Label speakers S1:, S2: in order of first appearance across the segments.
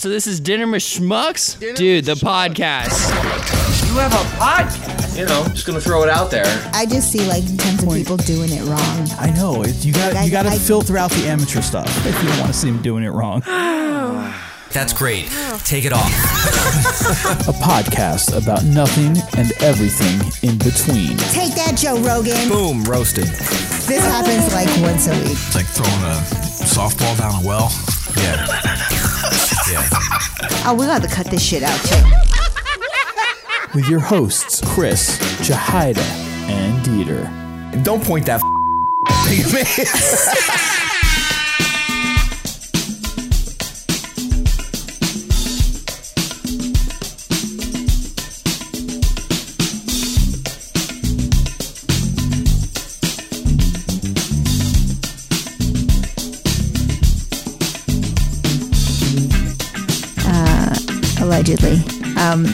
S1: So this is Dinner with Schmucks, dude. The podcast.
S2: You have a podcast. You know, just gonna throw it out there.
S3: I just see like tons of people doing it wrong.
S4: I know. It, you got
S3: Like, I-
S4: you got to
S3: I-
S4: filter out the amateur stuff if you don't want to see him doing it wrong.
S5: That's great. Take it off.
S4: A podcast about nothing and everything in between.
S3: Take that, Joe Rogan.
S5: Boom, roasted.
S3: This happens like once a week.
S6: It's like throwing a softball down a well. Yeah. yeah.
S3: Oh, we got to cut this shit out too.
S4: With your hosts, Chris, Jahida, and Dieter.
S6: Don't point that thing at me.
S3: Allegedly. Um,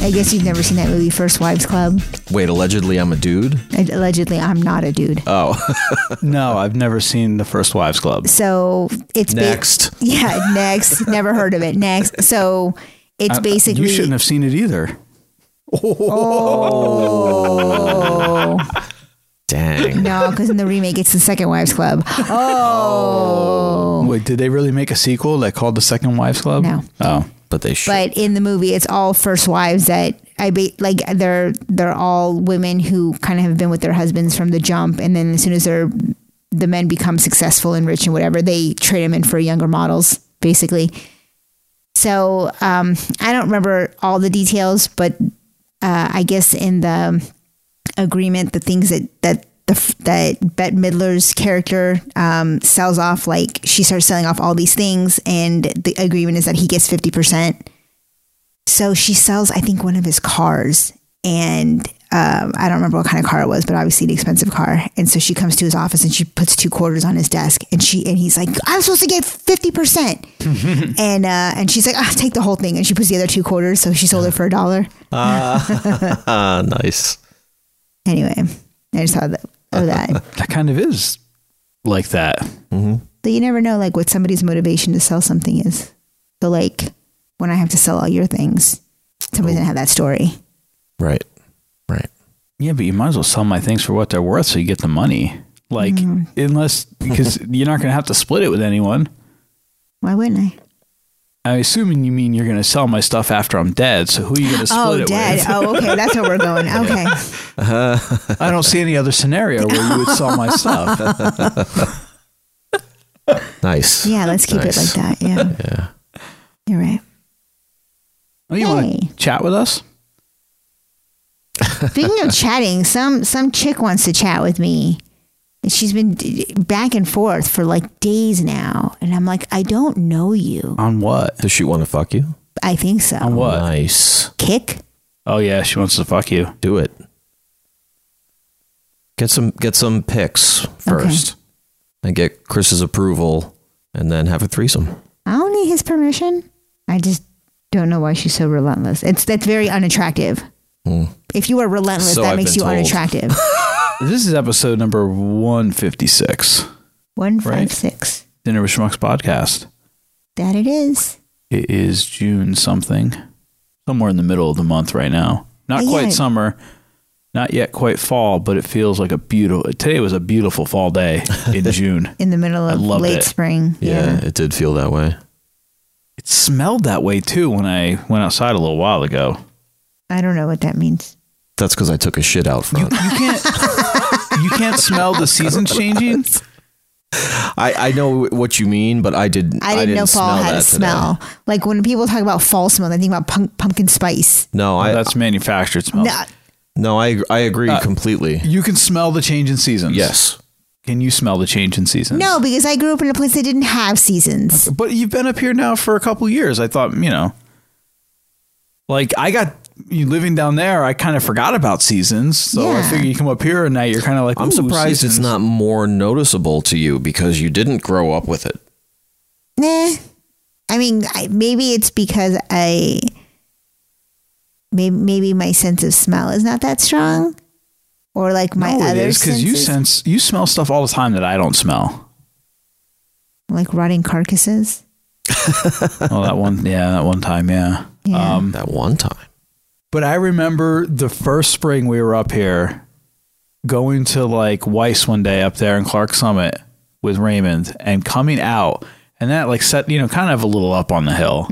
S3: I guess you've never seen that movie, First Wives Club.
S2: Wait, allegedly I'm a dude?
S3: And Allegedly, I'm not a dude.
S5: Uh,
S4: No, I've never seen the First Wives Club.
S3: so it's ba-
S2: Next.
S3: yeah, next. never heard of it. Next. So
S6: Uh,
S3: it's basically.
S4: You shouldn't have seen it either.
S2: Dang.
S3: Oh, No, because in the remake, it's the Second Wives Club.
S4: Wait, did they really make a sequel that called the Second Wives Club?
S3: Oh. No.
S4: Oh,
S2: But they should.
S3: but in the movie it's all first wives that I be, like they're they're all women who kind of have been with their husbands from the jump and then as soon as they're the men become successful and rich and whatever they trade them in for younger models basically so um, I don't remember all the details but uh, I guess in the agreement the things that that the, f- that Bette Midler's character um, sells off like she starts selling off all these things and the agreement is that he gets 50% so she sells, I think, one of his cars, and um, I don't remember what kind of car it was, but obviously an expensive car. And so she comes to his office and she puts two quarters on his desk, and she and he's like, "I'm supposed to get fifty percent," and uh, and she's like, "I'll take the whole thing," and she puts the other two quarters, so she sold it for a dollar.
S2: Ah, nice.
S3: Anyway, I just thought that, of that.
S4: that kind of is like that.
S3: But you never know, like what somebody's motivation to sell something is. So like when I have to sell all your things,
S4: Oh.
S3: somebody didn't have that story.
S2: Right. Right.
S4: Yeah, but you might as well sell my things for what they're worth so you get the money. Like,
S3: Mm-hmm.
S4: unless, because you're not going to have to split it with anyone.
S3: Why wouldn't I?
S4: I'm assuming you mean you're going to sell my stuff after I'm dead. So who are you going to split
S3: Oh,
S4: it
S3: dead. Oh, okay. That's where we're going. Okay.
S4: with? I don't see any other scenario where you would sell my stuff.
S2: Nice.
S3: Yeah, let's keep
S2: Nice.
S3: it like that. Yeah.
S2: Yeah.
S3: You're right.
S4: Oh, you want
S3: Hey.
S4: to chat with us?
S3: Speaking of chatting, some some chick wants to chat with me. And she's been d- d- back and forth for like days now, and I'm like, I don't know you.
S4: On what?
S2: Does she want to fuck you?
S3: I think so.
S4: On what?
S2: Nice.
S3: Kick?
S4: Oh yeah, she wants to fuck you.
S2: Do it. Get some get some pics first. And get Chris's approval and then have a threesome.
S3: I don't need his permission. I just don't know why she's so relentless. It's that's very unattractive. If you are relentless,
S2: Hmm. So
S3: that
S2: I've
S3: makes you
S2: been told.
S3: unattractive.
S4: This is episode number one fifty six.
S3: One five
S4: Right.
S3: six.
S4: Dinner with Schmucks podcast.
S3: That it is.
S4: It is June something, somewhere in the middle of the month right now. Not
S3: Oh, Yeah.
S4: quite summer, not yet quite fall, but it feels like a beautiful. Today was a beautiful fall day in June.
S3: In the middle of
S4: loved
S3: late
S4: it.
S3: spring.
S2: it did feel that way.
S4: It smelled that way too when I went outside a little while ago.
S3: I don't know what that means.
S2: That's because I took a shit out front.
S4: You can't smell the seasons changing.
S2: I, I know what you mean, but I did.
S3: I didn't, know fall
S2: smell
S3: had
S2: that
S3: a
S2: today.
S3: smell. Like when people talk about fall smell, they think about punk, pumpkin spice.
S2: No, I
S4: That's manufactured smell.
S3: No,
S2: no, I I agree
S4: Uh,
S2: completely.
S4: You can smell the change in seasons.
S2: Yes,
S4: Can you smell the change in seasons?
S3: no, because I grew up in a place that didn't have seasons.
S4: But you've been up here now for a couple years. I thought, you know, like I got you living down there. I kind of forgot about seasons, so I
S3: Yeah.
S4: figure you come up here and now you're kind of like,
S2: I'm
S4: ooh,
S2: surprised it's
S4: seasons.
S2: not more noticeable to you because you didn't grow up with it.
S3: Nah, I mean I, maybe it's because I maybe maybe my sense of smell is not that strong, or like my
S4: no,
S3: other
S4: it is because
S3: senses,
S4: you sense you smell stuff all the time that I don't smell.
S3: like rotting carcasses.
S4: oh, that one. Yeah, that one time. Yeah.
S3: Yeah.
S4: Um,
S2: That one time.
S4: But I remember the first spring we were up here going to like Weiss one day up there in Clark Summit with Raymond and coming out and that like set, you know, kind of a little up on the hill.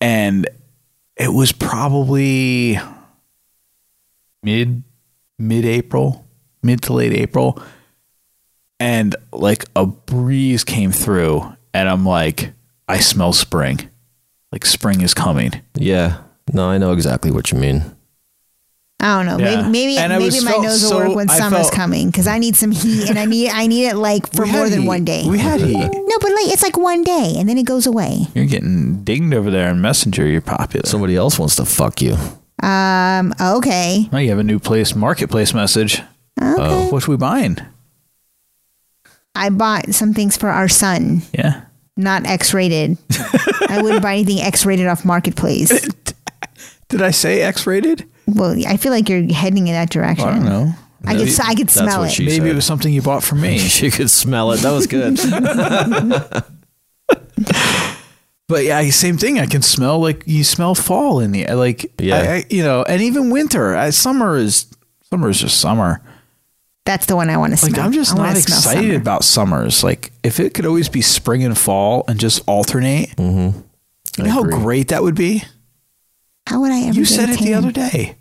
S4: And it was probably mid mid April, mid to late April. And like a breeze came through and I'm like, I smell spring. Like spring is coming.
S2: Yeah. No, I know exactly what you mean.
S3: I don't know.
S4: Yeah.
S3: Maybe
S4: And I
S3: maybe, maybe
S4: was
S3: my
S4: felt
S3: nose will
S4: so-
S3: work when
S4: I
S3: summer's
S4: felt-
S3: coming because I need some heat and I need I need it like for
S4: We
S3: more
S4: had
S3: than
S4: heat.
S3: one day.
S4: We had heat.
S3: no, but like it's like one day and then it goes away.
S4: You're getting dinged over there in Messenger. You're popular. So
S2: Somebody else wants to fuck you.
S3: Um. Okay.
S4: now you have a new place, marketplace message. Oh.
S3: Okay.
S4: What we buying?
S3: I bought some things for our son,
S4: Yeah.
S3: not X-rated. I wouldn't buy anything X-rated off marketplace.
S4: Did I say X rated?
S3: Well, I feel like you're heading in that direction.
S4: I don't know.
S3: I could s- I could
S2: That's
S3: smell
S2: what
S3: it.
S2: she
S4: Maybe
S2: said.
S4: it was something you bought for me.
S2: You could smell it. That was good.
S4: But yeah, same thing. I can smell like you smell fall in the like
S2: Yeah.
S4: I, I, you know, and even winter. I, summer is summer is just summer.
S3: That's the one I want to smell.
S4: Like I'm just
S3: I wanna
S4: not
S3: smell
S4: excited
S3: summer.
S4: about summers. Like if it could always be spring and fall and just alternate, you know how great that would be.
S3: How would I ever?
S4: You
S3: get
S4: said
S3: a
S4: it the
S3: tan?
S4: other day,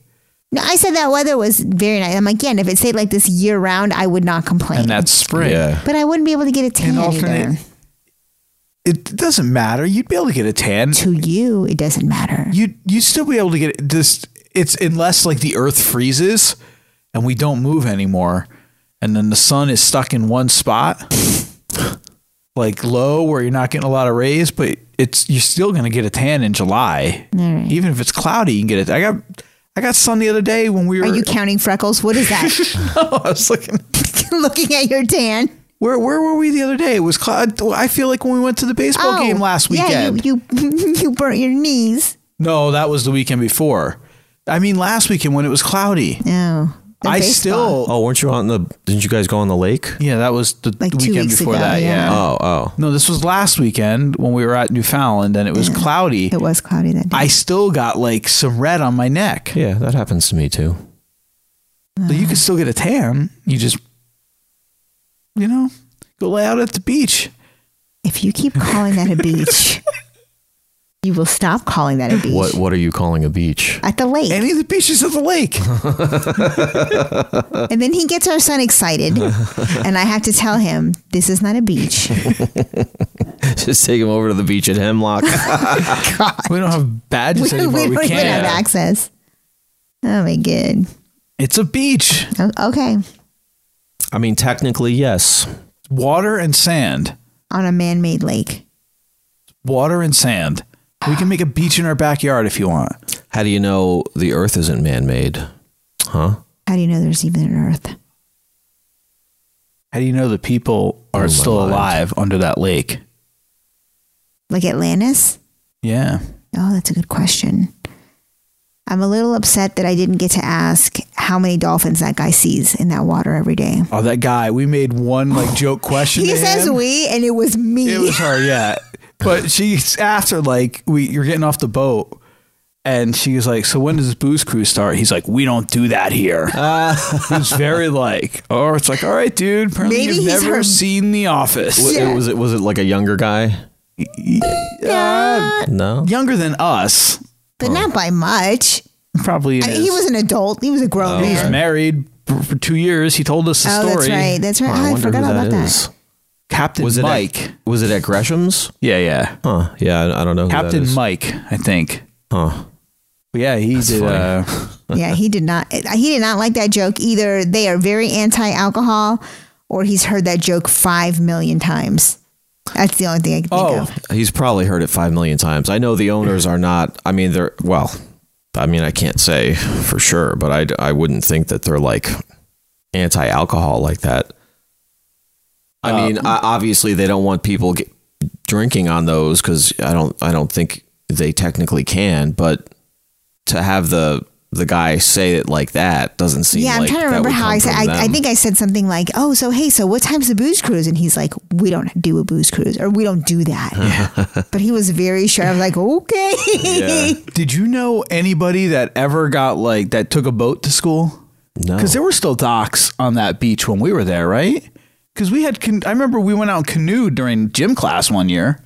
S3: No, I said that weather was very nice. I'm like, yeah, and if it stayed like this year round, I would not complain.
S4: and that's spring.
S2: yeah.
S3: but I wouldn't be able to get a tan
S4: alternate-
S3: either.
S4: It doesn't matter. You'd be able to get a tan.
S3: To you, it doesn't matter.
S4: you you'd still be able to get this it's unless like the earth freezes and we don't move anymore and then the sun is stuck in one spot like low where you're not getting a lot of rays but it's you're still going to get a tan in july even if it's cloudy you can get it i got i got sun the other day when we were
S3: Are you counting freckles? What is that?
S4: i was looking
S3: Looking at your tan.
S4: where where were we the other day it was cloud i feel like when we went to the baseball game last weekend
S3: Oh, Yeah, you you, you burnt your knees.
S4: no that was the weekend before i mean last weekend when it was cloudy
S3: No. the
S4: I
S3: baseball.
S4: still
S2: Oh, weren't you on the? Didn't you guys go on the lake?
S4: Yeah, that was the
S3: Like two
S4: weekend
S3: weeks
S4: before
S3: ago,
S4: that. Yeah.
S3: yeah.
S2: Oh, oh.
S4: No, this was last weekend when we were at Newfoundland and it was cloudy.
S3: It was cloudy that day.
S4: I still got like some red on my neck.
S2: Yeah, that happens to me too.
S4: So you can still get a tan. You just, you know, go lay out at the beach.
S3: if you keep calling that a beach, you will stop calling that a beach.
S2: What What are you calling a beach?
S3: At the lake.
S4: Any of the beaches of the lake. uh,
S3: And then he gets our son excited, and I have to tell him this is not a beach.
S2: Just take him over to the beach at Hemlock.
S4: we don't have
S3: we,
S4: badges
S3: we
S4: anymore.
S3: don't
S4: We,
S3: even have
S4: can't.
S3: access. Oh my god.
S4: It's a beach.
S3: O- Okay,
S2: I mean, technically, yes.
S4: Water and sand.
S3: on a man-made lake.
S4: Water and sand. We can make a beach in our backyard if you want.
S2: How do you know the Earth isn't man made? Huh?
S3: How do you know there's even an Earth?
S4: How do you know the people are
S2: Oh, my
S4: still
S2: mind.
S4: alive under that lake?
S3: Like Atlantis?
S4: Yeah.
S3: Oh, that's a good question. I'm a little upset that I didn't get to ask how many dolphins that guy sees in that water every day.
S4: Oh, that guy. We made one like joke question.
S3: He
S4: to
S3: says
S4: him.
S3: we, and it was me.
S4: It was her, yeah. But she's after like we you're getting off the boat, and she's like, "So when does this booze cruise start?" He's like, "We don't do that here."
S2: Uh.
S4: He was very like, "Oh, it's like all right, dude. Apparently
S3: Maybe
S4: you've
S3: he's
S4: never
S3: her-
S4: seen The Office.
S2: W-
S3: Yeah.
S2: Was it Was it like a younger guy?
S4: Uh,
S2: No.
S4: younger than us,
S3: but
S4: Oh.
S3: not by much.
S4: probably. in
S3: I mean,
S4: his-
S3: he was an adult. He was a grown
S4: he was
S3: man.
S4: married for, for two years. He told us the
S3: Oh,
S4: story.
S3: that's right. That's right.
S2: Oh,
S3: Oh, I, forgot all about that.
S4: Captain
S2: Was it
S4: Mike?
S2: At, was it at Gresham's?
S4: yeah, yeah.
S2: Huh? Yeah, I, I don't know. Who that
S4: Captain
S2: is.
S4: Mike, I think.
S2: Huh?
S4: But yeah, he did.
S2: funny.
S4: Uh,
S3: yeah, he did not. He did not like that joke either. They are very anti-alcohol, or he's heard that joke five million times. That's the only thing I can think
S4: Oh.
S3: of.
S2: He's probably heard it five million times. I know the owners are not. I mean, they're well. I mean, I can't say for sure, but I I wouldn't think that they're like anti-alcohol like that. I mean, o- obviously they don't want people get, drinking on those because I don't I don't think they technically can, but to have the the guy say it like that doesn't seem.
S3: Yeah, I'm
S2: like
S3: trying
S2: that
S3: to remember
S2: would
S3: how
S2: come
S3: I said.
S2: from
S3: I, I
S2: them.
S3: think I said something like, "Oh, so hey, so what time's the booze cruise?" And he's like, "We don't do a booze cruise, or we don't do that." but he was very sure. I was like, "Okay."
S4: Did you know anybody that ever got like that took a boat to school?
S2: no.
S4: Because there were still docks on that beach when we were there, right? Because we had, con- I remember we went out and canoed during gym class one year.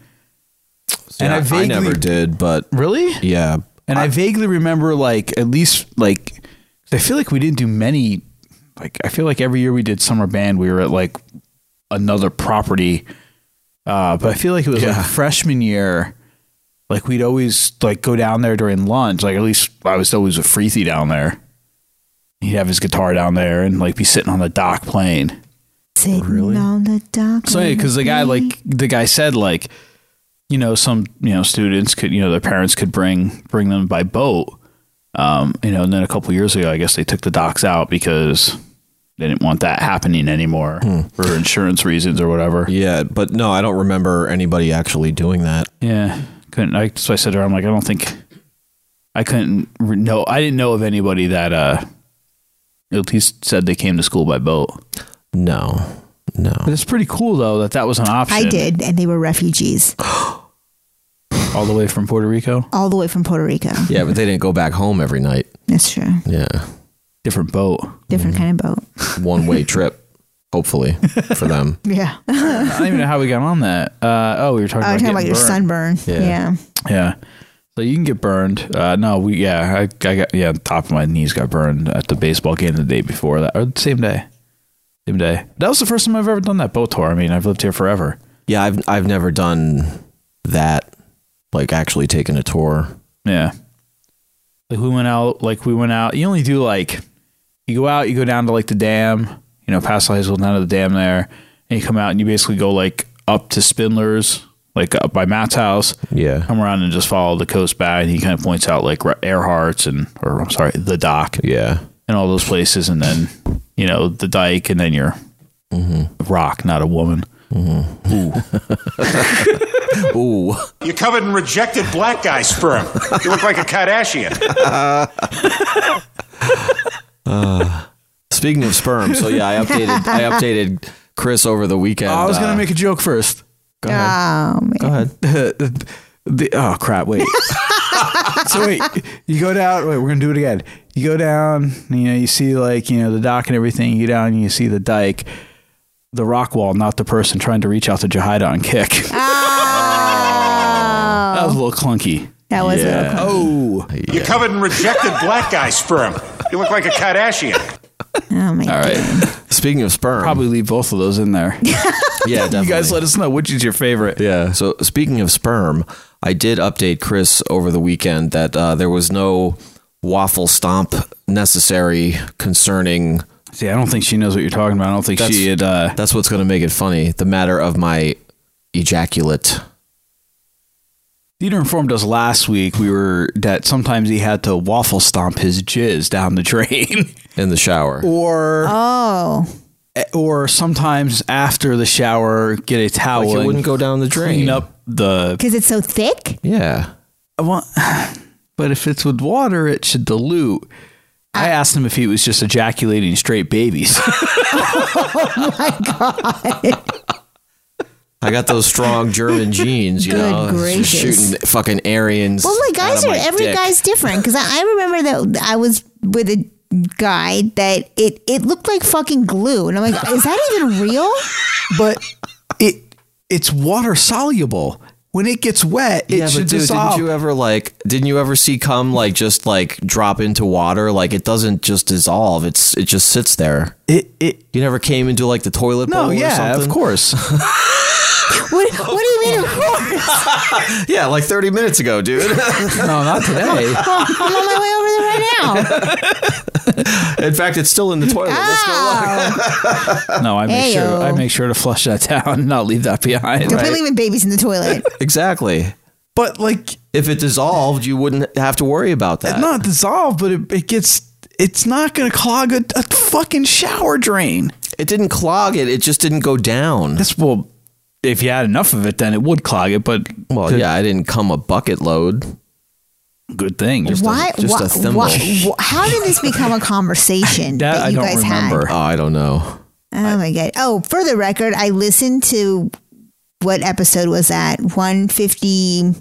S4: and
S2: Yeah,
S4: I vaguely-
S2: never did, but
S4: Really?
S2: yeah,
S4: And I, vaguely remember, like, at least, like, 'cause I feel like we didn't do many. Like, I feel like every year we did summer band, we were at like another property. Uh, but I feel like it was
S2: Yeah.
S4: like freshman year. Like we'd always like go down there during lunch. Like at least I was always with Freethy down there. He'd have his guitar down there and like be sitting on the dock playing.
S3: Sitting on the dock.
S4: So
S3: with
S4: because the guy
S3: baby.
S4: like the guy said like, you know, some you know students could you know their parents could bring bring them by boat, um, you know, and then a couple years ago, I guess they took the docks out because they didn't want that happening anymore for insurance reasons or whatever.
S2: yeah, but no, I don't remember anybody actually doing that.
S4: Yeah, couldn't. I, so I said to her, I'm like, I don't think I couldn't re- know. I didn't know of anybody that uh, at least said they came to school by boat.
S2: No, no.
S4: But it's pretty cool though that that was an option.
S3: I did, and they were refugees
S4: all the way from Puerto Rico,
S3: all the way from Puerto Rico.
S2: Yeah, but they didn't go back home every night.
S3: That's true.
S2: Yeah,
S4: different boat.
S3: Different
S2: Mm-hmm.
S3: kind of boat.
S2: one way trip, hopefully for them.
S3: Yeah.
S4: I don't even know how we got on that. Uh, oh, we were talking
S3: I
S4: about,
S3: was talking
S4: getting
S3: about your sunburn.
S4: burned.
S2: Yeah.
S3: Yeah.
S4: Yeah. So you can get burned. Uh, no, we yeah, I, I got yeah, the top of my knees got burned at the baseball game the day before that, or the same day, same day. That was the first time I've ever done that boat tour. I mean, I've lived here forever.
S2: Yeah, I've I've never done that, like actually taking a tour.
S4: Yeah. Like we went out, like we went out. You only do like, you go out, you go down to like the dam, you know, past the high school, down to the dam there, and you come out and you basically go like up to Spindler's, like up by Matt's house.
S2: Yeah,
S4: Come around and just follow the coast back, and he kind of points out like Re- Earhart's and, or I'm sorry, the dock
S2: yeah,
S4: and all those places, and then you know the dike, and then you're rock, not a woman.
S7: You covered in rejected black guy sperm. You look like a Kardashian.
S2: Speaking of sperm, so yeah, I updated I updated Chris over the weekend.
S4: I was gonna
S2: uh,
S4: make a joke first.
S2: go ahead.
S3: Oh man.
S2: Go ahead.
S4: the oh crap wait so wait you go down wait we're gonna do it again you go down you know you see like you know the dock and everything you go down and you see the dike the rock wall not the person trying to reach out to jahida on kick that was a little clunky
S3: That was a little cool.
S4: oh
S7: You covered in rejected black guy sperm. You look like a Kardashian.
S3: Oh my god.
S2: Speaking of sperm,
S4: probably leave both of those in there you
S2: yeah, definitely.
S4: guys let us know which is your favorite
S2: Yeah. So speaking of sperm, I did update Chris over the weekend that uh, there was no waffle stomp necessary concerning.
S4: see i don't think she knows what you're talking about i don't think
S2: That's-
S4: she had uh
S2: That's what's going to make it funny. The matter of my ejaculate.
S4: Theater informed us last week we were that sometimes he had to waffle stomp his jizz down the drain,
S2: In the shower.
S4: or eh,
S3: Oh.
S4: or sometimes after the shower, get a towel.
S2: Like it
S4: and
S2: wouldn't go down the drain.
S4: Clean up the.
S3: Because it's so thick?
S2: Yeah.
S4: I want- But if it's with water, it should dilute. I
S2: Ah.
S4: asked him if he was just ejaculating straight babies.
S2: I got those strong German genes, you
S3: Good
S2: know,
S3: gracious.
S2: shooting fucking Aryans.
S3: Well, my guys
S2: out of
S3: are
S2: my
S3: every
S2: dick.
S3: guy's different. Because I, I remember that I was with a guy that it it looked like fucking glue, and I'm like, is that even real?
S4: but it it's water soluble. When it gets wet, it
S2: Yeah, but
S4: should
S2: dude,
S4: dissolve.
S2: didn't you uh, ever like? Didn't you ever see cum like just like drop into water? Like it doesn't just dissolve. It's it just sits there.
S4: it it.
S2: You never came into like the toilet
S4: No,
S2: bowl or
S4: yeah,
S2: something?
S4: of course.
S3: What, what do you mean? of course?
S2: Yeah, like 30 minutes ago, dude.
S4: no, not today.
S3: I'm on my way over there right now.
S2: in fact, it's still in the toilet. Let's go
S4: Ah!
S2: look.
S3: Oh.
S4: No, I make sure
S3: Ayo.
S4: I make sure to flush that down and not leave that behind.
S3: They're leaving babies in the toilet.
S2: Exactly.
S4: But like
S2: If it dissolved, you wouldn't have to worry about that.
S4: not dissolved, but it, it gets it's not gonna clog a, a fucking shower drain.
S2: It didn't clog it. It just didn't go down.
S4: This will if you had enough of it then it would clog it, but
S2: Well, yeah, I didn't cum a bucket load.
S4: Good thing. Just
S3: why?
S2: just
S3: why-
S2: a thimble.
S3: why- wh- how did this become a conversation
S4: That
S3: that,
S4: I
S3: you
S4: don't
S3: guys
S4: remember.
S2: Oh, I don't know.
S3: had? Oh my god! Oh, for the record, I listened to what episode was that? One fifty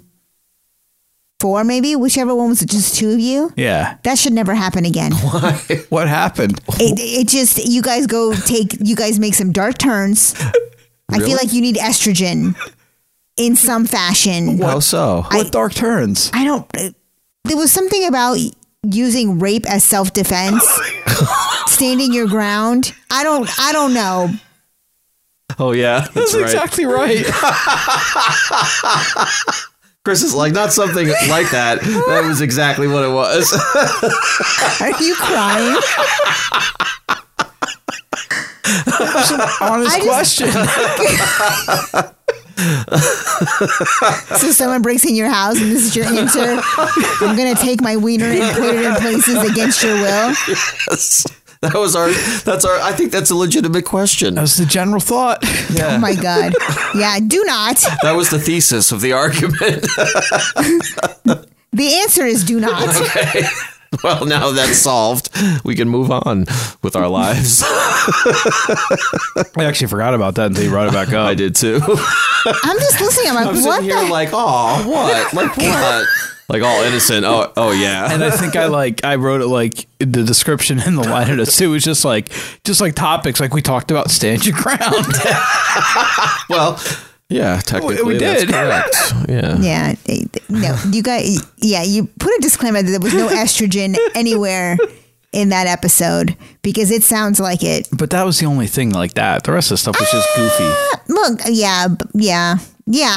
S3: four, maybe whichever one was just two of you.
S4: Yeah.
S3: That should never happen again.
S4: What happened?
S3: It, it just you guys go take you guys make some dark turns. I feel like you need estrogen in some fashion.
S2: How so?
S4: What dark turns?
S3: I don't. There was something about using rape as self defense, standing your ground. I don't. I don't know.
S2: Oh yeah, that's, right.
S4: exactly right.
S2: Chris is like not something like that. That was exactly what it was.
S3: Are you crying?
S4: Honest
S3: I just-
S4: question.
S3: so someone breaks in your house and this is your answer. I'm gonna take my wiener and put it in places against your will.
S2: that was our. That's our. I think that's a legitimate question.
S4: that was the general thought.
S3: Oh my god. Yeah. Do not.
S2: That was the thesis of the argument.
S3: The answer is do not.
S2: well, now that's solved. We can move on with our lives.
S4: I actually forgot about that until you brought it back up.
S2: I did too.
S3: I'm just listening. I'm like,
S2: I'm
S3: what
S2: sitting
S3: the?
S2: here like, oh, what? Like what? Like all innocent. Oh, oh yeah.
S4: and I think I like I wrote it like in the description in the line of this. It was just like just like topics like we talked about stand your ground.
S2: Well, yeah. Technically,
S4: we
S2: that's
S4: did.
S2: correct. Yeah.
S3: yeah. they- they- No. You guys. Yeah. You put a disclaimer that there was no estrogen anywhere in that episode because it sounds like it.
S4: but that was the only thing like that. The rest of the stuff was just goofy.
S3: Uh, Look, yeah, b- yeah, yeah.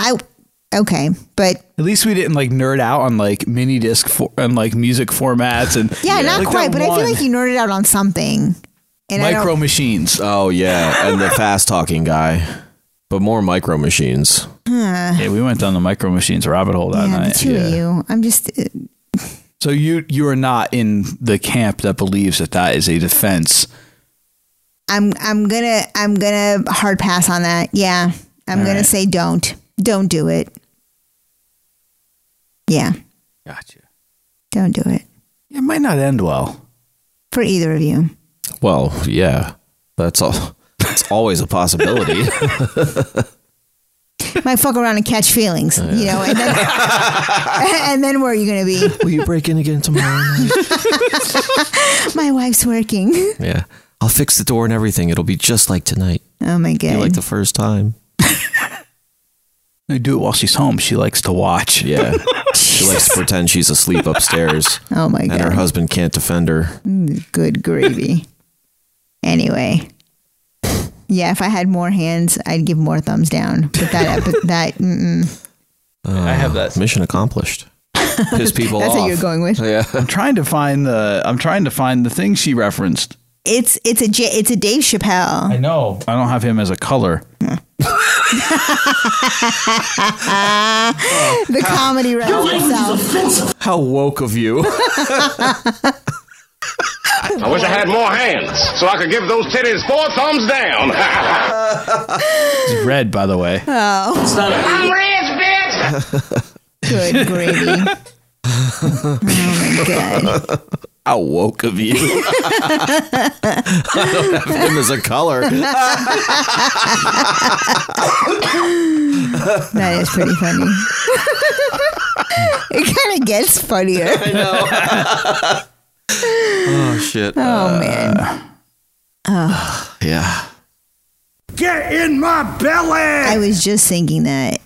S3: I okay, but
S4: At least we didn't like nerd out on like mini disc for- and like music formats and
S3: yeah, not
S4: Like that
S3: quite. But I
S4: one.
S3: feel like you nerded out on something. And I
S4: micro
S3: don't,
S4: machines.
S2: Oh yeah, and the fast talking guy, but more micro machines.
S4: yeah, we went down the micro machines rabbit hole that
S3: Uh-huh. yeah, the
S4: night.
S3: two of you. I'm just uh,
S4: So you you are not in the camp that believes that that is a defense.
S3: I'm I'm gonna I'm gonna hard pass on that. Yeah, I'm gonna say don't don't do it. Yeah,
S4: Gotcha.
S3: don't do it
S4: It might not end well.
S3: for either of you.
S2: Well, yeah, that's all. It's always a possibility.
S3: Might fuck around and catch
S2: Oh,
S3: feelings, you know, and then and then where are you gonna be?
S2: Will you break in again tomorrow?
S3: My wife's working.
S2: yeah, I'll fix the door and everything. It'll be just like tonight,
S3: Oh my
S2: be
S3: god.
S2: like the first time.
S4: I do it while she's home. She likes to watch.
S2: Yeah, she likes to pretend she's asleep upstairs,
S3: oh my
S2: and her
S3: god.
S2: husband can't defend her.
S3: good gravy. anyway, yeah, if I had more hands, I'd give more thumbs down. But that, but that, mm-mm.
S2: I have that Uh, mission accomplished. Piss people
S3: that's
S2: off.
S3: what you're going with.
S2: Yeah,
S4: I'm trying to find the I'm trying to find the thing she referenced.
S3: It's it's a J, it's a Dave Chappelle.
S4: know. I don't have him as a color.
S3: the comedy wrestler himself.
S2: how woke of you.
S8: I wish I had more hands so I could give those titties four thumbs down.
S4: He's red, by the way.
S8: I'm rich, bitch!
S3: Good gravy. oh my god.
S2: How woke of you. I don't have him as a color.
S3: That is pretty funny. it kind of gets funnier.
S2: Oh shit.
S3: Oh man.
S2: yeah.
S3: I was just thinking that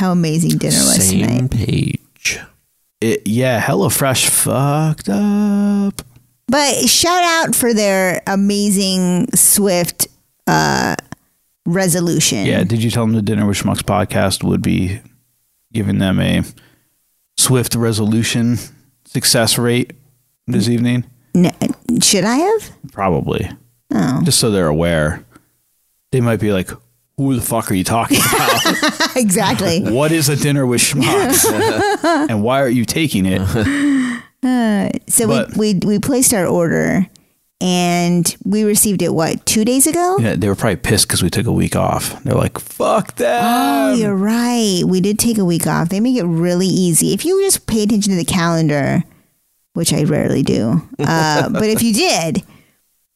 S3: how amazing dinner was tonight.
S2: Same page.
S4: It, yeah, HelloFresh fucked up.
S3: But shout out for their amazing swift uh, resolution.
S4: Yeah, did you tell them the Dinner with Schmucks podcast would be giving them a swift resolution success rate this evening?
S3: N- should I have?
S4: Mm. Probably. Just so they're aware. They might be like, who the fuck are you talking about?
S3: exactly.
S4: what is a dinner with schmucks? and why are you taking it?
S3: So
S4: But-
S3: we, we we placed our order, and we received it what two days ago.
S4: Yeah, they were probably pissed because we took a week off. They're like, "Fuck that!"
S3: Oh, you're right. We did take a week off. They make it really easy. If you just pay attention to the calendar, which I rarely do, uh, but if you did,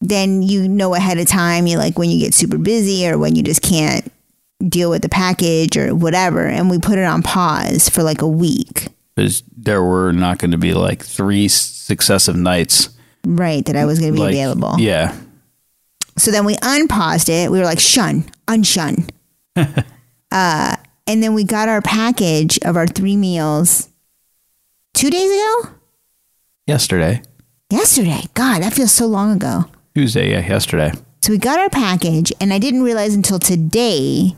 S3: then you know ahead of time. You like when you get super busy or when you just can't deal with the package or whatever. And we put it on pause for like a week.
S4: Because there were not going to be like three successive nights.
S3: Right, that I was going to be
S4: like,
S3: available.
S4: Yeah,
S3: So then we unpaused it. We were like, shun, unshun. uh, and then we got our package of our three meals two days ago?
S4: yesterday,
S3: Yesterday. God, that feels so long ago.
S4: Tuesday. Yeah, yesterday.
S3: So we got our package, and I didn't realize until today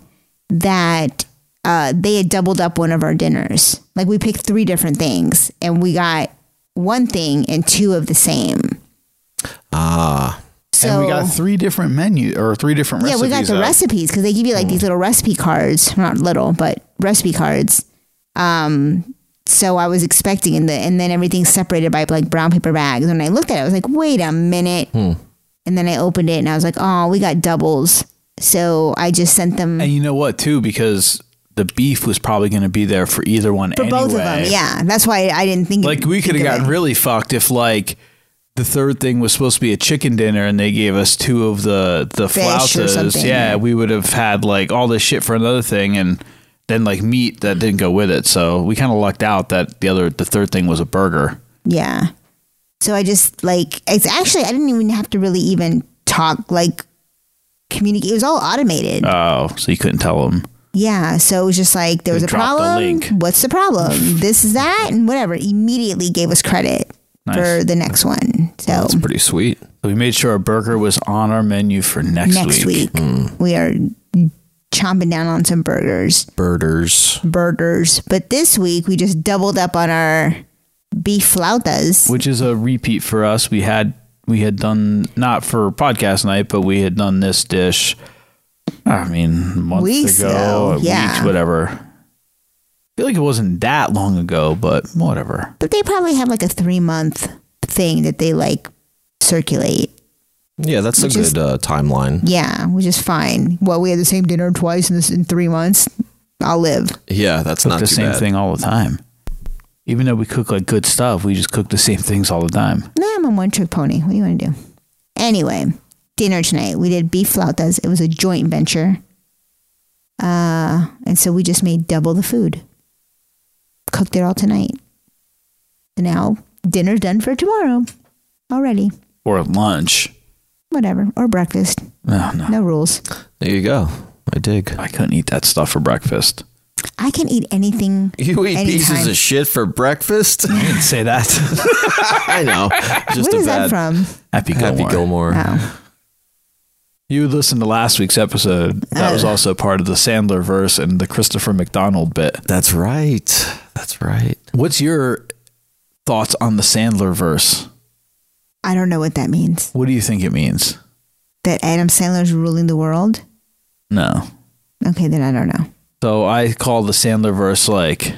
S3: that uh, they had doubled up one of our dinners. Like we picked three different things, and we got one thing and two of the same.
S2: Ah,
S3: So
S4: and we got three different menu or three different
S3: Yeah,
S4: recipes. Mm.
S3: we got the
S4: out.
S3: recipes because they give you like these little recipe cards, not little, but recipe cards. Um, so I was expecting in the and then everything's separated by like brown paper bags. And I looked at it, I was like, wait a minute.
S4: Hmm.
S3: And then I opened it and I was like, oh, we got doubles. So I just sent them
S4: And you know what, too, because the beef was probably going to be there for either one
S3: for both of them. Yeah, that's why I didn't think.
S4: Like we could have
S3: think of
S4: gotten
S3: it.
S4: really fucked if like the third thing was supposed to be a chicken dinner and they gave us two of the the
S3: Fish or
S4: flautas.
S3: something.
S4: Yeah, we would have had like all this shit for another thing and then like meat that didn't go with it. So we kind of lucked out that the other the third thing was a burger.
S3: Yeah. So I just like it's actually I didn't even have to really even talk like communicate. It was all automated.
S4: Oh, so you couldn't tell them.
S3: Yeah, so it was just like there was a
S4: dropped the
S3: problem.
S4: link.
S3: What's the problem? this is that and whatever. Immediately gave us credit
S4: Nice.
S3: for the next one. So
S2: that's pretty sweet.
S4: So we made sure a burger was on our menu for next, Hmm.
S3: next week, we are chomping down on some burgers,
S2: Birders.
S3: burgers. But this week we just doubled up on our beef flautas.
S4: which is a repeat for us. We had we had done not for podcast night, but we had done this dish. I mean, months
S3: Weeks
S4: ago,
S3: ago, yeah.
S4: weeks, whatever. I feel like it wasn't that long ago, but whatever.
S3: But they probably have like a three month thing that they like circulate.
S2: Yeah, that's a
S3: is-
S2: good uh, timeline.
S3: Yeah, which is fine. Well, we had the same dinner twice in this in three months. I'll live.
S2: Yeah, that's
S4: Cook
S2: not
S4: the
S2: too
S4: same
S2: bad.
S4: thing all the time. Even though we cook like good stuff, we just cook the same things all the time.
S3: Nah, I'm a one trick pony. What do you want to do? Anyway, dinner tonight. We did beef flautas. It was a joint venture. Uh, and so we just made double the food. Cooked it all tonight. And now dinner's done for tomorrow already.
S4: Or lunch.
S3: Whatever. Or breakfast.
S4: No, no.
S3: No rules.
S2: There you go. I dig.
S4: I couldn't eat that stuff for breakfast.
S3: I can eat anything.
S2: You eat pieces
S3: Anytime.
S2: of shit for breakfast.
S4: I didn't say that.
S2: I know. Just a
S3: Where is
S2: bad
S3: that from?
S4: Happy Gilmore.
S2: Happy Gilmore.
S3: Oh.
S4: You listened to last week's episode. That
S3: Uh.
S4: was also part of the Sandler verse and the Christopher McDonald bit.
S2: That's right. That's right.
S4: What's your thoughts on the Sandler verse?
S3: I don't know what that means.
S4: What do you think it means?
S3: That Adam Sandler's ruling the world?
S4: No.
S3: Okay, then I don't know.
S4: So I call the Sandler verse like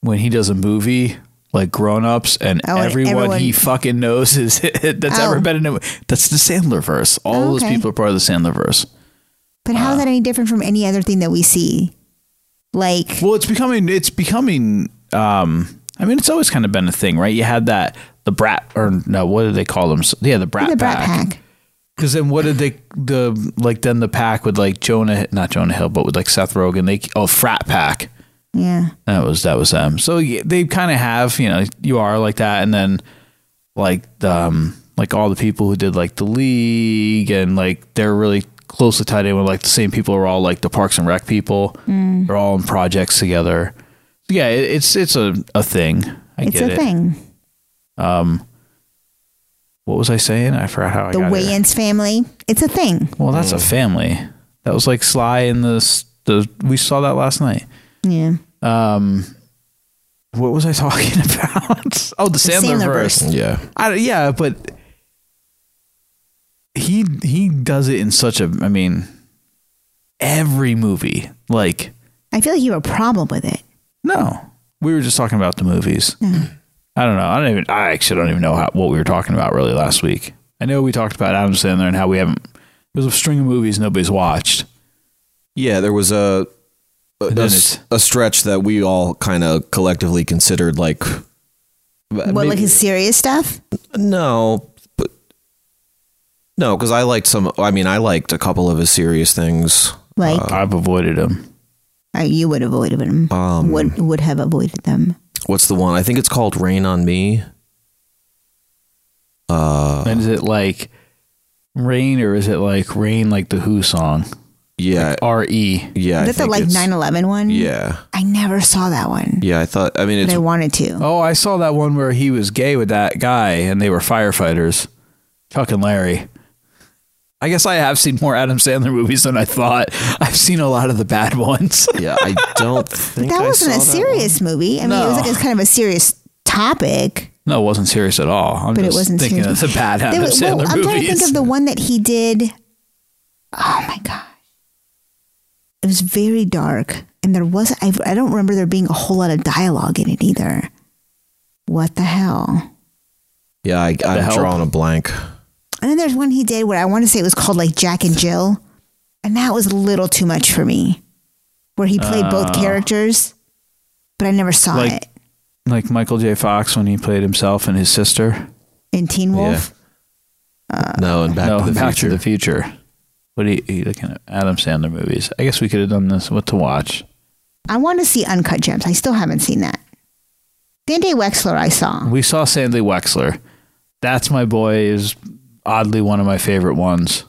S4: when he does a movie like grown ups and
S3: Oh, and
S4: everyone, he
S3: everyone-
S4: fucking knows is that's
S3: Oh.
S4: ever been in a that's the Sandler verse. All
S3: Oh,
S4: those
S3: okay.
S4: people are part of the Sandler verse.
S3: But how is that any different from any other thing that we see? Like,
S4: Well, it's becoming it's becoming um I mean it's always kind of been a thing, right? You had that the brat or no, what do they call them? Yeah, the brat
S3: the Brat
S4: pack.
S3: Pack.
S4: Because then what did they the like then the pack with like Jonah not Jonah Hill but with like Seth Rogen they oh frat pack
S3: Yeah.
S4: that was that was them so yeah, they kind of have you know you are like that and then like the, um like all the people who did like the league and like they're really closely tied in with like the same people who are all like the Parks and Rec people
S3: Mm.
S4: they're all in projects together so yeah it, it's it's a a thing I
S3: It's
S4: get
S3: a
S4: it.
S3: thing.
S4: what was I saying I forgot how I
S3: The
S4: got here.
S3: Wayans family. It's a thing.
S4: Well, that's a family. That was like Sly and the s- the. We saw that last night.
S3: Yeah.
S4: What was I talking about? oh, the Sandler, verse.
S3: Sandlerverse.
S2: Yeah.
S4: I, yeah, but he he does it in such a. I mean, every movie. Like
S3: I feel like you have a problem with it.
S4: no, we were just talking about the movies. I don't know. I don't even. I actually don't even know how, what we were talking about really last week. I know we talked about Adam Sandler and how we haven't. There's a string of movies nobody's watched.
S2: Yeah, there was a a,
S4: then
S2: a s-
S4: it's-
S2: a stretch that we all kind of collectively considered like uh,
S3: What, like his serious stuff?
S2: no, but no, because I liked some. I mean, I liked a couple of his serious things.
S3: Like
S2: uh,
S4: I've avoided him.
S3: uh, you would avoid them.
S2: Um,
S3: would would have avoided them.
S2: What's the one? I think it's called Rain on Me. Uh,
S4: and is it like rain or is it like rain like the Who song?
S2: Yeah,
S4: R E.
S2: yeah. I
S3: Is that the
S2: think
S3: like
S2: it's-
S3: 9/11 one?
S2: Yeah,
S3: I never saw that one,
S2: yeah. I thought. I mean,
S3: but
S2: it's
S3: I wanted to.
S4: Oh, I saw that one where he was gay with that guy and they were firefighters. Chuck and Larry. I guess I have seen more Adam Sandler movies than I thought. I've seen a lot of the bad ones.
S2: yeah. I don't think
S3: That
S2: I
S3: wasn't
S2: saw
S3: a
S2: that
S3: serious movie. I mean, it was like it's kind of a serious topic,
S4: No, it wasn't serious at all. I'm
S3: but
S4: just
S3: it wasn't
S4: thinking
S3: serious.
S4: of the bad
S3: There
S4: Adam
S3: was- well,
S4: Sandler
S3: I'm trying to
S4: movies.
S3: think of the one that he did. Oh my gosh, it was very dark, and there was I, I don't remember there being a whole lot of dialogue in it either. What the hell?
S2: Yeah, I, I'm
S4: Help?
S2: drawing a blank.
S3: And then there's one he did where I want to say it was called like Jack and Jill, and that was a little too much for me, where he played both characters, but I never saw
S4: Ah. Like-
S3: it
S4: like Michael J. Fox when he played himself and his sister.
S3: in Teen Wolf.
S2: no, and Back
S4: no,
S2: to the
S4: Back
S2: Future.
S4: to the Future. What are you, are you looking at? Adam Sandler movies. I guess we could have done this. What to watch?
S3: I want to see Uncut Gems. I still haven't seen that. Dante Wexler, I saw.
S4: We saw Sandy Wexler. That's my boy. Is oddly one of my favorite ones.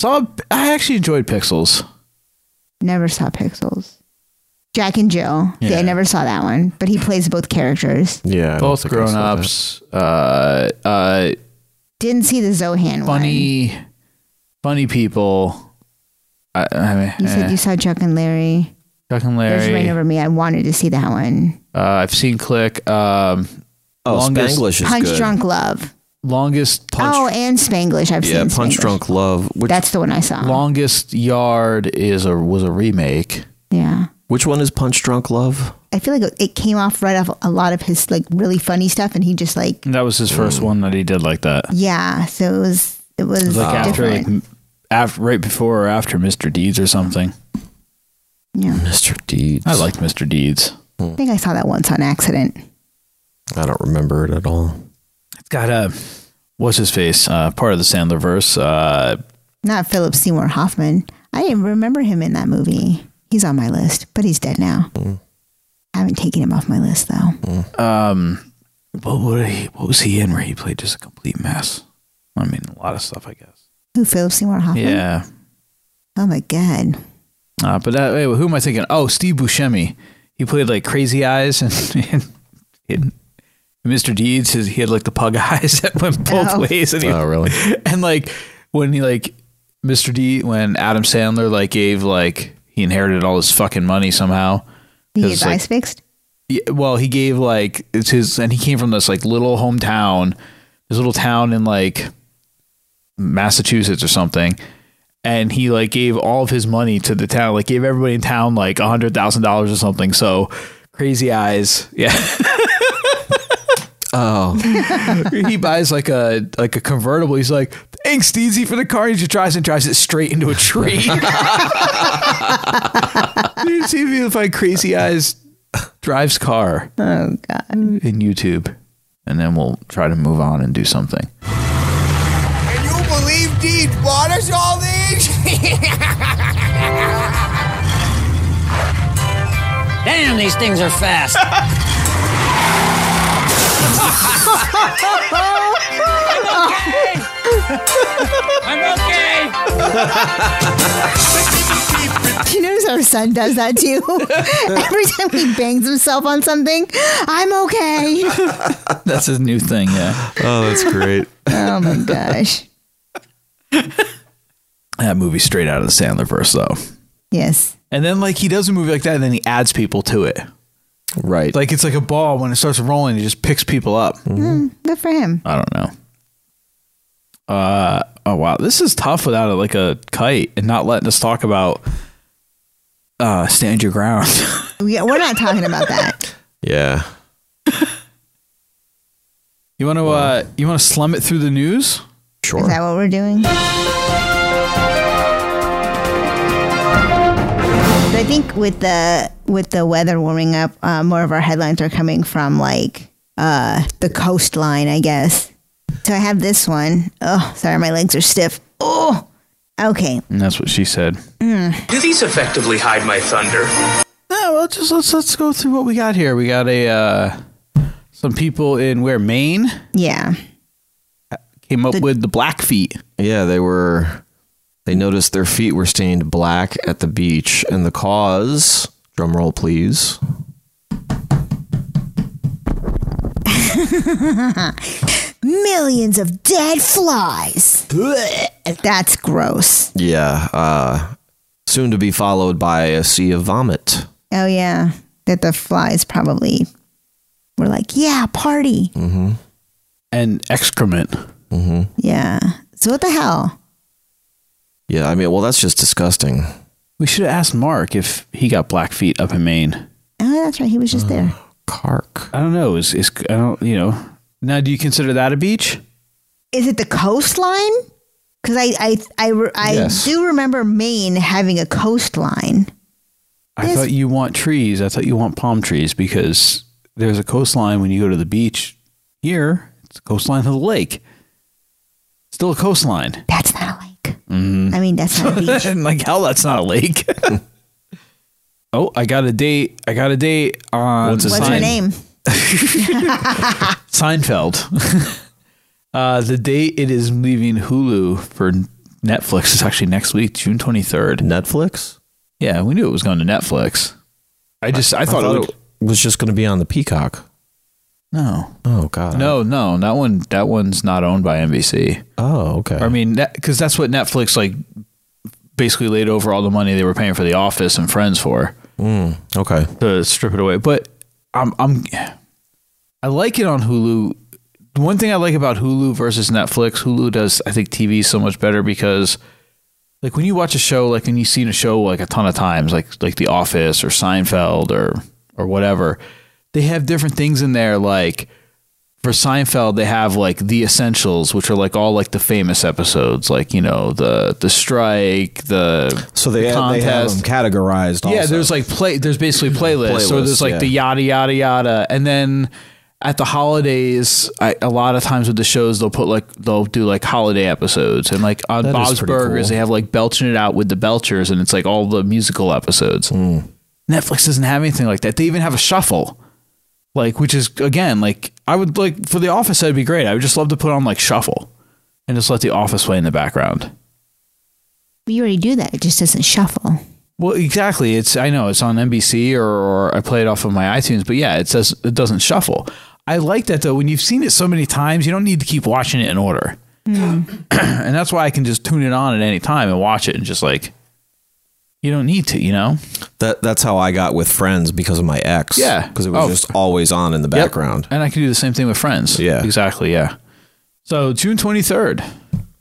S4: So I actually enjoyed Pixels.
S3: Never saw Pixels. Jack and Jill. Yeah. I never saw that one, but he plays both characters.
S2: yeah, I don't
S4: Both
S2: think I saw
S4: grown ups. Uh, uh,
S3: Didn't see the Zohan one.
S4: funny, funny people. I, I mean,
S3: You said
S4: eh,
S3: you saw Chuck and Larry.
S4: Chuck and
S3: There's Rain
S4: Larry. Uh,
S3: Over Me. I wanted to see that one.
S4: I've seen Click. Um,
S2: Oh,
S4: longest-
S2: Spanglish is
S3: Punch
S2: good.
S3: Drunk Love.
S4: longest punch
S3: oh, and Spanglish. I've
S2: yeah,
S3: seen
S2: Punch
S3: Spanglish.
S2: Drunk Love. Which
S3: That's the one I saw.
S4: Longest Yard is a was a remake.
S3: yeah.
S2: which one is Punch Drunk Love?
S3: I feel like it came off right off a lot of his like really funny stuff, and he just like
S4: That was his first one that he did like that.
S3: yeah. So it was it was,
S4: Like after,
S3: different.
S4: like, m- af right before or after Mr. Deeds or something.
S3: yeah,
S2: Mr. Deeds.
S4: I liked Mr. Deeds.
S3: I think I saw that once on accident.
S2: I don't remember it at all.
S4: It's got a what's his face? Uh, part of the Sandler verse. Uh,
S3: Not Philip Seymour Hoffman. I didn't remember him in that movie. He's on my list, but he's dead now.
S4: Hmm.
S3: I haven't taken him off my list though.
S4: um, what, what, he, what was he in where he played just a complete mess? I mean, a lot of stuff, I guess.
S3: Who Philip Seymour Hoffman?
S4: Yeah.
S3: Oh my god.
S4: Uh, but that, wait, who am I thinking? Oh, Steve Buscemi. He played like Crazy Eyes and, and, and Mr. Deeds. His, he had like the pug eyes that went both
S3: Oh.
S4: ways, and he,
S2: Oh, really?
S4: and like when he like Mr. D when Adam Sandler like gave like he inherited all his fucking money somehow.
S3: He
S4: 'Cause,
S3: gets
S4: like,
S3: eyes fixed.
S4: yeah, well, he gave like it's his, and he came from this like little hometown, this little town in like Massachusetts or something, and he like gave all of his money to the town, like gave everybody in town like a hundred thousand dollars or something. So crazy eyes, yeah. oh, he buys like a like a convertible. He's like, thanks, Steezy, for the car. He just drives and drives it straight into a tree. Dude, see if you can find crazy eyes drives car
S3: Oh god.
S4: in YouTube, and then we'll try to move on and do something.
S9: Can you believe Deed bought us all these?
S10: Damn, these things are fast. I'm okay.
S3: Do you notice our son does that too? Every time he bangs himself on something, I'm okay.
S4: That's his new thing. Yeah,
S2: Oh, that's great.
S3: Oh my gosh.
S4: that movie straight out of the Sandler verse though.
S3: Yes.
S4: And then like he does a movie like that, and then he adds people to it.
S2: right.
S4: Like it's like a ball when it starts rolling, he just picks people up.
S3: Good for him.
S4: I don't know. Uh oh wow, this is tough without a, like a kite and not letting us talk about uh stand your ground.
S3: We, we're not talking about that.
S2: yeah.
S4: You want to uh, you want to slum it through the news?
S2: Sure.
S3: Is that what we're doing? But I think with the with the weather warming up, uh, more of our headlines are coming from like uh, the coastline, I guess. So I have this one. Oh, sorry, my legs are stiff. Oh, okay.
S4: And that's what she said.
S11: Do these effectively hide my thunder?
S4: Yeah, well, just let's let's go through what we got here. We got a uh, some people in where Maine
S3: Yeah.
S4: came up with the Blackfeet.
S2: Yeah, they were. They noticed their feet were stained black at the beach, and the cause. Drum roll, please.
S3: Millions of dead flies. Blech. That's gross.
S2: Yeah. Uh, soon to be followed by a sea of vomit.
S3: Oh yeah, that the flies probably were like, yeah, party.
S2: Mm-hmm.
S4: And excrement.
S2: Mm-hmm.
S3: Yeah. So what the hell?
S2: Yeah, I mean, well, that's just disgusting.
S4: We should have asked Mark if he got Blackfeet up in Maine.
S3: Oh, that's right. He was just there.
S4: Uh-huh.
S2: Kark.
S4: I don't know. Is is I don't you know. Now, do you consider that a beach?
S3: Is it the coastline? Because I I I, re- I
S4: Yes.
S3: do remember Maine having a coastline.
S4: I thought you want trees. I thought you want palm trees because there's a coastline when you go to the beach. Here, it's a coastline to the lake. Still a coastline.
S3: That's not a lake.
S4: Mm-hmm.
S3: I mean, that's not a beach.
S4: and like hell, that's not a lake. oh, I got a date. I got a date on
S2: What's his
S3: What's her
S4: Sein-
S3: name?
S4: Seinfeld. uh, the date it is leaving Hulu for Netflix is actually next week, June twenty third.
S2: Netflix?
S4: Yeah, we knew it was going to Netflix. I just I, thought,
S2: Oh.
S4: it would.
S2: was just going to be on the Peacock.
S4: no,
S2: Oh, God.
S4: no, no. That one that one's not owned by NBC.
S2: Oh, okay.
S4: I mean, because that's what Netflix like basically laid over all the money they were paying for The Office and Friends for
S2: Hmm, okay.
S4: to strip it away. But I'm I'm I like it on Hulu. One thing I like about Hulu versus Netflix, Hulu does I think TV so much better because like when you watch a show, like when you've seen a show like a ton of times, like like The Office or Seinfeld or or whatever, they have different things in there like for Seinfeld, they have like the essentials, which are like all like the famous episodes, like you know the the strike, the
S2: So they,
S4: the
S2: they have them categorized also.
S4: yeah, there's like play. There's basically playlists. so
S2: Playlists,
S4: there's like
S2: yeah.
S4: the yada yada yada, and then at the holidays, I, a lot of times with the shows they'll put like they'll do like holiday episodes, and like on
S2: That is
S4: Bob's
S2: pretty
S4: Burgers
S2: cool.
S4: they have like belching it out with the Belchers, and it's like all the musical episodes.
S2: Hmm.
S4: Netflix doesn't have anything like that. They even have a shuffle, like which is again like I would like for The Office that'd be great. I would just love to put on like shuffle and just let The Office play in the background.
S3: We already do that. It just doesn't shuffle.
S4: Well, exactly. It's I know it's on NBC or, or I play it off of my iTunes, but yeah, it says it doesn't shuffle. I like that though. When you've seen it so many times, you don't need to keep watching it in order, and that's why I can just tune it on at any time and watch it and just like you don't need to, you know.
S2: that, that's how I got with friends because of my ex.
S4: Yeah.
S2: Because it was
S4: Oh.
S2: just always on in the
S4: Yep.
S2: background.
S4: And I can do the same thing with friends.
S2: Yeah.
S4: exactly. Yeah. So June twenty third.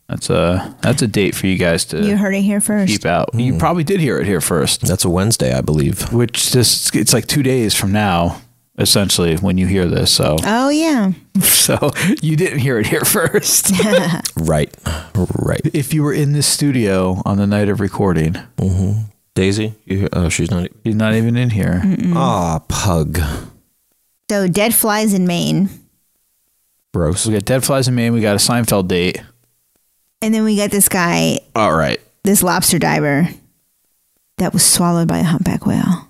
S4: That's a that's a date for you guys to
S3: You heard it here first.
S4: keep out. You probably did hear it here first.
S2: That's a Wednesday, I believe.
S4: which just it's like two days from now essentially when you hear this so
S3: Oh yeah.
S4: so you didn't hear it here first
S2: Right. Right.
S4: if you were in this studio on the night of recording
S2: Daisy? You, oh, she's not.
S4: you're not even in here
S2: Ah, pug.
S3: So dead flies in Maine,
S2: Gross.
S4: we got dead flies in maine we got a seinfeld date
S3: and then we got this guy,
S2: All right.
S3: this lobster diver, that was swallowed by a humpback whale.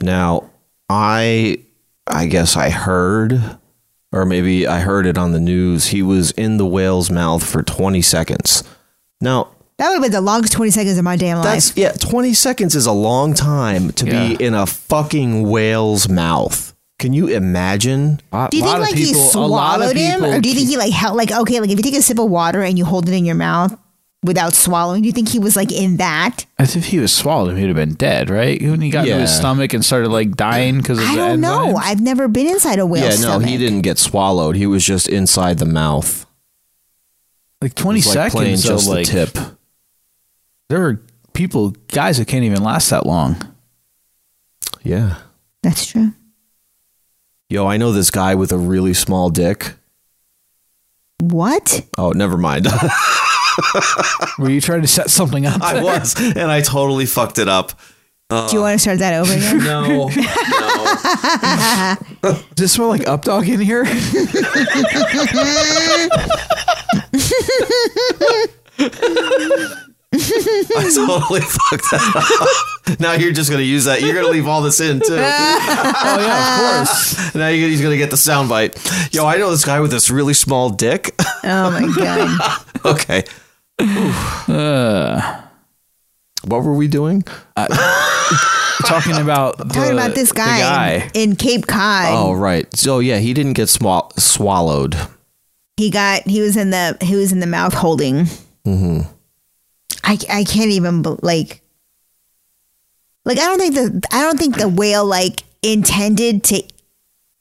S2: Now, I I guess I heard or maybe I heard it on the news he was in the whale's mouth for 20 seconds. Now,
S3: That would have been the longest twenty seconds of my damn life.
S2: that's yeah, 20 seconds is a long time to be in a fucking whale's mouth. Can you imagine?
S3: Do you think like he swallowed him, or do you think he like held like okay, like if you take a sip of water and you hold it in your mouth without swallowing, do you think he was like in that?
S4: as if he was swallowed he'd have been dead right when he got into his
S2: Yeah.
S4: stomach and started like dying because of
S3: I
S4: the
S3: don't know.
S4: enzymes?
S3: I've never been inside a whale.
S2: yeah,
S3: stomach.
S2: no, he didn't get swallowed. He was just inside the mouth.
S4: like 20
S2: It's like playing
S4: seconds though,
S2: just the
S4: like
S2: tip.
S4: there are people guys that can't even last that long
S2: Yeah.
S3: That's true.
S2: Yo, I know this guy with a really small dick
S3: What?
S2: Oh, never mind.
S4: Were you trying to set something up?
S2: I
S4: there?
S2: was, and I totally fucked it up. Uh,
S3: Do you want to start that over again?
S2: No.
S4: Does this smell like updog in here?
S2: I
S3: Mm-hmm.
S2: totally fucked that up. Now you're just gonna use that. You're gonna leave all this in too.
S4: oh yeah, of course.
S2: now you're, he's gonna get the soundbite. Yo, I know this guy with this really small dick.
S3: Oh my god.
S2: okay.
S4: Uh,
S2: what were we doing?
S3: Uh,
S4: Talking about the,
S3: Talking about this
S4: the
S3: guy,
S4: guy.
S3: In, in Cape Cod.
S2: oh right. So yeah, he didn't get swa- swallowed.
S3: He got he was in the he was in the mouth holding.
S2: Mm-hmm.
S3: I I can't even be- like like I don't think the I don't think the whale like intended to.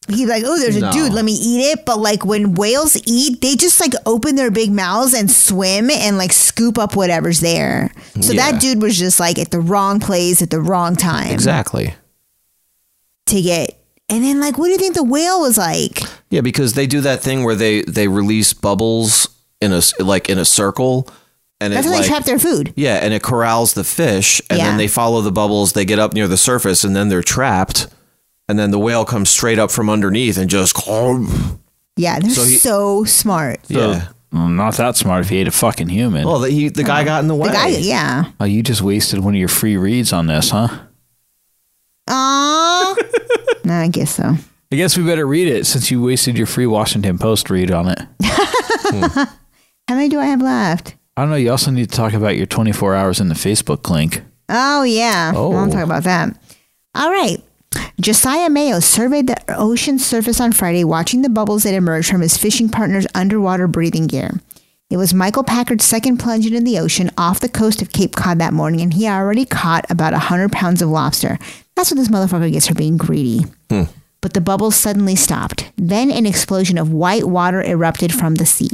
S3: He's like, oh, there's a
S2: No.
S3: dude. Let me eat it. But like when whales eat, they just like open their big mouths and swim and like scoop up whatever's there. So
S2: Yeah.
S3: that dude was just like at the wrong place at the wrong time
S2: Exactly.
S3: to get. And then like, what do you think the whale was like?
S2: Yeah, because they do that thing where they they release bubbles in a s- like in a circle, and
S3: That's
S2: it
S3: how
S2: like
S3: they trap their food.
S2: yeah, and it corrals the fish, and
S3: Yeah.
S2: then they follow the bubbles. They get up near the surface, and then they're trapped. And then the whale comes straight up from underneath and just
S3: Yeah, they're so,
S2: So he-
S3: smart.
S2: yeah.
S4: Well, Mm, not that smart if he ate a fucking human.
S2: Well, the, he, the guy got in the way.
S3: The guy, yeah.
S4: oh, you just wasted one of your free reads on this, huh?
S3: Aww. no, I guess so.
S4: I guess we better read it since you wasted your free Washington Post read on it.
S3: How many do I have left?
S4: I don't know. You also need to talk about your 24 hours in the Facebook link.
S3: Oh yeah. I want
S2: Oh.
S3: to talk about that. All right. Josiah Mayo surveyed the ocean surface on Friday, watching the bubbles that emerged from his fishing partner's underwater breathing gear. It was Michael Packard's second plunge into the ocean off the coast of Cape Cod that morning, and he already caught about 100 pounds of lobster. That's what this motherfucker gets for being greedy. But the bubbles suddenly stopped. Then an explosion of white water erupted from the sea.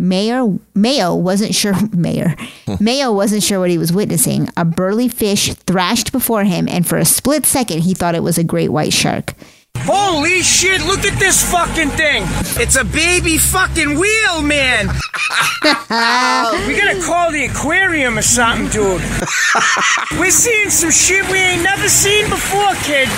S3: Mayor Mayo wasn't sure Mayor Mayo wasn't sure what he was witnessing. A burly fish thrashed before him and for a split second he thought it was a great white shark.
S10: Holy shit, look at this fucking thing. It's a baby fucking wheel, man. we gotta call the aquarium or something, dude. We're seeing some shit we ain't never seen before, kid.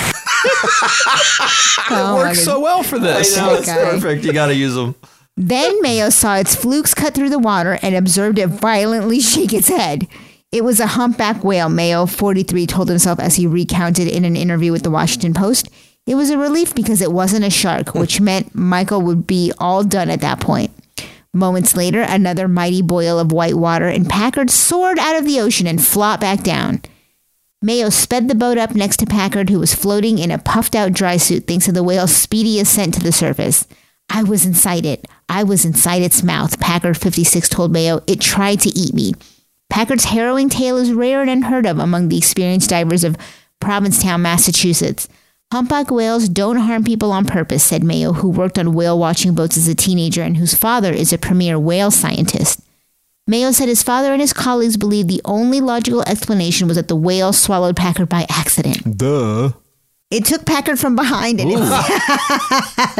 S3: Oh, my
S4: Works so well for this.
S3: know, it's Okay.
S2: perfect. You got to use them.
S3: Then Mayo saw its flukes cut through the water and observed it violently shake its head. It was a humpback whale, Mayo 43 told himself as he recounted in an interview with the Washington Post. It was a relief because it wasn't a shark, which meant Michael would be all done at that point. Moments later, another mighty boil of white water and Packard soared out of the ocean and flopped back down. Mayo sped the boat up next to Packard, who was floating in a puffed out dry suit thanks to the whale's speedy ascent to the surface. I was inside it. I was inside its mouth, Packard 56 told Mayo. It tried to eat me. Packard's harrowing tale is rare and unheard of among the experienced divers of Provincetown, Massachusetts. Humpback whales don't harm people on purpose, said Mayo, who worked on whale watching boats as a teenager and whose father is a premier whale scientist. Mayo said his father and his colleagues believed the only logical explanation was that the whale swallowed Packard by accident.
S2: Duh.
S3: It took Packard from behind and it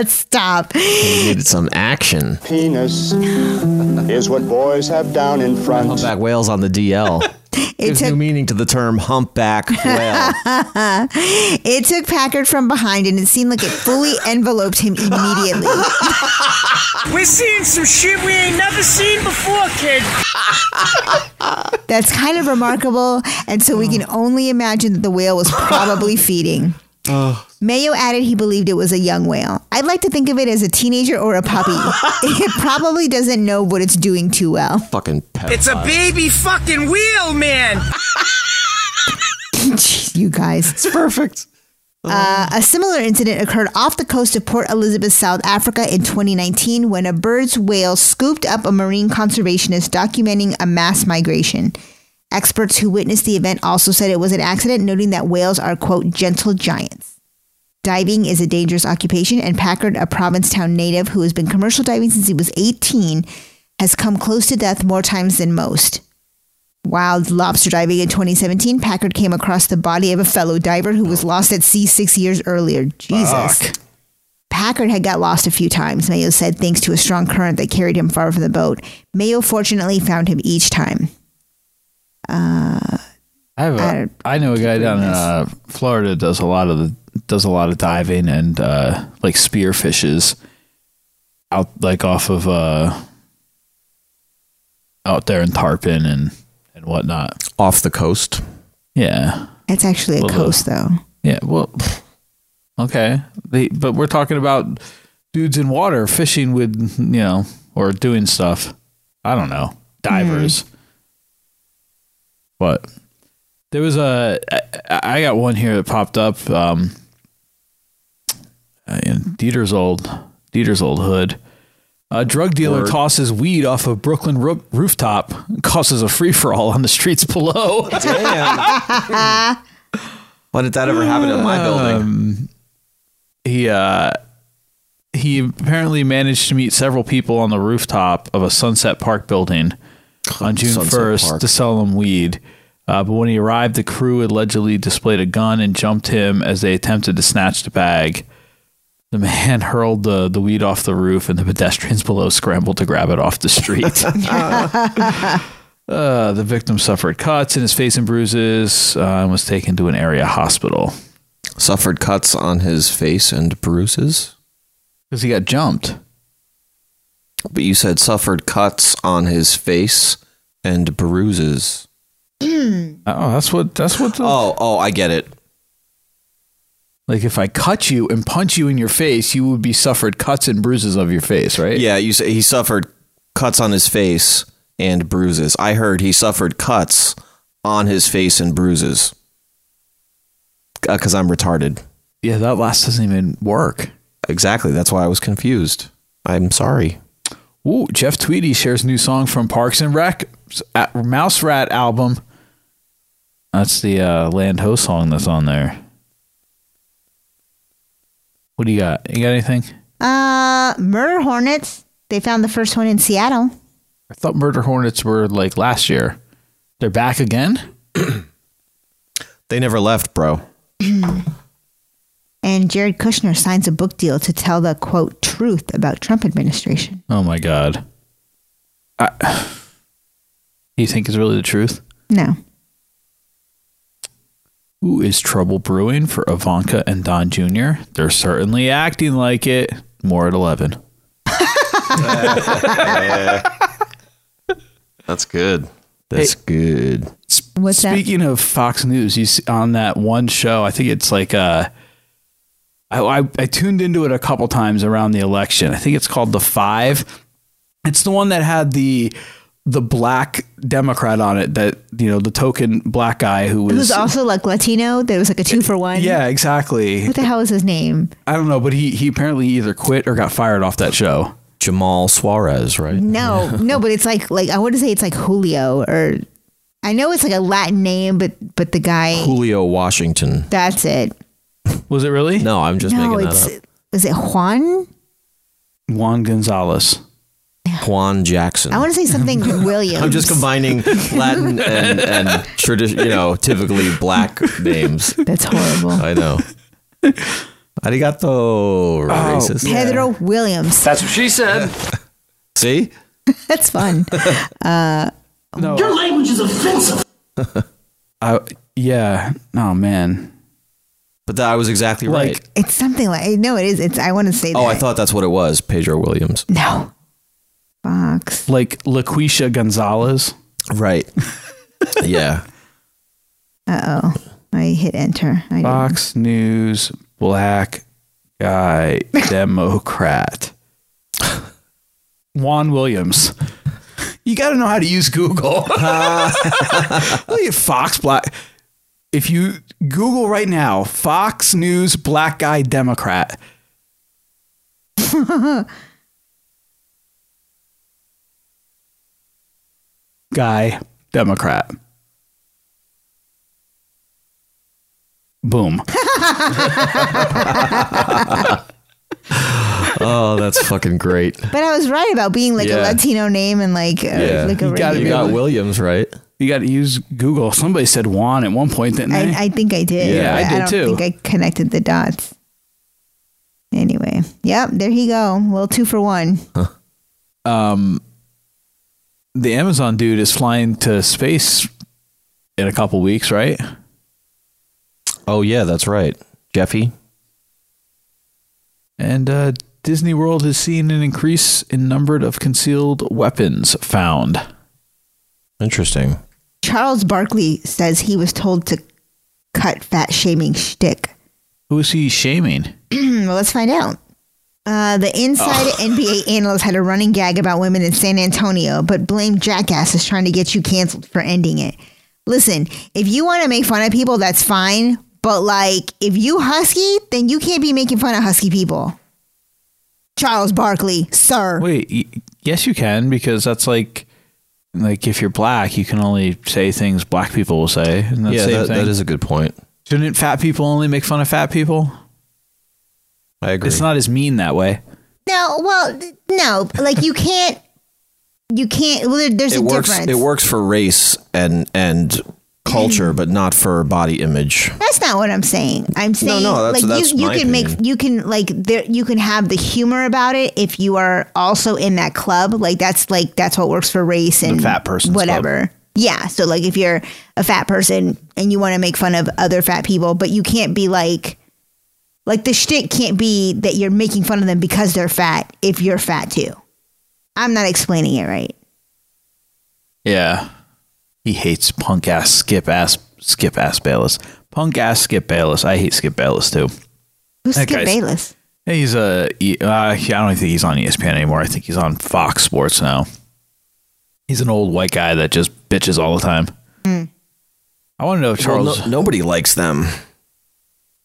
S3: stop.
S2: You needed some action.
S12: Penis is what boys have down in front.
S2: Humpback whales on the DL.
S3: It
S2: Gives
S3: took
S2: new meaning to the term humpback whale.
S3: it took Packard from behind and it seemed like it fully enveloped him immediately.
S10: We're seeing some shit we ain't never seen before, kid.
S3: That's kind of remarkable, and so we can only imagine that the whale was probably feeding. Mayo added he believed it was a young whale. I'd like to think of it as a teenager or a puppy. it probably doesn't know what it's doing too well.
S2: Fucking pet.
S10: It's a baby fucking wheel, man.
S3: Jeez, you guys.
S2: It's perfect.
S3: Uh, a similar incident occurred off the coast of Port Elizabeth, South Africa in 2019 when a bird's whale scooped up a marine conservationist documenting a mass migration. Experts who witnessed the event also said it was an accident, noting that whales are, quote, gentle giants. Diving is a dangerous occupation, and Packard, a Provincetown native who has been commercial diving since he was 18, has come close to death more times than most. While lobster diving in 2017, Packard came across the body of a fellow diver who was lost at sea six years earlier. Jesus. Packard had got lost a few times, Mayo said, thanks to a strong current that carried him far from the boat. Mayo fortunately found him each time. Uh,
S4: I have a, I, know a guy down in uh, Florida does a lot of the, does a lot of diving and uh, like spear fishes out like off of uh, out there in Tarpon and and whatnot
S2: off the coast.
S4: Yeah,
S3: it's actually a
S4: Well, the-
S3: coast, though.
S4: yeah. Well, okay, they, but we're talking about dudes in water fishing with you know or doing stuff. I don't know divers. What? There was a. I, I got one here that popped up. Um, in Dieter's old Dieter's old hood. A drug dealer
S6: Word.
S4: tosses weed off a Brooklyn roo- rooftop, and causes a free for all on the streets below.
S2: Why did that ever happen in my building?
S4: Um, he uh, he apparently managed to meet several people on the rooftop of a Sunset Park building on June
S2: Sunset
S4: first
S2: Park.
S4: to sell them weed. Uh, but when he arrived, the crew allegedly displayed a gun and jumped him as they attempted to snatch the bag. The man hurled the, the weed off the roof, and the pedestrians below scrambled to grab it off the street. Uh, the victim suffered cuts in his face and bruises uh, and was taken to an area hospital.
S2: Suffered cuts on his face and bruises?
S4: Because he got jumped.
S2: But you said suffered cuts on his face and bruises.
S4: Oh, that's what that's what the
S2: Oh, oh, I get it.
S4: Like if I cut you and punch you in your face, you would be suffered cuts and bruises of your face, right?
S2: Yeah, you say he suffered cuts on his face and bruises. I heard he suffered cuts on his face and bruises. Because I'm retarded.
S4: Yeah, that last doesn't even work.
S2: Exactly. That's why I was confused. I'm sorry.
S4: Ooh, Jeff Tweedy shares new song from Parks and Rec at Mouse Rat album. That's the uh, Land Ho song that's on there. What do you got? You got anything?
S3: Uh, murder hornets. They found the first one in Seattle.
S4: I thought Murder Hornets were like last year. They're back again.
S2: They never left, bro.
S3: And Jared Kushner signs a book deal to tell the quote truth about Trump administration.
S4: Oh my god. I, you think it's really the truth?
S3: No.
S4: Ooh, is trouble brewing for Ivanka and Don Jr.? They're certainly acting like it. More at 11.
S2: That's good. That's good.
S3: What's that?
S4: Speaking of Fox News, you see on that one show, I think it's like uh I, I I tuned into it a couple times around the election. I think it's called The Five. It's the one that had the the black Democrat on it that you know the token black guy who was,
S3: Who's also like Latino. There was like a two for one.
S4: yeah exactly
S3: What the hell is his name?
S4: I don't know but he he apparently either quit or got fired off that show
S2: Jamal Suarez, right?
S3: No, no, but it's like like I want to say it's like Julio or I know it's like a Latin name, but but the guy
S2: Julio Washington.
S3: that's it.
S4: Was it really?
S2: No, I'm just
S3: no,
S2: making
S3: it's
S2: that
S3: was it Juan?
S4: Juan Gonzalez.
S2: up. Juan Jackson.
S3: I want to say something Williams.
S2: I'm just combining Latin and, and tradi- you know, typically black names.
S3: That's horrible.
S2: I know. Arigato,
S4: Oh,
S2: racist.
S3: Pedro Williams.
S5: That's what she said.
S2: See?
S3: That's fun.
S4: No,
S11: language is offensive.
S4: I, yeah. Oh man.
S2: But that, I was exactly
S4: Like-
S2: right.
S3: It's something like no, it is. It's I want to say.
S2: Oh, I
S3: that.
S2: thought that's what it was, Pedro Williams.
S3: no. Fox.
S4: Like LaQuisha Gonzalez.
S2: Right. yeah.
S3: Uh oh. I hit enter. I
S4: Fox News black guy Democrat. Juan Williams. You got to know how to use Google. Look at Fox black. If you Google right now, Fox News black guy Democrat. guy Democrat. Boom.
S2: Oh, that's fucking great.
S3: But I was right about being like
S2: Yeah.
S3: a Latino name and like
S2: Yeah.
S3: uh like a
S4: You gotta
S2: You
S3: regular-
S2: got Williams, right?
S4: You got to use Google. Somebody said Juan at one point, didn't they?
S3: I, I think I did.
S4: Yeah, I
S3: but
S4: did
S3: don't
S4: too.
S3: think I connected the dots. Anyway, yep, there you go. A little two for one.
S4: Um, the Amazon dude is flying to space in a couple weeks, right?
S2: Oh yeah, that's right, Jeffy.
S4: And uh, Disney World has seen an increase in number of concealed weapons found.
S2: Interesting.
S3: Charles Barkley says he was told to cut fat shaming shtick.
S4: Who is he shaming?
S3: well, let's find out. Uh, the inside NBA analyst had a running gag about women in San Antonio, but blamed Jackass as trying to get you canceled for ending it. Listen, if you want to make fun of people, that's fine. But like, if you husky, then you can't be making fun of husky people. Charles Barkley, sir.
S4: Wait, y- yes, you can because that's like, like if you're black, you can only say things black people will say. Isn't that
S2: yeah,
S4: the same
S2: that,
S4: thing?
S2: that is a good point.
S4: Shouldn't fat people only make fun of fat people?
S2: I agree.
S4: It's not as mean that way.
S3: No, well, no, like you can't, you can't. Well, there, there's
S2: it
S3: a
S2: works.
S3: difference.
S2: It works for race and and culture, but not for body image.
S3: That's not what I'm saying. I'm saying
S2: no, that's-
S3: like
S2: that's
S3: you, you
S2: my
S3: can make
S2: opinion.
S3: you can like there you can have the humor about it if you are also in that club. Like that's like that's what works for race and
S4: fat person's
S3: whatever. Yeah. So like if you're a fat person and you want to make fun of other fat people, but you can't be like like the shtick can't be that you're making fun of them because they're fat if you're fat too. I'm not explaining it right.
S4: Yeah. He hates punk ass skip ass skip ass Bayless. Punk ass skip Bayless. I hate skip Bayless too.
S3: Who's
S4: That
S3: Skip
S4: guy's-
S3: Bayless?
S4: He's a. he- Uh, I don't think he's on E ESPN anymore. I think he's on Fox Sports now. He's an old white guy that just bitches all the time. I want to know if
S2: Well,
S4: Charles.
S2: no- nobody likes them.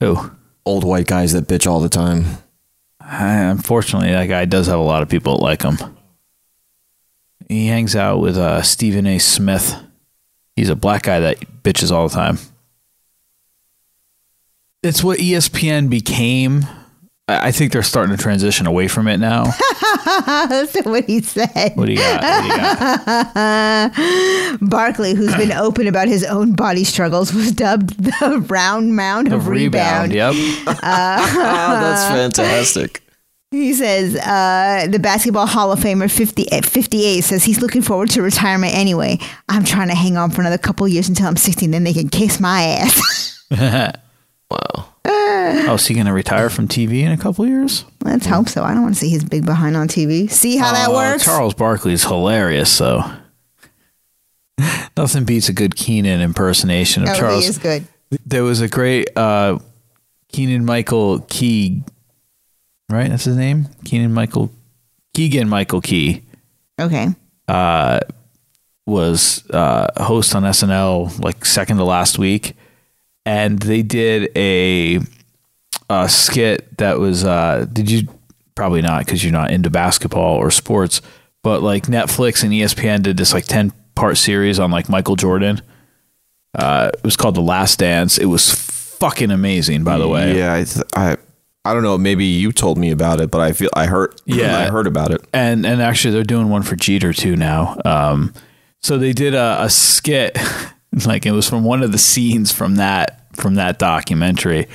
S4: Who?
S2: Old white guys that bitch all the time.
S4: I, unfortunately, that guy does have a lot of people that like him. He hangs out with uh, Stephen A. Smith. He's a black guy that bitches all the time. It's what E ESPN became. I I think they're starting to transition away from it now.
S3: That's what he said.
S4: What do you got? What do you got?
S3: Barkley, who's been open about his own body struggles, was dubbed the round mound of rebound.
S4: Yep.
S2: That's fantastic.
S3: He says uh, the Basketball Hall of Famer 50, at 58 says he's looking forward to retirement anyway. I'm trying to hang on for another couple years until I'm 60, then they can kiss my ass.
S4: Oh, is he going to retire from TV in a couple years?
S3: Let's hope so. I don't want to see his big behind on TV. See how that
S4: Uh,
S3: works?
S4: Charles Barkley's hilarious, though. Nothing beats a good Keenan impersonation of
S3: Oh,
S4: Charles.
S3: he is good.
S4: There was a great uh, Keenan Michael Key, right? That's his name. Keenan Michael Keegan Michael Key
S3: Okay.
S4: uh, was uh, host on SNL like second to last week, and they did a, a skit that was. Uh, did you probably not because you're not into basketball or sports, but like Netflix and E ESPN did this like ten part series on like Michael Jordan. Uh, it was called The Last Dance. It was fucking amazing, by the way.
S2: Yeah, I, th- I, I don't know. Maybe you told me about it, but I feel I heard.
S4: Yeah.
S2: I heard about it.
S4: and and actually they're doing one for Jeter too now. Um, so they did a, a skit, like it was from one of the scenes from that from that documentary,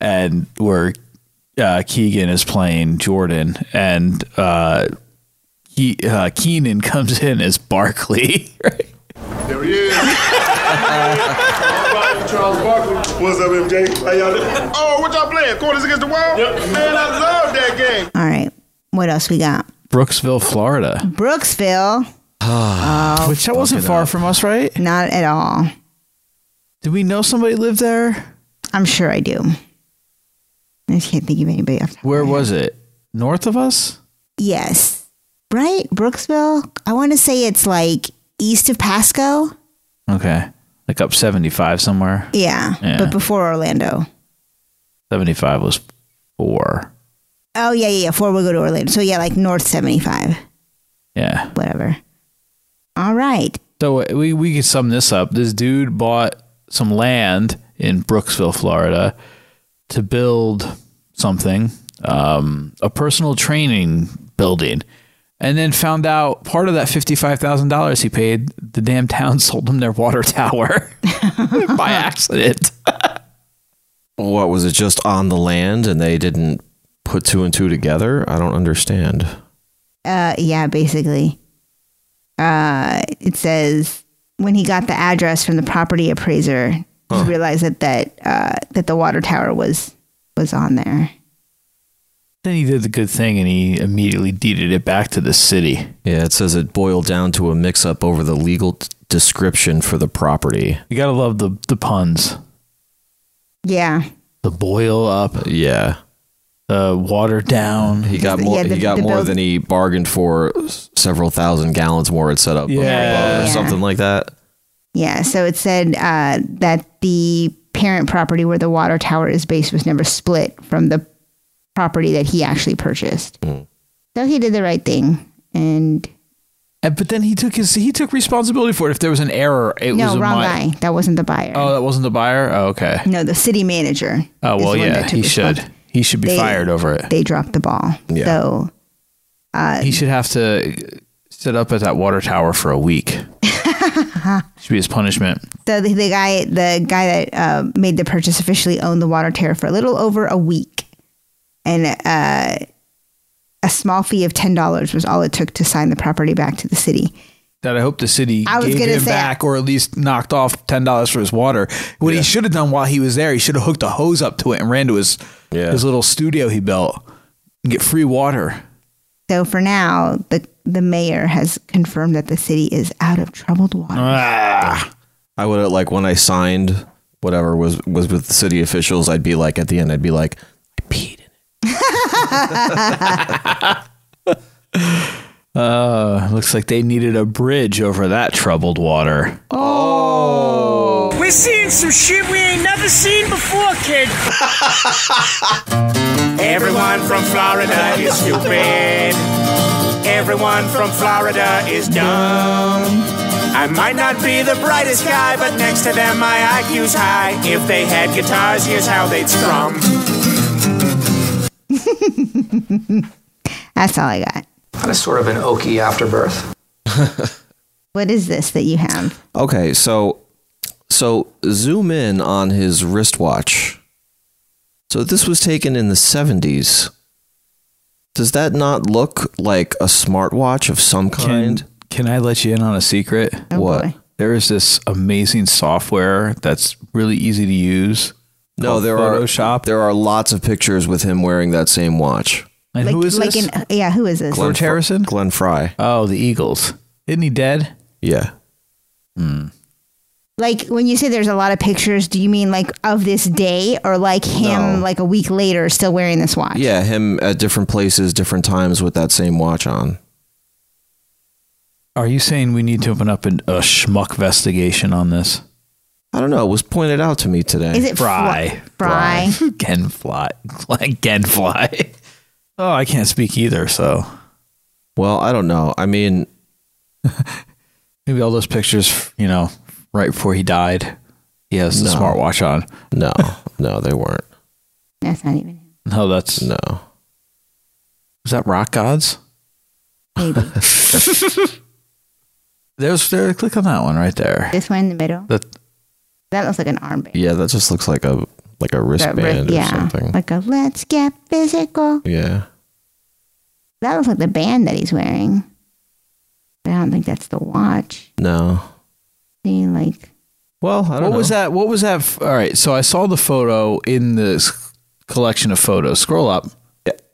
S4: and where uh, Keegan is playing Jordan, and uh, he uh, Keenan comes in as Barkley.
S13: There he is. Charles Barkley. What's up, MJ? How y'all doing? Oh, what y'all playing? Quarters against the wall? Man, I love that game.
S3: All right. What else we got?
S4: Brooksville, Florida.
S3: Brooksville.
S4: Ah, Which that wasn't far from us, right?
S3: Not at all.
S4: Did we know somebody lived there?
S3: I'm sure I do. I just can't think of anybody off the top of
S4: Where
S3: my head.
S4: was it? North of us?
S3: Yes. Right? Brooksville? I want to say it's like east of Pasco.
S4: Okay. Like up 75 somewhere.
S3: Yeah.
S4: Yeah.
S3: But before Orlando.
S4: 75 was four.
S3: Oh, yeah, yeah, yeah. Before we go to Orlando. So, yeah, like North 75.
S4: Yeah.
S3: Whatever. All right.
S4: So uh, we, we can sum this up. This dude bought some land in Brooksville, Florida to build something, um, a personal training building, and then found out part of that $55,000 he paid, the damn town sold him their water tower by accident.
S2: What was it? Just on the land, and they didn't put two and two together? I don't understand.
S3: Uh, yeah, basically. Uh, it says when he got the address from the property appraiser, he realized that that uh, that the water tower was was on there.
S4: Then he did the good thing and he immediately deeded it back to the city.
S2: Yeah, it says it boiled down to a mix up over the legal t- description for the property.
S4: You gotta love the, the puns.
S3: Yeah,
S4: The boil up,
S2: Yeah.
S4: the water down.
S2: He got
S3: Yeah,
S2: more.
S3: the-
S2: he got
S3: the
S2: more
S3: build-
S2: than he bargained for. s- Several thousand gallons more. It set up, above
S4: Yeah.
S2: or something like that.
S3: yeah. So it said uh, that the parent property where the water tower is based was never split from the property that he actually purchased.
S2: Mm-hmm.
S3: So he did the right thing, and
S4: And, but then he took his he took responsibility for it. If there was an error, it was
S3: no,
S4: a
S3: wrong
S4: mi-
S3: guy. That wasn't the buyer.
S4: Oh, that wasn't the buyer. Oh, okay.
S3: No, the city manager.
S4: Oh
S3: is
S4: well,
S3: the one
S4: yeah,
S3: that took
S4: he should. He should be
S3: They-
S4: fired over it.
S3: They dropped the ball.
S4: Yeah.
S3: So uh,
S4: he should have to sit up at that water tower for a week. should be his punishment.
S3: So the, the guy, the guy that uh, made the purchase officially owned the water tower for a little over a week, and uh, a small fee of ten dollars was all it took to sign the property back to the city.
S4: That I hope the city
S3: I was
S4: gave
S3: gonna
S4: him
S3: say-
S4: back, or at least knocked off ten dollars for his water. What he should have done while he was there, he should have hooked a hose up to it and ran to his his little studio he built and get free water.
S3: So for now, the the mayor has confirmed that the city is out of troubled water.
S2: I would have like when I signed whatever was was with the city officials. I'd be like at the end. I'd be like,
S4: Uh, looks like they needed a bridge over that troubled water.
S10: We're seeing some shit we ain't never seen before, kid.
S14: Everyone from Florida is stupid. Everyone from Florida is dumb. I might not be the brightest guy, but next to them my IQ's high. If they had guitars, here's how they'd strum.
S3: That's all I got.
S11: That is sort of an oaky afterbirth.
S3: What is this that you have?
S2: okay, so so zoom in on his wristwatch. So this was taken in the seventies. Does that not look like a smartwatch of some kind?
S4: Can I let you in on a secret?
S3: Oh,
S2: what?
S4: There is this amazing software that's really easy to use.
S2: No, there are there are lots of pictures with him wearing that same watch.
S4: And
S3: like,
S4: who is
S3: like
S4: this?
S3: An, yeah, who is this?
S2: Fr- Glenn Fry.
S4: Oh, the Eagles. Isn't he dead?
S2: Yeah.
S3: Like when you say there's a lot of pictures, do you mean like of this day or like him like a week later still wearing this watch?
S2: Yeah, him at different places, different times with that same watch on.
S4: Are you saying we need to open up an, a schmuck investigation on this?
S2: I don't know. It was pointed out to me today.
S3: Is it
S4: Fry?
S3: Fry?
S4: Gen fly. Gen fly. Oh, I can't speak either, so
S2: Well, I don't know. I mean,
S4: maybe all those pictures, you know, right before he died. He has the
S2: No.
S4: smartwatch on.
S2: No, no, they weren't.
S3: That's not even
S4: No, that's
S2: no.
S4: Is that Rock Gods?
S3: maybe.
S4: There's there. Click on that one right there.
S3: this one in the middle.
S4: That
S3: That looks like an armband.
S2: Yeah, that just looks like a like a wristband
S3: wrist-
S2: or
S3: yeah.
S2: something.
S3: Like a let's get physical.
S2: yeah.
S3: That looks like the band that he's wearing. But I don't think that's the watch.
S2: No.
S3: See, like
S2: Well,
S4: what was that? What was that? f- All right, so I saw the photo in this collection of photos. Scroll up.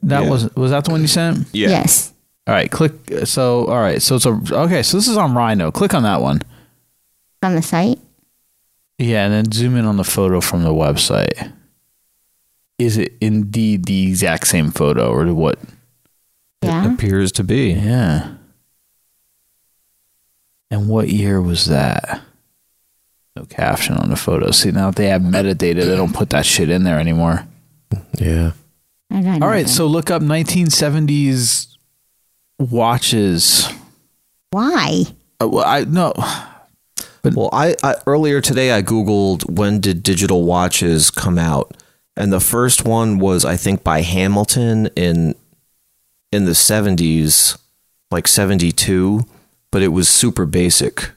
S4: That was was that the one you sent?
S3: yes.
S4: All right, click. So all right, so it's a okay. So this is on Rhino. Click on that one.
S3: On the site.
S4: Yeah, and then zoom in on the photo from the website. Is it indeed the exact same photo, or what?
S3: Yeah.
S2: appears to be.
S4: Yeah. And what year was that? No caption on the photo. See, now that they have metadata, they don't put that shit in there anymore.
S2: Yeah.
S3: I got
S4: All right, so look up 1970s watches.
S3: Why?
S4: Uh, well, I no.
S2: well, I, I earlier today I googled when did digital watches come out, and the first one was I think by Hamilton in in the seventies, like seventy two, but it was super basic.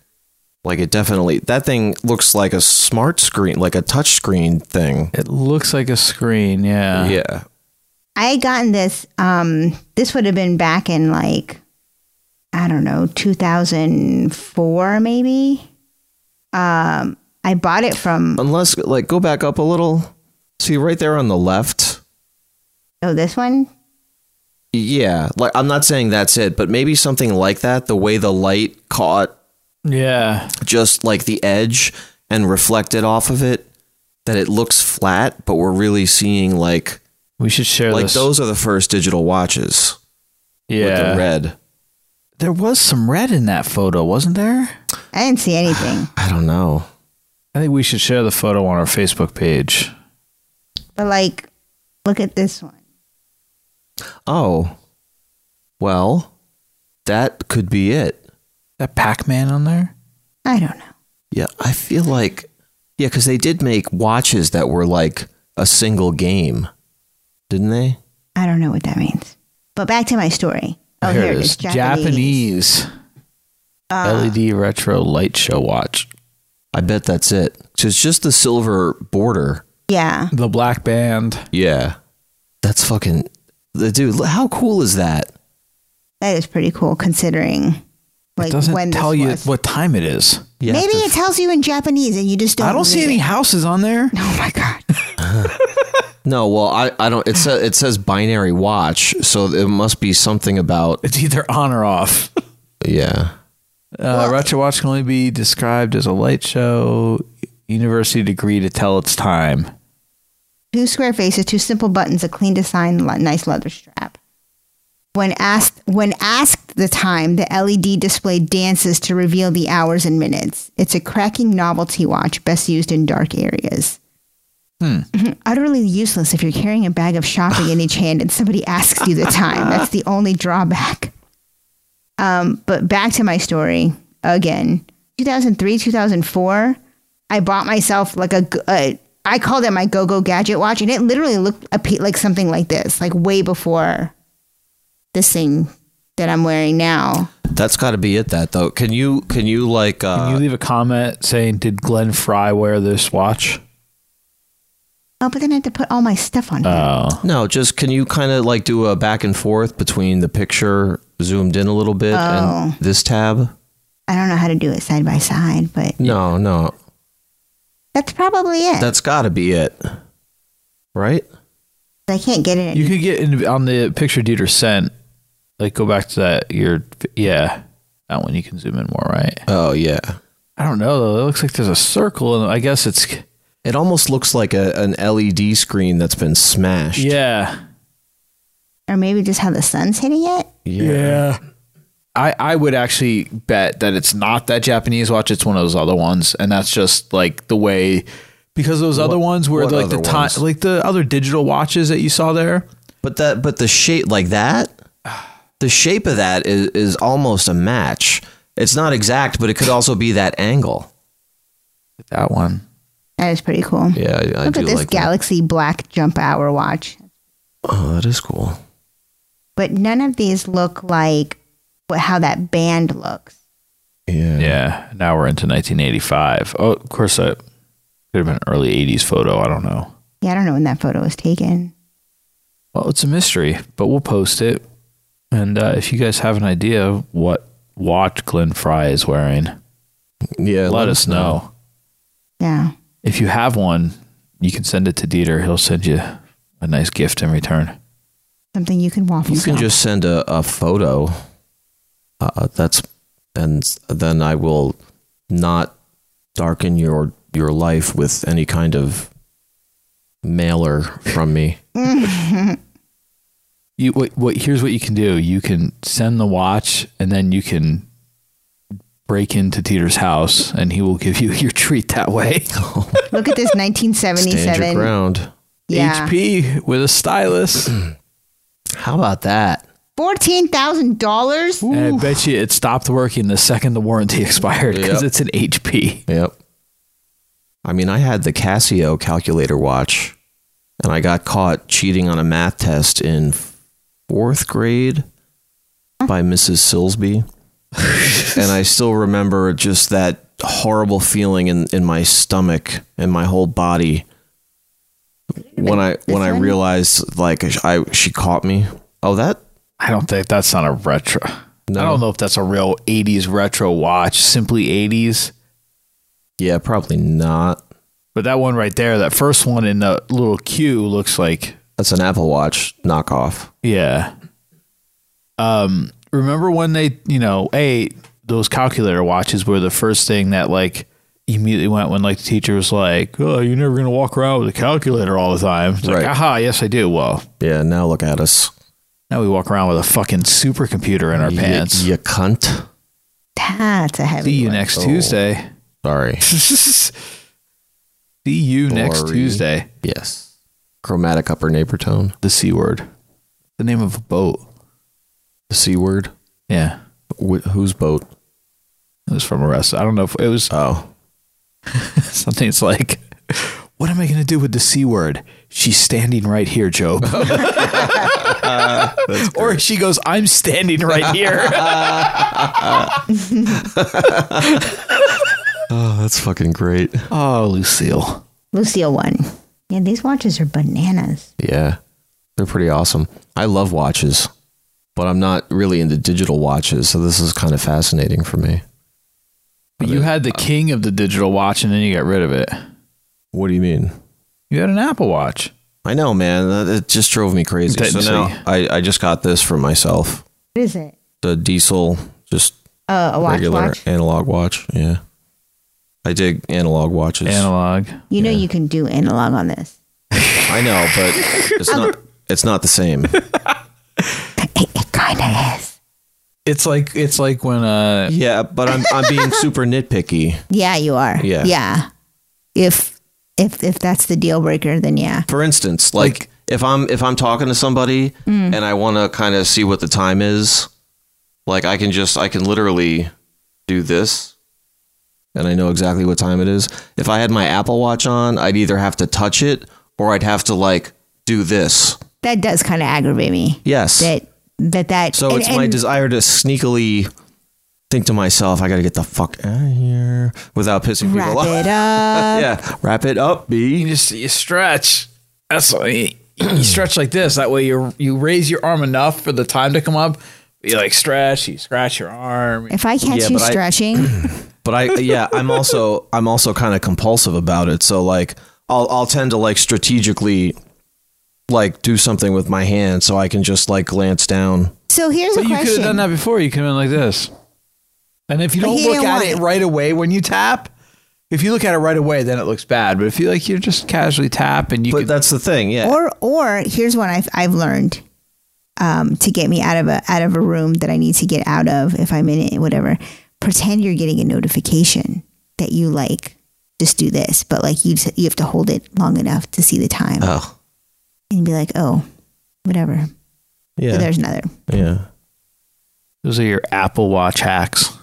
S2: Like it definitely that thing looks like a smart screen, like a touch screen thing.
S4: Uh-huh. It looks like a screen, yeah.
S2: Yeah.
S15: I had gotten this. Um, this would have been back in like, I don't know, 2004 maybe. Um, I bought it from.
S2: Unless, like, go back up a little. See, right there on the left.
S15: Oh, this one.
S2: Yeah, like I'm not saying that's it, but maybe something like that. The way the light caught,
S4: yeah,
S2: just like the edge and reflected off of it, that it looks flat, but we're really seeing like
S4: we should share.
S2: like
S4: this.
S2: those are the first digital watches. with the
S4: Yeah.
S2: red.
S4: There was some red in that photo, wasn't there?
S15: I didn't see anything,
S2: I don't know.
S4: I think we should share the photo on our Facebook page.
S15: but like, look at this one.
S2: Oh, well, that could be it.
S4: That Pac-Man on there.
S15: I don't know.
S2: Yeah, I feel like yeah, because they did make watches that were like a single game, didn't they?
S15: I don't know what that means. But back to my story. Oh, here, Uh, it is.
S4: Japanese, LED retro light show watch.
S2: I bet that's it. So it's just the silver border.
S15: Yeah.
S4: The black band.
S2: Yeah, that's fucking the dude. l- How cool is that?
S15: That is pretty cool considering like
S4: it doesn't
S15: when
S4: tell
S15: this
S4: you
S15: was.
S4: what time it is.
S2: Yeah,
S15: Maybe it tells you in Japanese and you just don't
S4: I don't see
S15: read
S4: any
S15: it.
S4: houses on there.
S15: Oh my god.
S2: No, well, I, I don't. It says it says binary watch, so it must be something about
S4: It's either on or off.
S2: yeah.
S4: Uh, retro watch can only be described as a light show university degree to tell its time.
S15: Two square faces, two simple buttons, a clean design, le- nice leather strap. When asked when asked the time, the LED display dances to reveal the hours and minutes. It's a cracking novelty watch, best used in dark areas. Mm-hmm.
S4: Hmm.
S15: Utterly useless if you're carrying a bag of shopping in each hand and somebody asks you the time. That's the only drawback. Um, but back to my story again. 2003, 2004, I bought myself like a, g- a- I called it my go-go gadget watch and it literally looked a pe- like something like this, like way before this thing that I'm wearing now.
S2: That's got to be it. That though, can you can you like uh,
S4: Can you leave a comment saying, "Did Glenn Fry wear this watch?"
S15: Oh, but then I had to put all my stuff on.
S4: Oh,
S2: No, just can you kind of like do a back and forth between the picture zoomed in a little bit
S15: Oh.
S2: and this tab?
S15: I don't know how to do it side by side, but
S2: No, no.
S15: that's probably it.
S2: That's got to be it. Right?
S15: I can't get it.
S4: you could get in, on the picture Dieter sent. Like, go back to that. Your yeah, that one you can zoom in more, right?
S2: Oh, yeah.
S4: I don't know though. It looks like there's a circle, and I guess it's
S2: It almost looks like a, an LED screen that's been smashed.
S4: yeah,
S15: or maybe just how the sun's hitting it.
S2: Yeah.
S4: I I would actually bet that it's not that Japanese watch. It's one of those other ones, and that's just like the way because those other ones were
S2: what
S4: like the
S2: other
S4: time,
S2: ones?
S4: like the other digital watches that you saw there.
S2: But that but the shape like that, the shape of that is is almost a match. It's not exact, but it could also be that angle.
S4: That one.
S15: That is pretty cool.
S2: Yeah, I, I
S15: Look
S2: do
S15: at this
S2: like that.
S15: Galaxy Black Jump Hour watch.
S2: Oh, that is cool.
S15: But none of these look like what, how that band looks.
S2: Yeah.
S4: Yeah. Now we're into 1985. Oh, of course, that could have been an early 80s photo. I don't know.
S15: Yeah, I don't know when that photo was taken.
S4: Well, it's a mystery, but we'll post it. And uh, if you guys have an idea of what watch Glenn Fry is wearing,
S2: Yeah.
S4: let, us know.
S15: Yeah.
S4: If you have one, you can send it to Dieter. He'll send you a nice gift in return.
S15: Something you can waffle.
S2: You can
S15: sell.
S2: just send a, a photo. Uh, that's and then I will not darken your your life with any kind of mailer from me.
S4: You what, what? Here's what you can do. You can send the watch, and then you can break into Dieter's house, and he will give you your treat that way.
S15: Look at this
S2: Stand your
S15: 1977
S2: ground.
S15: Yeah.
S4: HP with a stylus.
S2: How about that?
S15: $14,000?
S4: And I bet you it stopped working the second the warranty expired because
S2: Yep.
S4: it's an HP.
S2: Yep. I mean, I had the Casio calculator watch, and I got caught cheating on a math test in fourth grade by Mrs. Silsby. and I still remember just that horrible feeling in, in my stomach and my whole body when I when I realized like I she caught me. Oh, that
S4: I don't think that's not a retro. I don't know if that's a real '80s retro watch. Simply '80s.
S2: Yeah, probably not.
S4: But that one right there, that first one in the little queue, looks like
S2: that's an Apple Watch knockoff.
S4: Yeah. Um. Remember when they, you know, a those calculator watches were the first thing that like immediately went when like the teacher was like, "Oh, you're never gonna walk around with a calculator all the time." It's like,
S2: Right.
S4: "Aha, yes, I do." Well,
S2: Yeah, now look at us.
S4: now we walk around with a fucking supercomputer in our
S2: You-
S4: pants.
S2: You cunt.
S3: That's a heavy.
S4: See you
S3: one.
S4: next
S2: Oh.
S4: Tuesday.
S2: Sorry.
S4: See you next
S2: Sorry.
S4: Tuesday.
S2: Yes. Chromatic upper neighbor tone.
S4: The C word. The name of a boat.
S2: The C word.
S4: Yeah.
S2: Wh- whose boat?
S4: It was from a rest. I don't know if it was.
S2: Oh.
S4: Something's like, what am I going to do with the C word? She's standing right here, Job. or she goes, I'm standing right here.
S2: Oh, that's fucking great.
S4: oh, Lucille.
S3: Lucille one. Yeah, these watches are bananas.
S2: Yeah. They're pretty awesome. I love watches, but I'm not really into digital watches, so this is kind of fascinating for me.
S4: But uh, you had the king of the digital watch and then you got rid of it.
S2: What do you mean?
S4: You had an Apple Watch.
S2: I know, man. That- It just drove me crazy. So
S4: Intensely.
S2: now I, I just got this for myself.
S3: What is it?
S2: The diesel, just
S3: Uh, a watch.
S2: regular
S3: watch.
S2: analog watch. Yeah. I dig analog watches.
S4: Analog.
S3: You know you can do analog on this.
S2: I know, but it's not it's not the same.
S3: It kind of is.
S4: It's like it's like when uh
S2: Yeah, but I'm I'm being super nitpicky.
S3: Yeah, you are.
S2: Yeah.
S3: Yeah. If if if that's the deal breaker, then yeah.
S2: For instance, like, if I'm if I'm talking to somebody
S3: Mm.
S2: and I want to kind of see what the time is, like I can just I can literally do this and I know exactly what time it is. If I had my Apple Watch on, I'd either have to touch it or I'd have to like do this.
S3: That does kind of aggravate me.
S2: Yes.
S3: That that that.
S2: so
S3: and-
S2: it's my
S3: and-
S2: desire to sneakily think to myself, I got to get the fuck out of here without pissing
S3: Wrap
S2: people off.
S3: it up.
S2: yeah, wrap it up, B.
S4: You just you stretch. That's what you, you stretch like this. That way you you raise your arm enough for the time to come up. You like stretch. You scratch your arm.
S3: If I catch
S2: Yeah,
S3: you
S2: but I-
S3: stretching,
S2: But I yeah, I'm also I'm also kind of compulsive about it. So like I'll I'll tend to like strategically like do something with my hand so I can just like glance down.
S3: so here's
S4: But
S3: a
S4: you could have
S3: question.
S4: done that before. You come in like this. And if you
S3: But
S4: don't
S3: he
S4: look
S3: didn't
S4: at
S3: want
S4: it
S3: it.
S4: right away when you tap, if you look at it right away, then it looks bad. But if you like, you just casually tap and you.
S2: But
S4: could-
S2: that's the thing, yeah.
S3: Or or here's one I've I've learned um, to get me out of a out of a room that I need to get out of if I'm in it, whatever. Pretend you're getting a notification that you like just do this, but like you just- you have to hold it long enough to see the time
S2: oh.
S3: and be like, oh, whatever.
S2: Yeah.
S3: There's another.
S2: yeah.
S4: those are your Apple Watch hacks,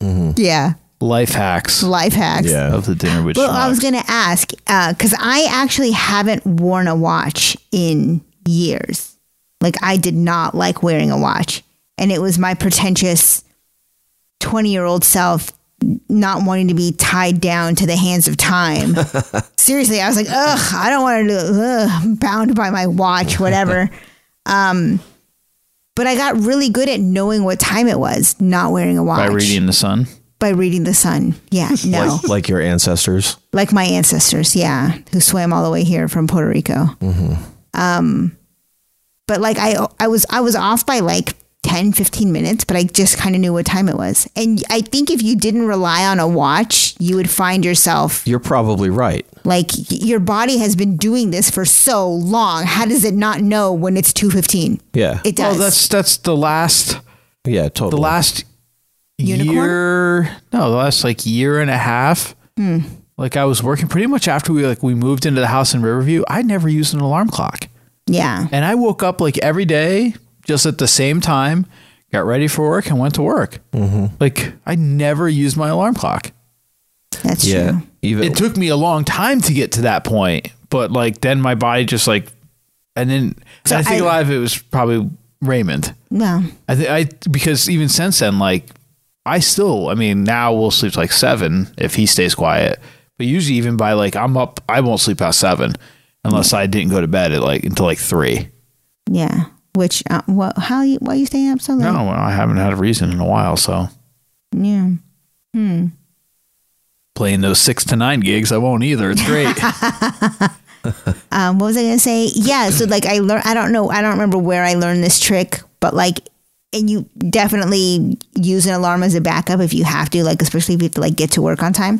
S2: Mm-hmm.
S3: Yeah,
S4: life hacks
S3: life hacks.
S2: Yeah.
S4: of the dinner with
S3: Well, I was
S4: Schmucks.
S3: gonna ask because I actually haven't worn a watch in years. Like I did not like wearing a watch, and it was my pretentious twenty-year-old self not wanting to be tied down to the hands of time. Seriously, I was like, ugh, I don't want to do. Ugh, I'm bound by my watch, whatever. um, but I got really good at knowing what time it was, not wearing a watch
S4: by reading the sun.
S3: by reading the sun. Yeah, no
S2: Like like your ancestors.
S3: like my ancestors, yeah, who swam all the way here from Puerto Rico. Um, but like I, I was, I was off by like 10, 15 minutes, but I just kind of knew what time it was. And I think if you didn't rely on a watch, you would find yourself
S2: You're probably right.
S3: like y- your body has been doing this for so long. How does it not know when it's two fifteen?
S2: Yeah.
S3: It
S4: Well,
S3: does.
S4: that's that's the last
S2: yeah, totally.
S4: the last
S3: Unicorn?
S4: year no the last like year and a half
S3: Hmm.
S4: like i was working pretty much after we like we moved into the house in riverview i never used an alarm clock
S3: yeah,
S4: and i woke up like every day just at the same time got ready for work and went to work like i never used my alarm clock
S3: that's
S2: yeah.
S3: true.
S2: Even
S4: it took me a long time to get to that point but like then my body just like and then
S3: So
S4: and i think
S3: I-
S4: a lot of it was probably raymond
S3: Well,
S4: I think I because even since then, like I still, I mean, now we'll sleep till, like seven if he stays quiet. But usually, even by like I'm up, I won't sleep past seven, unless I didn't go to bed at like until like three.
S15: Yeah. Which uh, what? How you? Why are you staying up so late?
S4: No, Oh, well, I haven't had a reason in a while. So
S15: Yeah. Hmm.
S4: playing those six to nine gigs, I won't either. It's great.
S15: um, what was I gonna say? Yeah, so like I learned, I don't know, I don't remember where I learned this trick, but like, and you definitely use an alarm as a backup if you have to, like especially if you have to like get to work on time.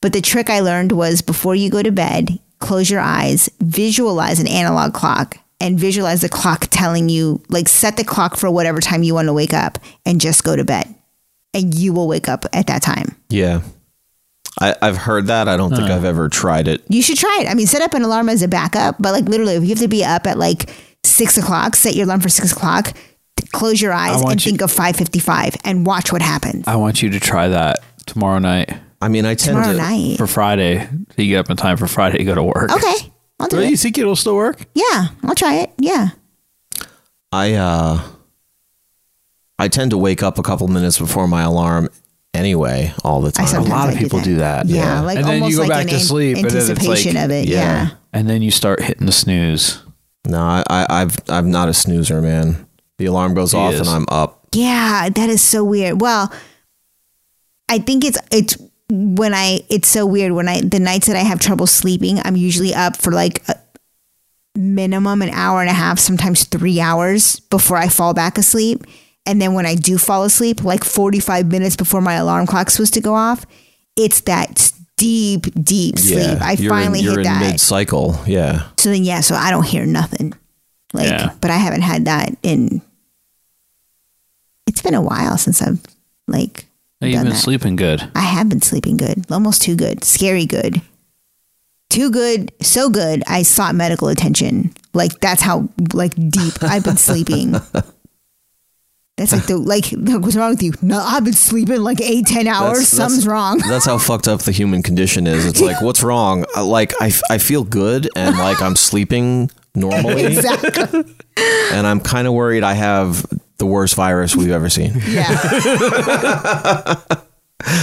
S15: But the trick I learned was before you go to bed, close your eyes, visualize an analog clock, and visualize the clock telling you like set the clock for whatever time you want to wake up, and just go to bed, and you will wake up at that time.
S2: Yeah. I, I've heard that. I don't think I've ever tried it.
S15: You should try it. I mean, set up an alarm as a backup, but like literally, if you have to be up at like six o'clock, set your alarm for six o'clock, t- close your eyes
S4: want
S15: and
S4: you-
S15: think of five fifty-five, and watch what happens.
S4: I want you to try that tomorrow night.
S2: I mean, I
S15: tend Tomorrow to- night?
S4: for Friday. So you get up in time for Friday to go to work.
S15: Okay, I'll do
S4: Really?
S15: it.
S4: You think it'll still work?
S15: Yeah, I'll try it. Yeah,
S2: I uh I tend to wake up a couple minutes before my alarm anyway all the
S15: I
S2: time.
S15: sometimes A lot of I do people that. do
S4: that.
S15: Yeah, like
S4: and then
S15: almost
S4: you go
S15: like
S4: back
S15: an
S4: to
S15: an-
S4: sleep, and then it's
S15: anticipation
S4: like,
S15: of it. Yeah.
S4: and then you start hitting the snooze.
S2: No, I, I I've I'm not a snoozer, man. The alarm goes off
S4: is.
S2: and I'm up.
S15: yeah, that is so weird. Well, I think it's it's when I it's so weird when I the nights that I have trouble sleeping, I'm usually up for like a minimum an hour and a half, sometimes 3 hours before I fall back asleep. And then when I do fall asleep, like 45 minutes before my alarm clock's supposed to go off, it's that deep deep sleep. I
S2: you're
S15: finally
S2: in, you're
S15: hit
S2: in
S15: that.
S2: mid cycle. Yeah.
S15: so then yeah, so I don't hear nothing. Like
S2: Yeah.
S15: but I haven't had that in it's been a while since I've like
S4: You've
S15: done
S4: been
S15: that.
S4: sleeping good.
S15: I have been sleeping good, almost too good, scary good. Too good, so good, I sought medical attention. Like that's how like deep I've been sleeping. That's like the like what's wrong with you? No, I've been sleeping like eight, ten hours.
S2: That's-
S15: Something's
S2: that's-
S15: wrong.
S2: That's how fucked up the human condition is. It's like, what's wrong? Uh, Like, I, f- I feel good and like I'm sleeping normally.
S15: exactly.
S2: And I'm kind of worried I have the worst virus we've ever seen.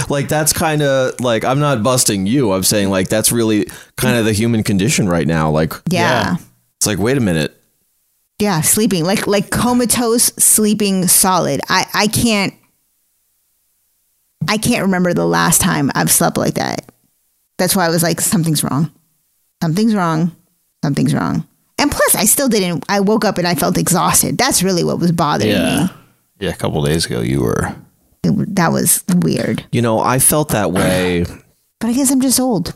S2: Like, that's kind of like, I'm not busting you. I'm saying, like, that's really kind of the human condition right now. Like,
S15: Yeah.
S2: It's like, wait a minute.
S15: Yeah, sleeping like like comatose, sleeping solid. I I can't. I can't remember the last time I've slept like that. That's why I was like, something's wrong, something's wrong, something's wrong. And plus, I still didn't. I woke up and I felt exhausted. That's really what was bothering
S4: Yeah. Yeah, a couple days ago you were.
S15: me. It- that was weird.
S2: You know, I felt that way.
S15: But I guess I'm just old.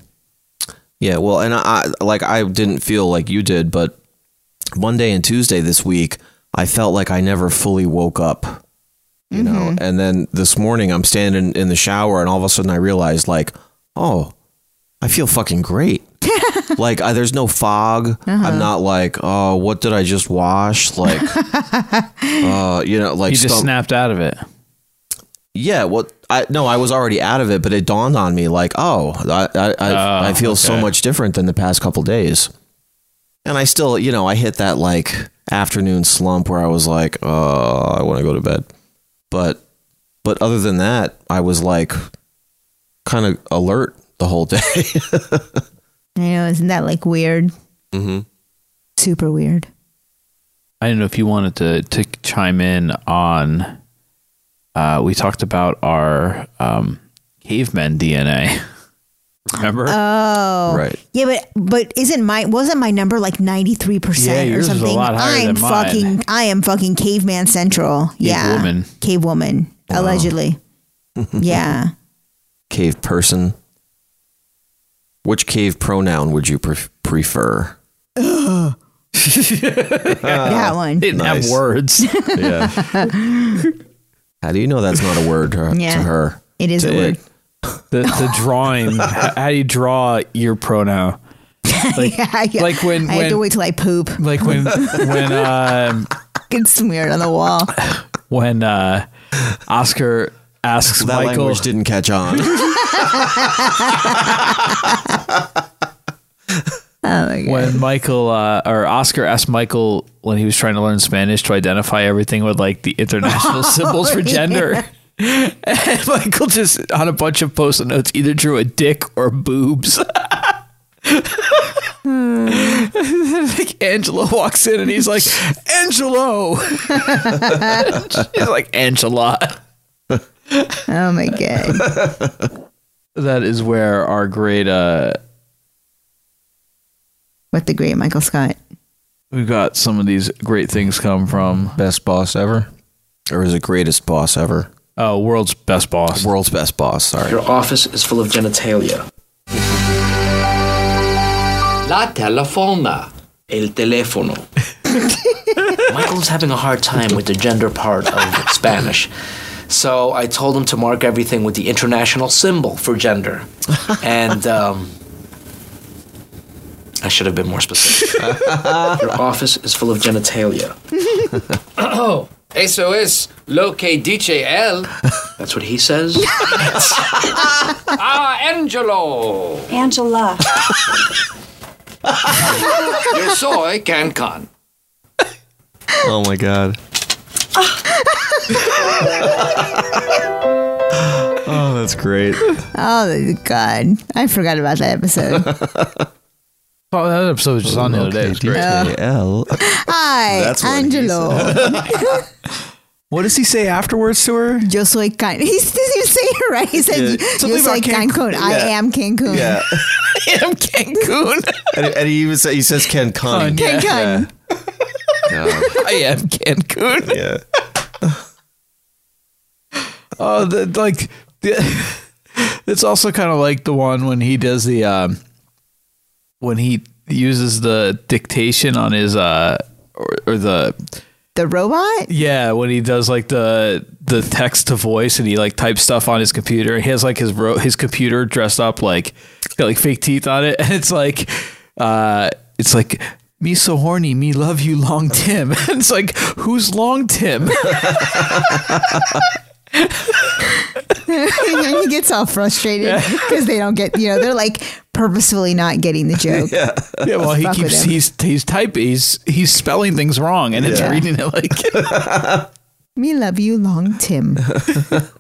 S2: Yeah, well, and I I- like I didn't feel like you did, but Monday and Tuesday this week, I felt like I never fully woke up. You know, and then this morning I'm standing in the shower and all of a sudden I realized like, oh, I feel fucking great. like I, there's no fog. I'm not like, oh, what did I just wash? Like uh, you know, like
S4: you just
S2: stump-
S4: snapped out of it.
S2: yeah, well, I no, I was already out of it, but it dawned on me like, oh, I I, I, I feel so
S4: Oh, okay.
S2: much different than the past couple days, and I still, you know, I hit that like afternoon slump where I was like, oh, I want to go to bed, but but other than that, I was like, kind of alert the whole day.
S15: I know, isn't that like weird?
S2: mm-hmm.
S15: Super weird.
S4: I don't know if you wanted to to chime in on. Uh, we talked about our um, cavemen DNA. Remember?
S15: Oh,
S4: Right.
S15: Yeah, but but isn't my wasn't my number like ninety three
S4: Yeah,
S15: percent or
S4: yours is a
S15: something?
S4: lot higher
S15: I'm
S4: than mine.
S15: fucking I am fucking caveman central. yeah,
S2: woman.
S15: cave woman allegedly. yeah,
S2: cave person. Which cave pronoun would you pre- prefer?
S16: Uh,
S15: that one.
S4: Didn't have words.
S2: yeah. How do you know that's not a word to,
S15: Yeah.
S2: to her?
S15: It is
S2: To
S15: a word.
S4: The, the drawing. how, how do you draw your pronoun?
S15: yeah, yeah.
S4: like when-
S15: I had to
S4: when-
S15: wait till I poop.
S4: Like when when um,
S15: Get smeared on the wall.
S4: when uh, Oscar asks
S2: That
S4: Michael.
S2: language didn't catch on.
S4: when Michael uh, or Oscar asked Michael when he was trying to learn Spanish to identify everything with like the international symbols for gender. And Michael just on a bunch of post-it notes either drew a dick or boobs. like Angelo walks in and he's like, Angelo. She's like, Angela.
S15: Oh my god.
S4: that is where our great uh
S15: What the great Michael Scott.
S4: we've got some of these great things come from.
S2: Best boss ever, or is it greatest boss ever?
S4: Oh, world's best boss.
S2: World's best boss. Sorry.
S16: Your office is full of genitalia. La telefona. El teléfono. Michael's having a hard time with the gender part of Spanish. So I told him to mark everything with the international symbol for gender. And um, I should have been more specific. Your office is full of genitalia.
S10: oh, eso es lo que dice él.
S16: That's what he says.
S10: Ah, Angelo.
S17: Angela.
S10: Yo soy Cancun.
S2: Oh my god. Oh, that's great.
S15: Oh god. I forgot about that episode.
S4: Oh, that episode was just on the other day. It was great.
S15: Hi,
S4: That's what he
S15: Angelo.
S4: What does he say afterwards to her?
S15: Yo soy Cancun. He doesn't even say it right. He says,
S2: Yeah.
S15: Yo
S2: Something
S15: soy
S2: about Cancun.
S15: Cancun. I
S2: Yeah.
S15: am Cancun.
S2: Yeah.
S15: I am Cancun.
S2: and, and he even says he says Ken Cunning.
S15: Ken Cunning.
S4: I am Cancun.
S2: Yeah.
S4: Oh, the, like the, it's also kind of like the one when he does the um, when he uses the dictation on his uh or, or the
S15: the robot.
S4: yeah when he does like the the text to voice and he like types stuff on his computer. He has like his ro- his computer dressed up like it's got like fake teeth on it, and it's like uh it's like. Me so horny, me love you, Long Tim. it's like, who's Long Tim?
S15: and he gets all frustrated because they don't get, you know, they're like purposefully not getting the joke.
S4: Yeah. Yeah. Well, he
S15: Fuck with
S4: keeps
S15: him.
S4: he's he's typing he's he's spelling things wrong and it's
S15: Yeah.
S4: reading it like
S15: Me love you, Long Tim.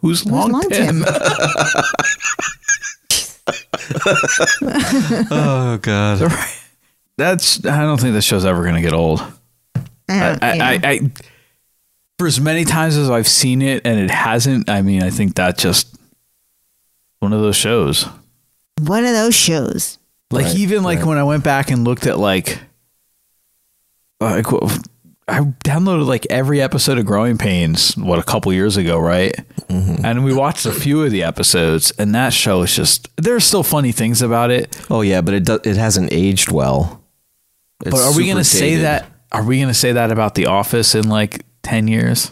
S4: who's long,
S15: Long
S4: Tim?
S15: Tim? Uh,
S2: oh god.
S4: That's I don't think this show's ever gonna get old. I,
S15: don't-
S4: I,
S15: Oh, yeah.
S4: I, I for as many times as I've seen it and it hasn't. I mean, I think that just one of those shows.
S15: One of those shows.
S4: Like even like when I went back and looked at like like wh- I downloaded like every episode of Growing Pains what a couple years ago, right? And we watched a few of the episodes, and that show is just there's still funny things about it.
S2: Oh yeah, but it do, it hasn't aged well. It's
S4: but are we gonna
S2: super
S4: say
S2: dated.
S4: that? Are we gonna say that about The Office in like ten years?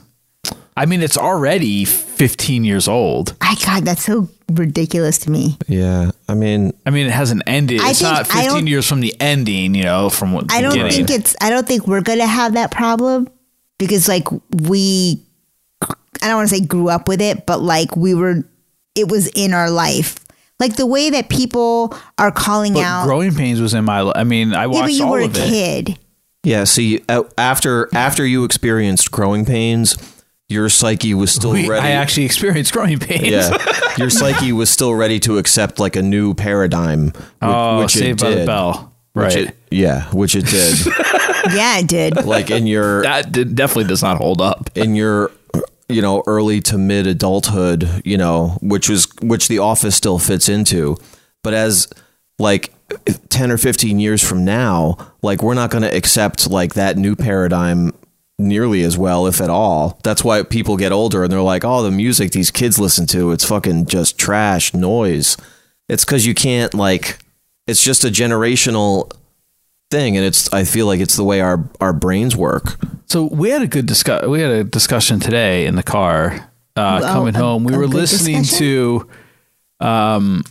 S4: I mean, it's already fifteen years old.
S15: I God, that's so ridiculous to me.
S2: Yeah, I mean,
S4: I mean, it hasn't ended.
S15: I
S4: it's
S15: think-
S4: not
S15: I don't-
S4: fifteen years from the ending, you know, from what
S15: I don't
S4: beginning.
S15: think it's. I don't think we're gonna have that problem because, like, we. I don't want to say grew up with it, but like we were, it was in our life. Like the way that people are calling
S4: But
S15: out.
S4: Growing Pains was in my. li- I mean, I
S15: yeah, but
S4: watched
S15: you
S4: all
S15: were a
S4: of it.
S15: kid.
S2: Yeah, see, a- after after you experienced growing pains, your psyche was still
S4: We-
S2: ready.
S4: I actually experienced growing pains.
S2: yeah, your psyche was still ready to accept like a new paradigm. Which,
S4: Oh,
S2: which it
S4: Saved by the
S2: did.
S4: Bell.
S2: Which
S4: Right.
S2: it- yeah, which it did.
S15: Yeah, it did.
S2: like in your
S4: that did, definitely does not hold up
S2: in your you know early to mid adulthood. You know, which was which the office still fits into, but as like. 10 or 15 years from now like we're not going to accept like that new paradigm nearly as well, if at all. That's why people get older and they're like, oh, the music these kids listen to, it's fucking just trash noise. It's because you can't, like, it's just a generational thing. And it's, I feel like it's the way our, our brains work.
S4: So we had a good discuss. We had a discussion today in the car uh,
S2: Well,
S4: coming
S2: a-
S4: home. We
S2: a
S4: were
S2: good
S4: listening to um,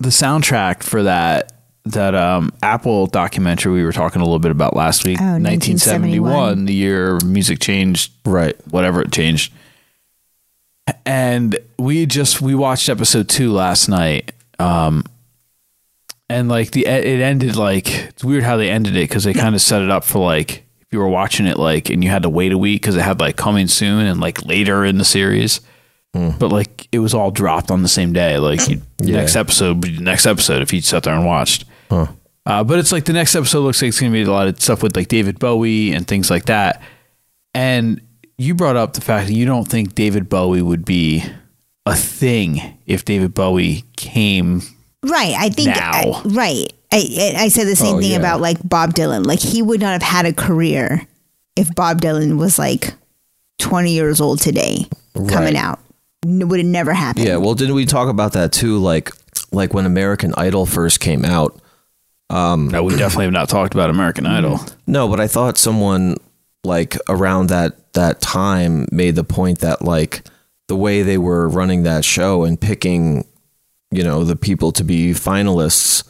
S4: the soundtrack for that that um, Apple documentary we were talking a little bit about last week.
S2: Oh,
S4: 1971, the year music changed.
S2: Right.
S4: Whatever it changed. And we just we watched episode two last night. Um, and like the it ended like it's weird how they ended it because they kind of set it up for like if you were watching it like and you had to wait a week because it had like coming soon and like later in the series but like it was all dropped on the same day like you,
S2: Hmm. Yeah.
S4: next episode would be the next episode if you sat there and watched Uh, but it's like the next episode looks like it's going to be a lot of stuff with like David Bowie and things like that. And you brought up the fact that you don't think David Bowie would be a thing if David Bowie came.
S15: Right. I think.
S4: Now.
S15: I- right. I, I I said the same
S4: Oh,
S15: thing
S4: yeah.
S15: about like Bob Dylan. Like he would not have had a career if Bob Dylan was like 20 years old today
S2: Right.
S15: coming out. N- would have never happened.
S2: Yeah, well, didn't we talk about that too? Like, like when American Idol first came out. Um,
S4: no, we definitely have not talked about American
S2: Mm.
S4: Idol.
S2: No, but I thought someone like around that that time made the point that like the way they were running that show and picking, you know, the people to be finalists.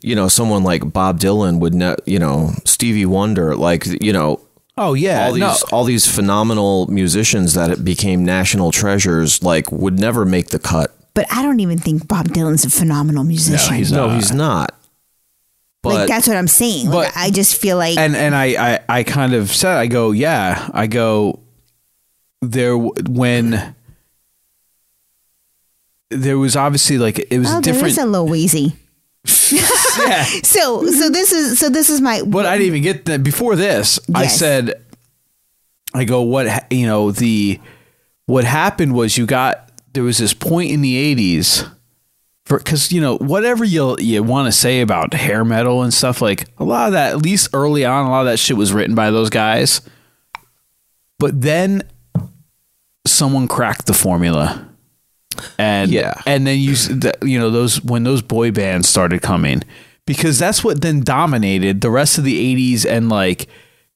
S2: You know, someone like Bob Dylan would, ne- you know, Stevie Wonder, like you know,
S4: Oh yeah,
S2: all these
S4: no.
S2: all these phenomenal musicians that it became national treasures, like would never make the cut.
S15: But I don't even think Bob Dylan's a phenomenal musician.
S2: No, he's not.
S15: like that's what I'm saying. Like I just feel like
S4: and and I, I I kind of said I go yeah I go there w- when there was obviously like it was
S15: oh,
S4: a different.
S15: There is a little wheezy.
S4: yeah.
S15: So so this is so this is my
S4: But I didn't even get that before this. I
S15: Yes.
S4: said, I go, what ha- you know the what happened was you got there was this point in the eighties for because you know whatever you you want to say about hair metal and stuff like a lot of that at least early on a lot of that shit was written by those guys, but then someone cracked the formula. And yeah, and then you s- th- you know those when those boy bands started coming because that's what then dominated the rest of the 80s and like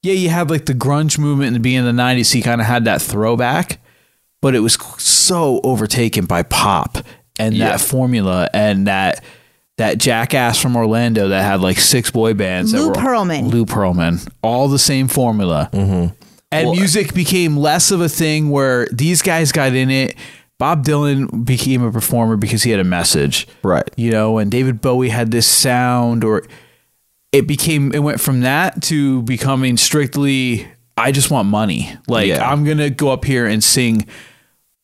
S4: yeah you had like the grunge movement in the beginning of the 90s so you kind of had that throwback but it was so overtaken by pop and
S2: Yeah.
S4: that formula and that that jackass from Orlando that had like six boy bands that
S15: Lou
S4: were
S15: Pearlman.
S4: Lou Pearlman all the same formula and music became less of a thing where these guys got in it. Bob Dylan became a performer because he had a message.
S2: Right.
S4: You know, and David Bowie had this sound or it became it went from that to becoming strictly I just want money. Like I'm going to go up here and sing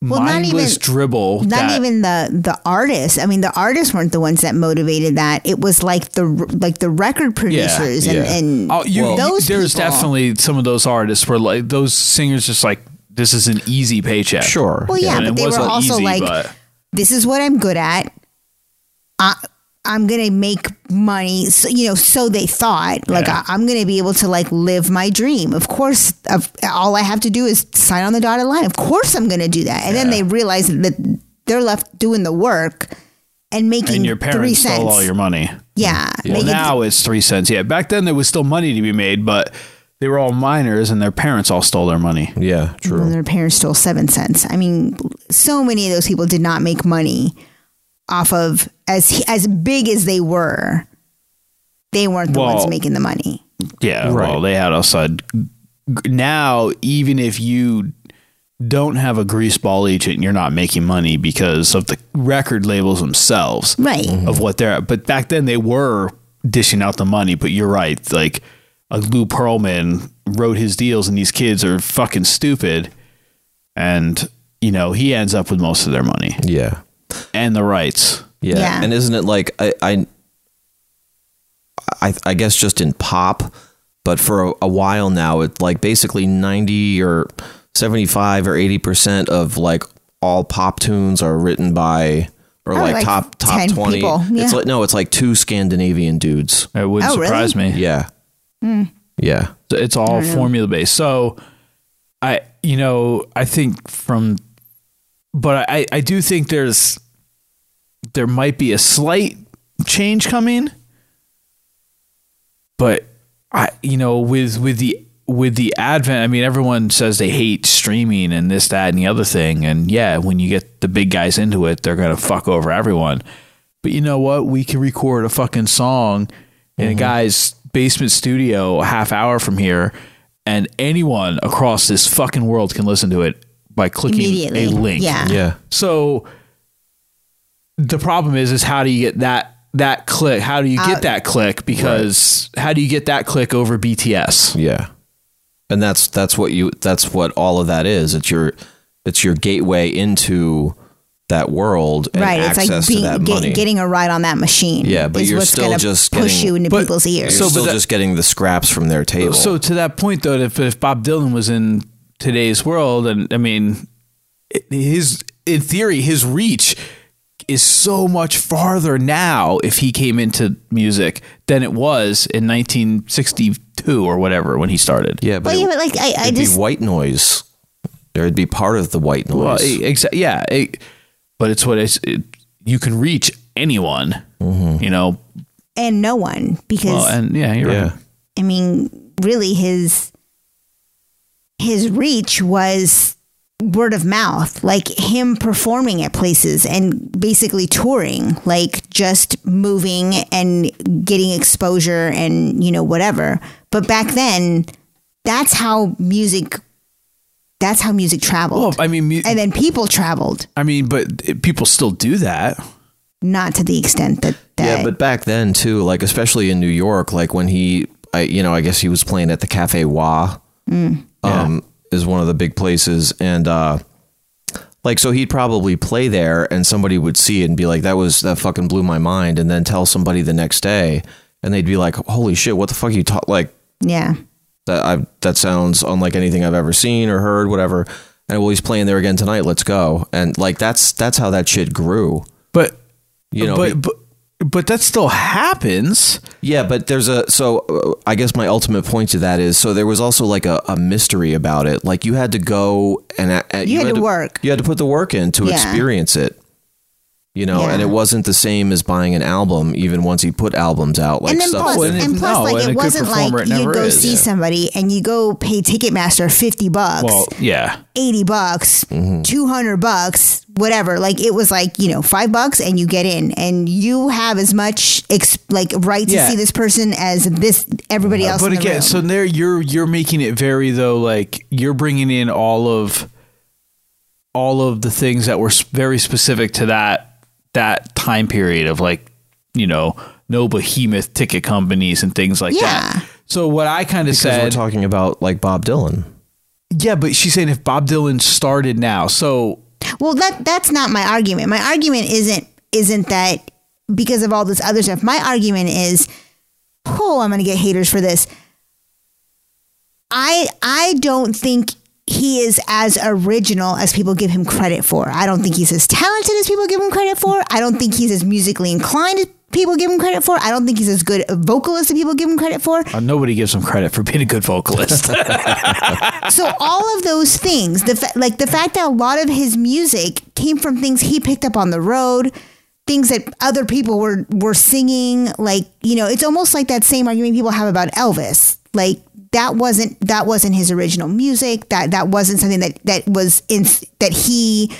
S15: Well, not
S4: mindless
S15: even-
S4: dribble
S15: not
S4: that
S15: even the the artists. I mean, the artists weren't the ones that motivated that. It was like the like the record producers and, and
S4: oh, you,
S15: those.
S4: there's
S15: people.
S4: definitely some of those artists where like those singers just like this is an easy paycheck. Sure.
S15: Well, yeah, but they were also like, this is what I'm good at. I, I'm gonna make money. So, you know, so they thought like
S4: Yeah.
S15: I, I'm gonna be able to like live my dream. Of course, of, all I have to do is sign on the dotted line. Of course, I'm gonna do that. And then they realize that they're left doing the work and making
S4: and your
S15: three
S4: parents
S15: cents.
S4: stole all your money.
S15: yeah,
S4: Well,
S15: making-
S4: now it's three cents. Yeah, back then there was still money to be made, but they were all minors, and their parents all stole their money.
S2: Yeah,
S15: Well, their parents stole seven cents. I mean, so many of those people did not make money off of as as big as they were. They weren't the
S4: Well,
S15: ones making the money.
S4: Yeah, well, they had outside. Now, even if you don't have a greaseball agent, you're not making money because of the record labels themselves,
S15: right?
S4: Of what they're. But back then they were dishing out the money. But you're right, like a Lou Pearlman wrote his deals, and these kids are fucking stupid, and you know he ends up with most of their money.
S2: Yeah,
S4: and the rights.
S2: Yeah. And isn't it like I, I I I guess just in pop, but for a, a while now it's like basically 90 or 75 or 80% of like all pop tunes are written by or
S15: Oh,
S2: like,
S15: like
S2: top top
S15: 10
S2: 20.
S15: people,
S2: It's
S15: yeah.
S2: like no, it's like two Scandinavian dudes.
S4: It wouldn't
S15: Oh, really? surprise
S4: me.
S2: Yeah.
S15: Hmm.
S2: Yeah.
S4: So It's all
S15: I know.
S4: formula based. So I, you know, I think from, but I, I do think there's, there might be a slight change coming, but I, you know, with, with the, with the advent, I mean, everyone says they hate streaming and this, that, and the other thing. And yeah, when you get the big guys into it, they're going to fuck over everyone. But you know what? We can record a fucking song in a guy's basement studio a half hour from here, and anyone across this fucking world can listen to it by clicking
S15: Immediately.
S4: a link.
S15: Yeah.
S2: Yeah.
S4: So the problem is is how do you get that that click? How do you
S15: Out.
S4: get that click? Because how do you get that click over BTS?
S2: Yeah. And that's that's what you that's what all of that is. It's your it's your gateway into that world and
S15: right. It's
S2: access
S15: like
S2: to
S15: being,
S2: that
S15: get-
S2: money.
S15: getting a ride on that machine.
S2: yeah, but
S15: is
S2: you're
S15: what's
S2: still
S15: gonna
S2: just
S15: push
S2: getting,
S15: you into
S2: but
S15: people's ears.
S2: You're still
S4: but that-
S2: just getting the scraps from their table.
S4: So to that point, though, if, if Bob Dylan was in today's world, and I mean, i- his in theory, his reach is so much farther now if he came into music than it was in 1962 or whatever when he started.
S2: Yeah,
S15: but Well, yeah, it- but, like, I- I
S2: it'd
S15: just-
S2: be white noise. There'd be part of the white noise.
S4: Well, exactly. Yeah, it- but it's what it's. It, you can reach anyone. You know.
S15: and no one because
S4: Well, and yeah, you're right.
S15: I mean, really, his his reach was word of mouth, like him performing at places and basically touring, like just moving and getting exposure and you know whatever. But back then, that's how music. That's how music traveled.
S4: I mean,
S15: and then people traveled,
S4: I mean, but it- people still do that.
S15: not to the extent that
S2: Yeah, but back then too, like especially in New York, like when he, I, you know, I guess he was playing at the Cafe Wa,
S15: Mm.
S2: um, is one of the big places, and uh, like so he'd probably play there, and somebody would see it and be like, "That was that fucking blew my mind," and then tell somebody the next day, and they'd be like, "Holy shit, what the fuck you taught?" Like
S15: yeah.
S2: that I that sounds unlike anything I've ever seen or heard, whatever. And well, he's playing there again tonight. Let's go. And like that's that's how that shit grew.
S4: But
S2: you know,
S4: Uh, but, but but that still happens.
S2: Yeah, but there's a so uh, I guess my ultimate point to that is so there was also like a, a mystery about it. Like you had to go and uh,
S15: You had to work.
S2: You had to put the work in to
S15: Yeah.
S2: experience it. You know, and
S15: Yeah.
S2: it wasn't the same as buying an album. Even once he put albums out, like
S15: and then
S2: stuff.
S15: plus- and plus, like it wasn't like you go see somebody and you go pay Ticketmaster fifty bucks,
S2: Well,
S4: yeah.
S15: eighty bucks,
S2: Mhm.
S15: hundred bucks, whatever. Like it was like you know five bucks and you get in, and you have as much ex- like right to
S4: Yeah. Uh,
S15: see this person as this everybody else.
S4: But
S15: in the
S4: again,
S15: room.
S4: so there you're you're making it very though like you're bringing in all of all of the things that were s- very specific to that that time period of like you know no behemoth ticket companies and things like that. So what I kind of
S2: because
S4: said
S2: we're talking about like Bob Dylan.
S4: Yeah, but she's saying if Bob Dylan started now, so
S15: Well, that that's not my argument. My argument isn't isn't that because of all this other stuff. My argument is, oh, I'm going to get haters for this. I I don't think he is as original as people give him credit for. I don't think he's as talented as people give him credit for. I don't think he's as musically inclined as people give him credit for. I don't think he's as good a vocalist as people give him credit for.
S4: uh, nobody gives him credit for being a good vocalist.
S15: so all of those things the fa- like the fact that a lot of his music came from things he picked up on the road things that other people were were singing like you know it's almost like that same argument people have about Elvis like that wasn't that wasn't his original music that that wasn't something that that was in that he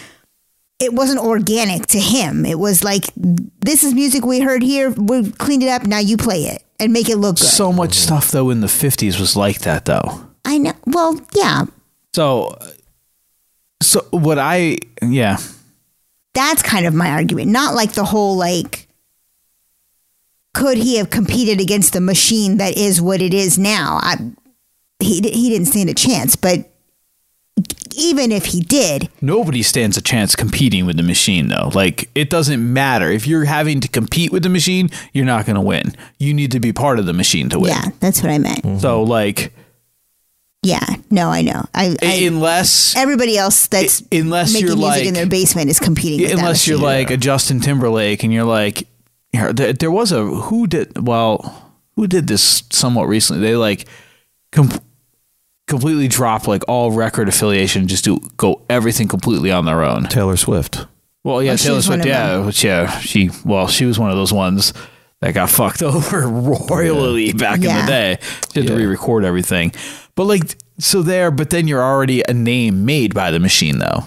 S15: it wasn't organic to him it was like this is music we heard here we cleaned it up now you play it and make it look good
S4: so much stuff though in the 50s was like that though.
S15: i know well yeah
S4: So, uh, so what I yeah
S15: That's kind of my argument. Not like the whole like could he have competed against the machine that is what it is now? I he di- he didn't stand a chance, but even if he did,
S4: nobody stands a chance competing with the machine though. Like it doesn't matter if you're having to compete with the machine, you're not going to win. You need to be part of the machine to win.
S15: yeah, that's what I meant.
S4: So like
S15: Yeah, no, I know. I, I-
S4: unless
S15: everybody else that's
S4: unless
S15: making
S4: you're
S15: music
S4: like-
S15: in their basement is competing. with that
S4: unless you're
S15: machine.
S4: like a Justin Timberlake and you're like here- there, there was a who did well who did this somewhat recently they like com- completely drop like all record affiliation just do go everything completely on their own
S2: Taylor Swift
S4: well yeah
S2: Oh, she
S4: Taylor
S2: was one
S4: Swift
S2: of
S4: yeah which yeah she well she was one of those ones that got fucked over royally back in
S18: Yeah.
S4: the day she had to re-record everything but like so there but then you're already a name made by the machine though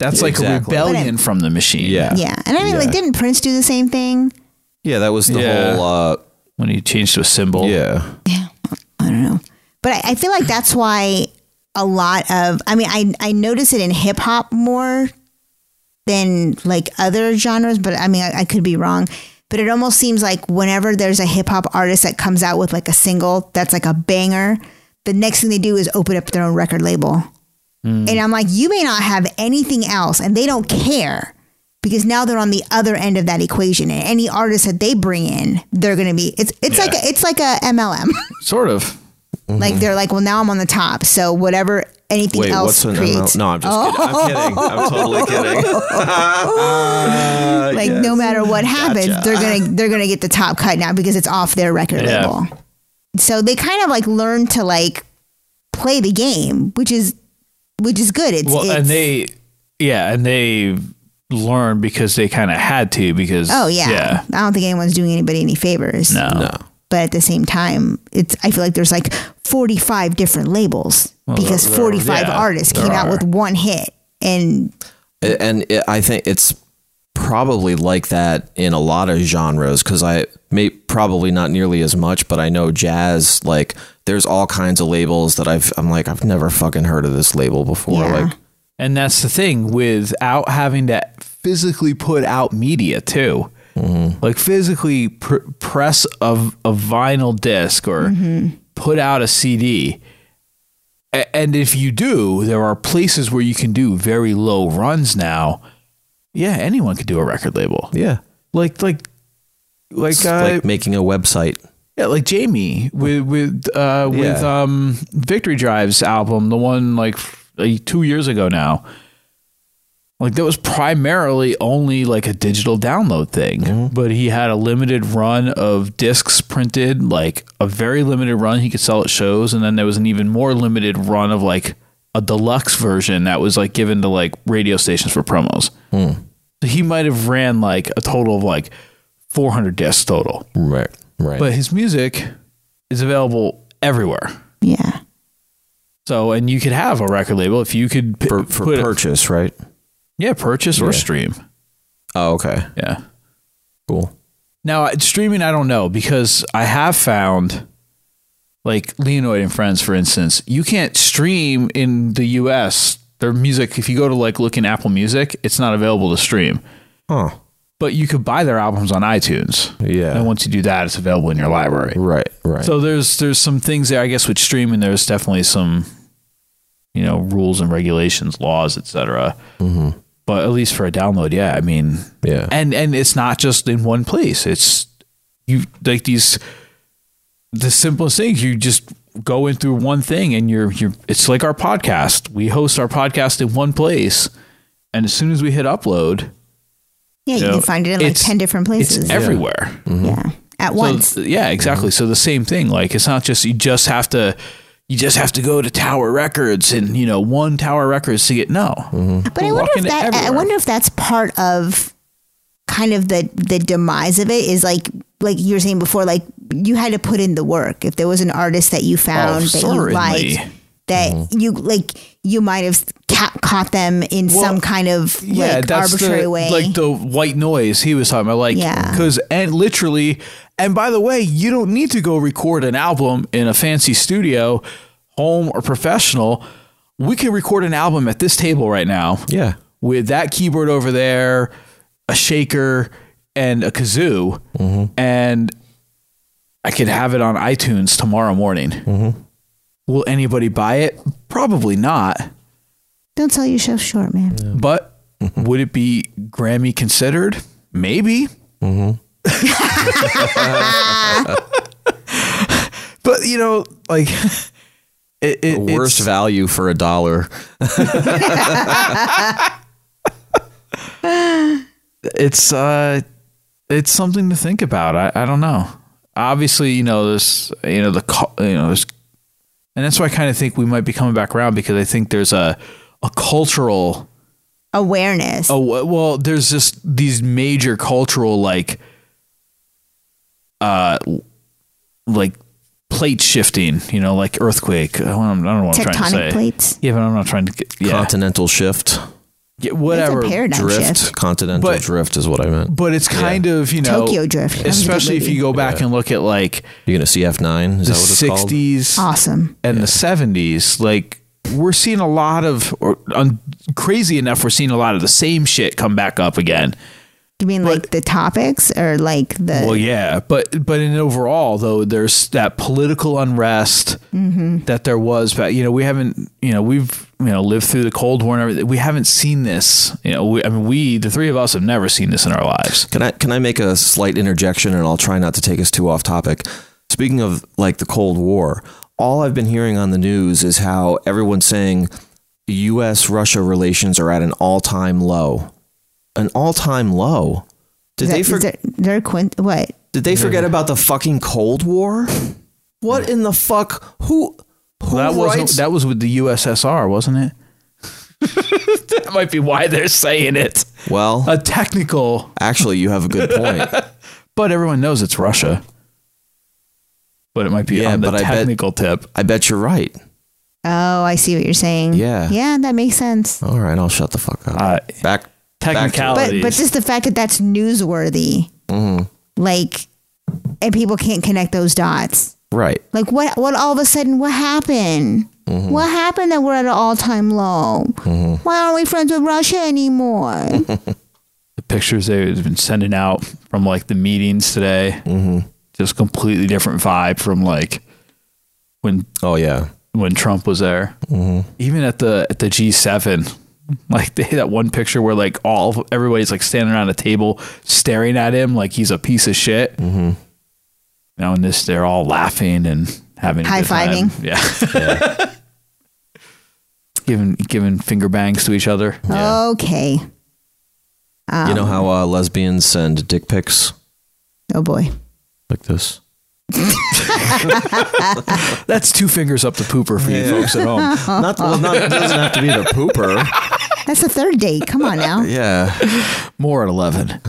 S4: that's like
S2: Exactly.
S4: a rebellion from the machine
S2: Yeah,
S15: yeah, and I mean, like, didn't Prince do the same thing?
S2: yeah, that was the
S4: Yeah.
S2: whole uh,
S4: when he changed to a symbol.
S2: Yeah,
S15: But I, I feel like that's why a lot of I mean I I notice it in hip hop more than like other genres, but I mean I, I could be wrong. But it almost seems like whenever there's a hip hop artist that comes out with like a single that's like a banger, the next thing they do is open up their own record label. And I'm like, you may not have anything else, and they don't care. because now they're on the other end of that equation and any artist that they bring in they're going to be it's it's like a, it's like a MLM
S2: Sort of.
S15: like they're like well now I'm on the top so whatever
S2: Mm-hmm.
S15: anything
S2: Wait,
S15: else
S2: what's an ML?
S15: creates
S2: No, I'm just
S15: Oh.
S2: kidding. I'm kidding. I'm totally kidding. Uh,
S15: like
S2: yes.
S15: no matter what happens they're going to they're going to get the top cut now because it's off their record
S2: Yeah.
S15: label so they kind of like learn to like play the game which is which is good it's,
S4: well,
S15: it's
S4: and they, yeah, and they learned because they kind of had to because
S15: Oh yeah. I don't think anyone's doing anybody any favors.
S4: No. No.
S15: But at the same time, it's I feel like there's like 45 different labels
S2: Well,
S15: because
S2: there- there-
S15: 45
S2: yeah,
S15: artists
S2: there
S15: came out
S2: are.
S15: with one hit and
S2: and it, I think it's probably like that in a lot of genres because I may probably not nearly as much, but I know jazz like there's all kinds of labels that I've I'm like I've never fucking heard of this label before. Like
S4: And that's the thing without having to physically put out media too. Like physically pr- press a, a vinyl disc or put out a CD. A- and if you do, there are places where you can do very low runs now. Yeah, anyone could do a record label.
S2: Yeah.
S4: Like like like
S2: it's
S4: uh,
S2: like making a website.
S4: yeah, like Jamie with with uh, with
S2: Yeah.
S4: um, Victory Drive's album, the one like f- like, two years ago now. Like that was primarily only like a digital download thing, but he had a limited run of discs printed, like a very limited run he could sell at shows, and then there was an even more limited run of like a deluxe version that was like given to like radio stations for promos. So he might have ran like a total of like 400 discs total.
S2: Right. Right.
S4: But his music is available everywhere.
S15: Yeah.
S4: So, and you could have a record label if you could p-
S2: for, for
S4: put it-
S2: purchase, right?
S4: yeah, purchase
S2: Yeah.
S4: or stream.
S2: Oh, okay.
S4: Yeah.
S2: Cool.
S4: Now, I- streaming, I don't know because I have found, like Leonoid and Friends, for instance, you can't stream in the U.S. Their music, if you go to like look in Apple Music, it's not available to stream.
S2: Huh.
S4: But you could buy their albums on iTunes.
S2: Yeah.
S4: And once you do that, it's available in your library.
S2: Right. Right.
S4: So there's there's some things there. I guess with streaming, there's definitely some, you know, rules and regulations, laws, etc. Mm-hmm. But at least for a download, yeah, I mean,
S2: yeah,
S4: and and it's not just in one place. It's you like these the simplest things. You just go in through one thing, and you're you're. It's like our podcast. We host our podcast in one place, and as soon as we hit upload,
S15: yeah, you,
S4: know,
S15: can find it in like
S4: it's-
S15: 10 different places.
S4: It's everywhere.
S15: Yeah. At
S4: Hmm. So,
S15: once.
S4: yeah, exactly. So the same thing. Like it's not just you just have to you just have to go to Tower Records and you know one Tower Records to get no.
S15: But I wonder if that I wonder if that's part of kind of the the demise of it is like like you were saying before, like you had to put in the work. If there was an artist that you found that you
S4: Oh, certainly. Hmm.
S15: liked, that you like, you might have ca- caught them in some kind of
S4: yeah,
S15: like
S4: that's
S15: arbitrary
S4: the,
S15: way.
S4: like the white noise he was talking about. Like
S15: Yeah.
S4: because and literally and by the way, you don't need to go record an album in a fancy studio, home or professional. We can record an album at this table right now.
S2: Yeah.
S4: with that keyboard over there, a shaker, and a kazoo, and I could have it on iTunes tomorrow morning. Will anybody buy it? Probably not.
S15: Don't sell yourself short, man.
S4: But would it be Grammy considered? Maybe. but you know, like it, it,
S2: Worst
S4: it's-
S2: value for a dollar.
S4: it's uh it's something to think about i, I don't know obviously you know this you know the cu- you know there's and that's why i kind of think we might be coming back around because i think there's a a cultural
S15: Awareness.
S4: oh w- well there's just these major cultural like uh like plate shifting you know like earthquake i don't, I don't know what i'm trying to say
S15: Tectonic plates?
S4: yeah but i'm not trying to get yeah,
S2: Continental shift.
S4: yeah whatever
S15: paradigm
S2: drift. Continental
S4: But-
S2: drift is what I meant.
S4: but it's kind of you know
S15: Tokyo Drift. That was a good
S4: especially if
S15: movie.
S4: you go back and look at like
S2: You're gonna see F9. Is
S4: the
S2: that what it's called?
S4: 60s
S15: Uh, Awesome.
S4: and the 70s like we're seeing a um, lot of or un, crazy enough we're seeing a lot of the same shit come back up again
S3: You mean like the topics or like the?
S15: Uh,
S4: Well, yeah, but but in overall though, there's that political unrest
S3: Mhm.
S4: that there was. But you know, we haven't. You know, we've you know lived through the Cold War and everything. We haven't seen this. You know, we, I mean, we the three of us have never seen this in our lives.
S2: Can I can I make a slight interjection and I'll try not to take us too off topic. Speaking of like the Cold War, all I've been hearing on the news is how everyone's saying US Russia relations are at an all-time low. An all-time low. Did
S3: Is
S2: they
S3: that- is
S2: forget
S3: there- there quint- what?
S2: Did they forget about the fucking Cold War? What in the fuck? Who? who
S4: that wasn't.
S2: writes-
S4: That was with the USSR, wasn't it? that might be why they're saying it.
S2: Well,
S4: a technical.
S2: Actually, you have a good point.
S4: but everyone knows it's Russia. But it might be on the technical
S2: tip. I bet you're right.
S3: Oh, I see what you're saying.
S2: Yeah.
S3: Yeah, that makes sense.
S2: All right, I'll shut the fuck up. back
S3: But
S2: technicalities.
S3: but just the fact that that's newsworthy,
S4: Mm-hmm.
S2: Mhm.
S3: like, and people can't connect those dots.
S2: right.
S3: Like what? What all of a sudden? What happened?
S4: Mm-hmm.
S2: Mhm.
S3: What happened that we're at an all-time low?
S4: Mhm.
S3: Why aren't we friends with Russia anymore?
S4: the pictures they've been sending out from like the meetings today. Mm-hmm. Just completely different vibe from like when.
S2: Oh yeah,
S4: when Trump was there. Mm-hmm. Even at the at the G7, like they, that one picture where like all everybody's like standing around a table staring at him like he's a piece of shit. Mm-hmm. Now in this, they're all laughing and having a good time.
S3: High-fiving.
S4: Yeah. Giving giving finger bangs to each other.
S3: Okay. Um,
S2: you know how uh, lesbians send dick pics
S3: Oh boy.
S2: like this?
S4: That's two fingers up the pooper for you folks at home.
S2: Not,
S3: Oh.
S2: well, not, it doesn't have to be the pooper.
S3: That's the third date. Come on now.
S2: Yeah.
S4: More at 11.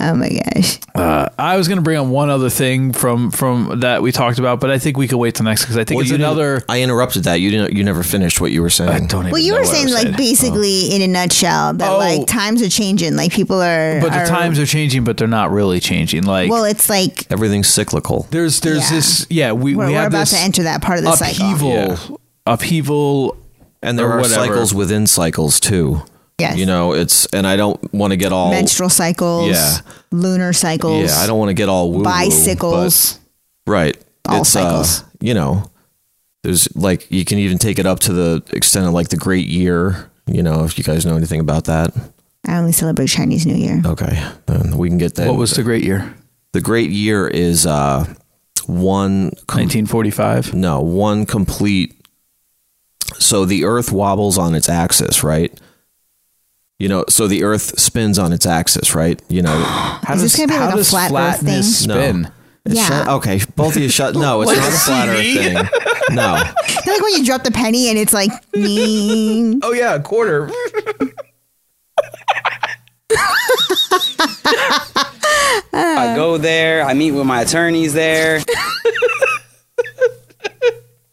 S3: Oh my gosh.
S4: Uh, I was going to bring on one other thing from from that we talked about, but I think we can wait till next because I think
S2: Well,
S4: it's
S2: you didn't-
S4: another.
S2: I interrupted that. You didn't. You never finished what you were saying. I don't
S3: Well, you were saying like basically in a nutshell that like times are changing. Like people are.
S4: But
S3: are-
S4: the times are changing, but they're not really changing. Like
S3: well, it's like
S2: everything's cyclical.
S4: There's there's this yeah we
S3: we're,
S4: we
S3: we're
S4: have
S3: about
S4: this
S3: to enter that part of the cycle.
S4: upheaval upheaval,
S2: and there
S4: or
S2: are
S4: whatever.
S2: cycles within cycles too.
S3: Yes.
S2: You know, it's and I don't want to get all
S3: Menstrual cycles.
S2: Yeah.
S3: Lunar cycles.
S2: Yeah, I don't want to get all woo
S3: Bicycles.
S2: Right.
S3: All
S2: it's, Uh, you know, there's like you can even take it up to the extent of like the Great Year. You know, if you guys know anything about that.
S3: I only celebrate Chinese New Year.
S2: Okay, then we can get that.
S4: What was the Great Year?
S2: The Great Year is uh, one
S4: 1945.
S2: No, one complete. So the Earth wobbles on its axis, right? You know, so the Earth spins on its axis, right? You know, how
S3: Is this gonna be like a flat Earth thing?
S2: No. It's
S3: Yeah.
S2: shut- okay, both of you shut. No, it's
S3: Like
S2: not a
S3: a
S2: flat Earth
S3: CD?
S2: thing. No.
S3: like when you drop the penny and it's like. oh
S4: yeah, a quarter.
S19: I go there. I meet with my attorneys there.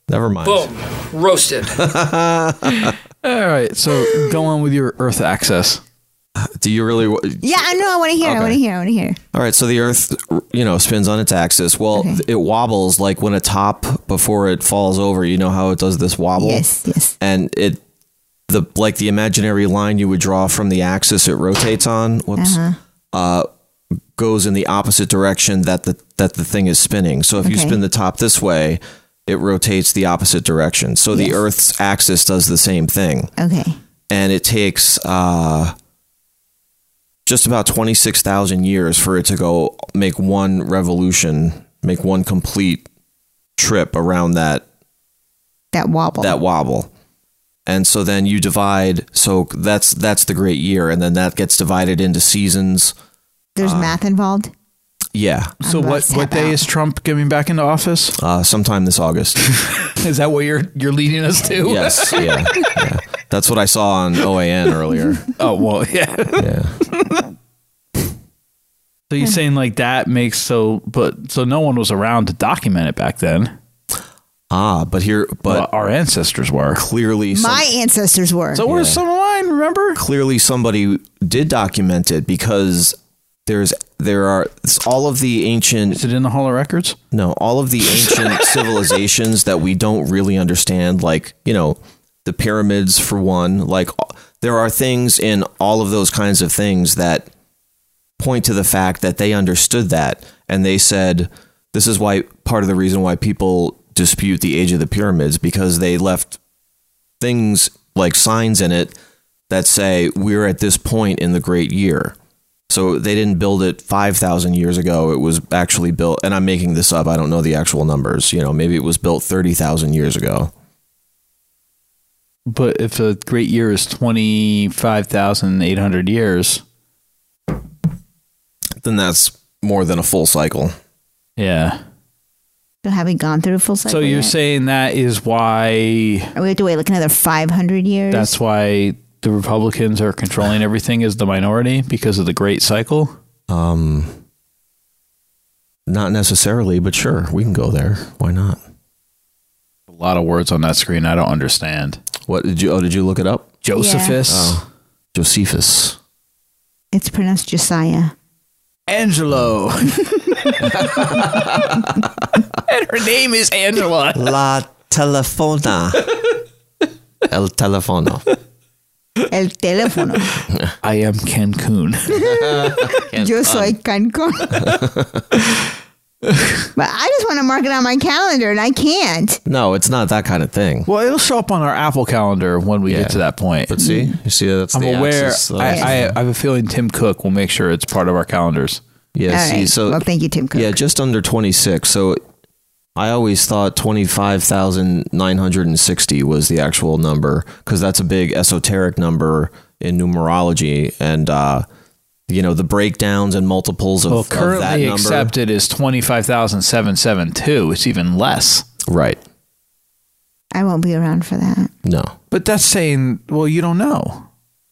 S2: Never mind.
S20: Boom. Roasted.
S4: All right, so go on with your Earth access.
S2: Do you really?
S3: Yeah, I know. I want to hear. it, I
S2: Okay.
S3: want to hear. I want to hear.
S2: All right, so the Earth, you know, spins on its axis. Well, th- it wobbles like when a top before it falls over. You know how it does this wobble.
S3: Yes, yes.
S2: And it, the like the imaginary line you would draw from the axis it rotates on. Whoops.
S21: Uh-huh.
S2: uh goes in the opposite direction that the that the thing is spinning. So if you
S21: Okay.
S2: spin the top this way, it rotates the opposite direction. So the
S21: Yes.
S2: Earth's axis does the same thing
S3: Okay.
S2: and it takes uh, just about 26,000 years for it to go make one revolution, make one complete trip around that
S3: That wobble.
S2: that wobble. And so then you divide so that's that's the great year and then that gets divided into seasons.
S3: There's
S2: Uh,
S3: math involved.
S2: Yeah.
S3: So I'm about what- to what tap day out.
S4: is Trump coming back into office?
S2: Uh, sometime this August.
S4: Is that what you're you're leading us to?
S2: yes, yeah, yeah. That's what I saw on OAN earlier.
S4: Oh well, yeah.
S2: Yeah.
S4: So you're saying like that makes so, but so no one was around to document it back then.
S2: Ah, but here,
S4: but our ancestors were
S2: clearly some-
S3: My ancestors were.
S4: So where's some of mine? Remember?
S2: clearly somebody did document it because there's there are it's all of the ancient is
S4: it in the hall of records no
S2: all of the ancient civilizations that we don't really understand like you know the pyramids for one. Like there are things in all of those kinds of things that point to the fact that they understood that and they said this is why part of the reason why people dispute the age of the pyramids because they left things like signs in it that say we're at this point in the great year. So they didn't build it 5,000 years ago. It was actually built, and I'm making this up. I don't know the actual numbers. You know, maybe it was built 30,000 years ago.
S4: But if a great year is 25,800 years,
S2: then that's more than a full cycle.
S4: Yeah.
S3: So have we gone through a full cycle?
S4: So you're
S3: yet?
S4: saying that is why we
S3: have to wait like another 500 years?
S4: that's why the Republicans are controlling everything as the minority because of the great cycle?
S2: Um, not necessarily, but sure, we can go there. Why not?
S4: A lot of words on that screen I don't understand.
S2: What did you? Oh, did you look it up?
S4: Josephus.
S2: Oh, Josephus.
S3: It's pronounced Josiah.
S4: Angelo. and her name is Angela.
S2: La telefona. El telefono.
S3: El teléfono.
S4: I am Cancun.
S3: Yo soy Cancun. but I just want to mark it on my calendar and I can't.
S2: No, it's not that kind of thing.
S4: Well, it'll show up on our Apple calendar when we
S2: Yeah.
S4: get to that point.
S2: But see, you see that's.
S4: I'm
S2: the
S4: aware.
S2: axis, uh,
S4: I,
S2: that's-
S4: I, I have a feeling Tim Cook will make sure it's part of our calendars.
S2: Yeah,
S3: All
S2: see,
S3: right.
S2: so
S3: well, thank you, Tim Cook.
S2: yeah, just under 26. So I always thought 25,960 was the actual number because that's a big esoteric number in numerology and uh you know the breakdowns and multiples of,
S4: Well,
S2: of that
S4: currently
S2: number.
S4: accepted is 25,772. It's even less.
S2: right.
S3: I won't be around for that.
S2: No.
S4: But that's saying, well, you don't know.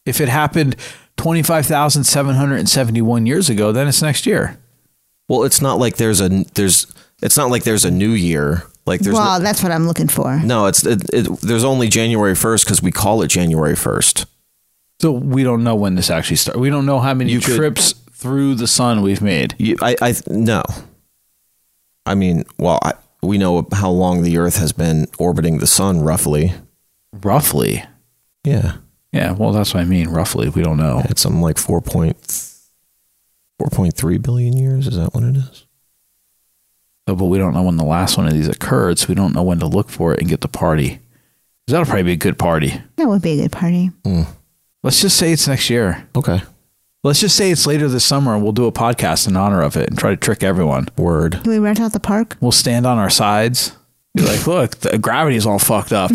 S4: If it happened 25,771 years ago, then it's next year.
S2: Well, it's not like there's a there's it's not like there's a new year. Like there's
S3: well, that's what I'm looking for.
S2: no, no it's it, it, there's only January 1st cuz we call it January 1st.
S4: So we don't know when this actually started. We don't know how many
S2: You could-
S4: trips through the sun we've made.
S2: You, I, I, no. I mean, well, I, we know how long the Earth has been orbiting the Sun, roughly.
S4: Roughly.
S2: Yeah,
S4: Yeah, well, that's what I mean. Roughly, we don't know.
S2: it's something like four point four point three billion years. Is that what it is?
S4: So, but we don't know when the last one of these occurred, so we don't know when to look for it and get the party. 'Cause That'll probably be a good party.
S3: That would be a good party.
S4: Let's just say it's next year.
S2: Okay.
S4: Let's just say it's later this summer, and we'll do a podcast in honor of it and try to trick everyone.
S2: Word.
S3: Can we rent out the park?
S4: We'll stand on our sides. Be like, look, the gravity's all fucked up.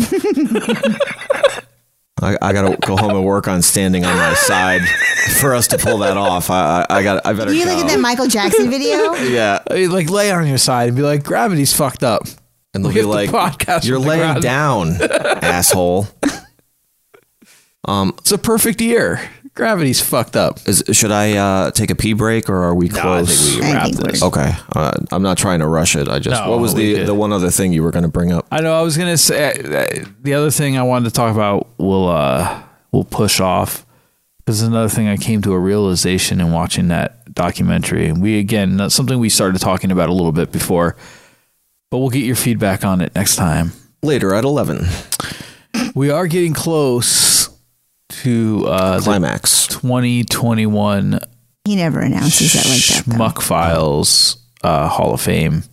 S2: I, I gotta go home and work on standing on my side for us to pull that off. I, I, I got. I better.
S3: you look
S2: go.
S3: at that Michael Jackson video?
S2: Yeah,
S4: I mean, like lay on your side and be like, gravity's fucked up.
S2: and they'll
S4: Look
S2: be
S4: at the
S2: like,
S4: podcast
S2: "You're
S4: with the
S2: laying
S4: ground."
S2: down, asshole." Um,
S4: It's a perfect year. Gravity's fucked up.
S2: is, should I uh, take a pee break or are we close?
S4: we
S3: I wrap think this.
S2: Okay, uh, I'm not trying to rush it. I just
S4: No,
S2: what was
S4: we
S2: the
S4: did.
S2: the one other thing you were going to bring up?
S4: I know. I was gonna say uh, the other thing I wanted to talk about. We'll uh, we'll push off because another thing I came to a realization in watching that documentary. And we again that's something we started talking about a little bit before, but we'll get your feedback on it next time.
S2: Later at eleven,
S4: We are getting close to uh, the
S2: climax.
S4: 2021
S3: He never announces that like that.
S4: Schmuck Files uh, Hall of Fame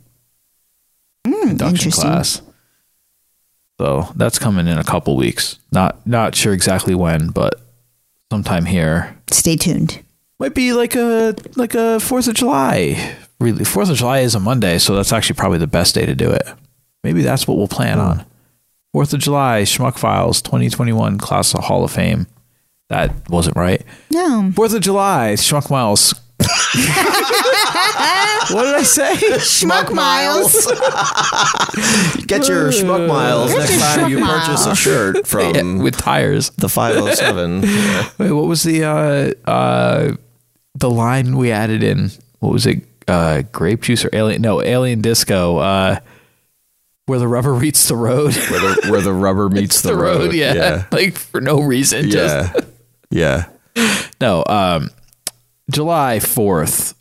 S4: induction
S3: Hmm, interesting.
S4: class. So that's coming in a couple weeks. Not not sure exactly when, but sometime here.
S3: though. Stay tuned.
S4: Might be like a like a Fourth of July. Really, Fourth of July is a Monday, so that's actually probably the best day to do it. Maybe that's what we'll plan on. Fourth of July, Schmuck Files, 2021 class of Hall of Fame. That wasn't right.
S3: No.
S4: Fourth of July, Schmuck Miles. what did I say?
S3: Schmuck Miles.
S2: Get your schmuck miles
S3: Get
S2: next
S3: your
S2: time
S3: schmuck
S2: you purchase a
S3: miles.
S2: shirt from
S4: With tires.
S2: the 507. Yeah.
S4: Wait, what was the uh uh the line we added in? What was it? Uh grape juice or alien no, alien disco, uh where the rubber meets the road.
S2: Where, the, where the rubber meets the, road.
S4: yeah.
S2: yeah,
S4: Like for no reason. Just
S2: yeah, yeah.
S4: no, um July fourth,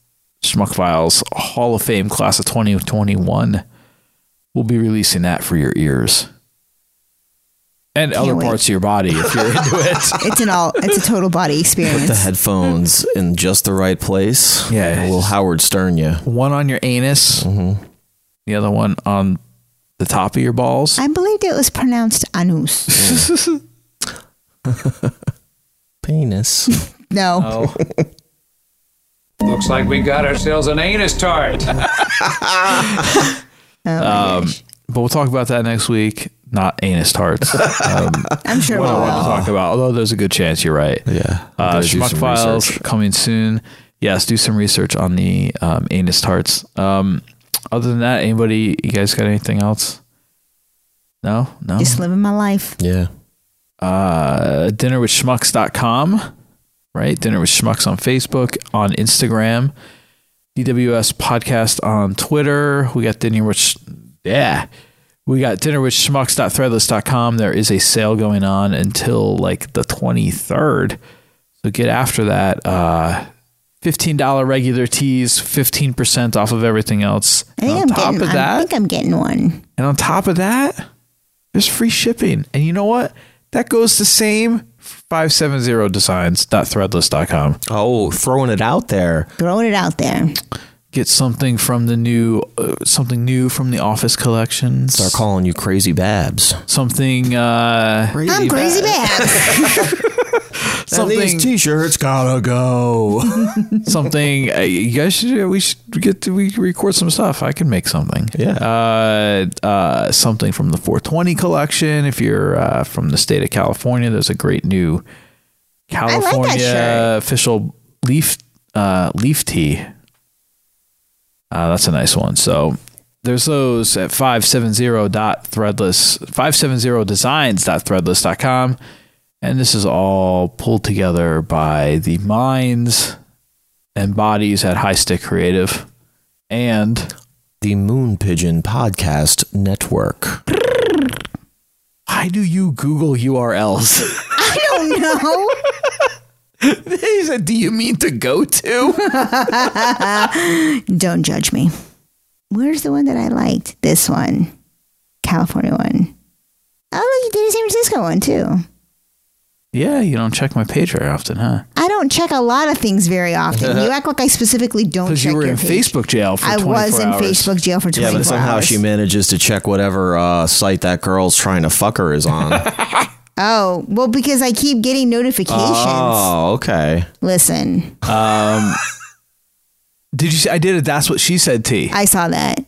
S4: Schmuck Files Hall of Fame class of twenty twenty one. We'll be releasing that for your ears. and other
S3: wait.
S4: parts of your body if you're into it.
S3: it's an all. It's a total body
S2: Put
S3: experience.
S2: the headphones in just the right place. Yeah, will Howard Stern you.
S4: One on your anus,
S2: Mm-hmm.
S4: the other one on the top of your balls.
S3: I believed it was pronounced anus.
S2: Penis.
S4: Uh,
S3: no.
S20: Looks like we got ourselves an anus tart.
S4: um, but we'll talk about that next week. Not anus tarts. Um,
S3: I'm sure
S4: what I
S3: we
S4: want
S3: will.
S4: to talk about. Although there's a good chance you're right.
S2: Yeah.
S4: Uh,
S2: Gotta do
S4: Schmuck
S2: some
S4: files
S2: research.
S4: coming soon. Yes, do some research on the um, anus tarts. Um, other than that, anybody? You guys got anything else? No, no.
S3: Just living my life.
S2: Yeah.
S4: Uh, dinner with schmucks.com, right? Dinner with schmucks on Facebook, on Instagram, DWS podcast on Twitter. We got dinner with, Sch- yeah, we got dinner with schmucks.threadless.com. There is a sale going on until like the 23rd. So get after that. Uh, $15 regular tees, 15% off of everything else.
S3: I think
S4: on
S3: I'm
S4: top
S3: getting.
S4: of that,
S3: I think I'm getting one.
S4: and on top of that, there's free shipping. And you know what? That goes the same 570designs.threadless.com.
S2: Oh, throwing it out there.
S3: Throwing it out there.
S4: Get something from the new uh, something new from the office collections. Start
S2: calling you crazy babs.
S4: Something uh
S3: I'm crazy bad.
S4: something
S2: t-shirts gotta go.
S4: something uh, you guys should we should get to we record some stuff. I can make something. Yeah. Uh, uh, something from the 420 collection. If you're uh, from the state of California, there's a great new
S3: like that
S4: California official leaf uh, leaf tea. Uh, that's a nice one. So there's those at 570.threadless, 570designs.threadless.com. And this is all pulled together by the minds and bodies at High Stick Creative and
S2: the Moon Pigeon Podcast Network.
S4: Why do you Google URLs?
S3: I don't know.
S4: he said, Do you mean to go to?
S3: Don't judge me. Where's the one that I liked? This one, California one. Oh, look, you did a San Francisco one too.
S4: yeah, you don't check my page very often, huh?
S3: I don't check a lot of things very often. You act like I specifically don't
S4: Because
S3: check
S4: you were
S3: your
S4: in
S3: page.
S4: Facebook jail for
S3: I
S4: 24
S3: was in
S4: hours.
S3: Facebook jail for 24
S2: Yeah, but somehow
S3: hours.
S2: she manages to check whatever uh, site that girl's trying to fuck her is on.
S3: oh, well, because I keep getting notifications.
S2: oh, okay.
S4: Uh-huh.
S3: Listen,
S4: Um, did you? see- I did it. That's what she said. T.
S3: I saw that.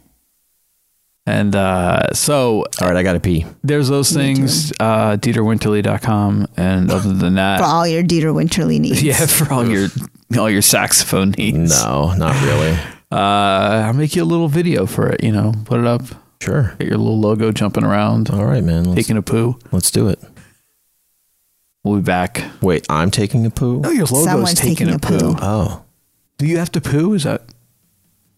S4: And uh, so,
S2: all right, I got to pee.
S4: There's those things. Uh, DieterWinterly.com, and other than
S3: for
S4: that,
S3: all your Dieter Winterly needs.
S4: yeah, for all your all your saxophone needs.
S2: No, not really.
S4: Uh, I'll make you a little video for it. You know, put it up.
S2: Sure.
S4: Get your little logo jumping around.
S2: All right, man. Let's,
S4: Taking a poo.
S2: let's do it.
S4: We'll be back.
S2: Wait, I'm taking a poo.
S4: No, your logo's
S3: Someone's
S4: taking,
S3: taking
S4: a,
S3: a
S4: poo.
S3: poo.
S2: Oh,
S4: Do you have to poo? Is that?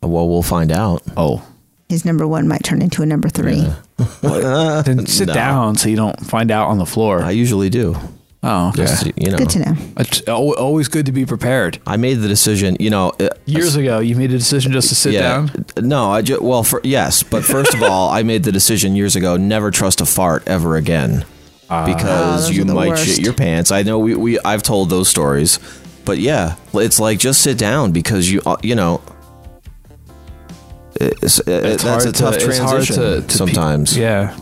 S2: well, we'll find out.
S4: Oh,
S3: His number one might turn into a number three.
S2: Uh.
S4: then sit
S2: no.
S4: down so you don't find out on the floor.
S2: I usually do.
S4: oh, okay.
S2: Just, you know,
S3: Good to know.
S4: It's al- always good to be prepared.
S2: I made the decision. You know, uh,
S4: Years ago, you made a decision just to sit down.
S2: No, I just well, for, yes, but first of all, I made the decision years ago never trust a fart ever again
S3: Oh,
S4: Ah.
S2: because
S3: those
S2: you
S3: are the
S2: might
S3: worst.
S2: shit your pants. I know we, we I've told those stories, but yeah, it's like just sit down because you uh, you know. It's, uh, that's a
S4: hard to-
S2: tough
S4: it's
S2: transition
S4: hard to- to pe-
S2: sometimes.
S4: Yeah.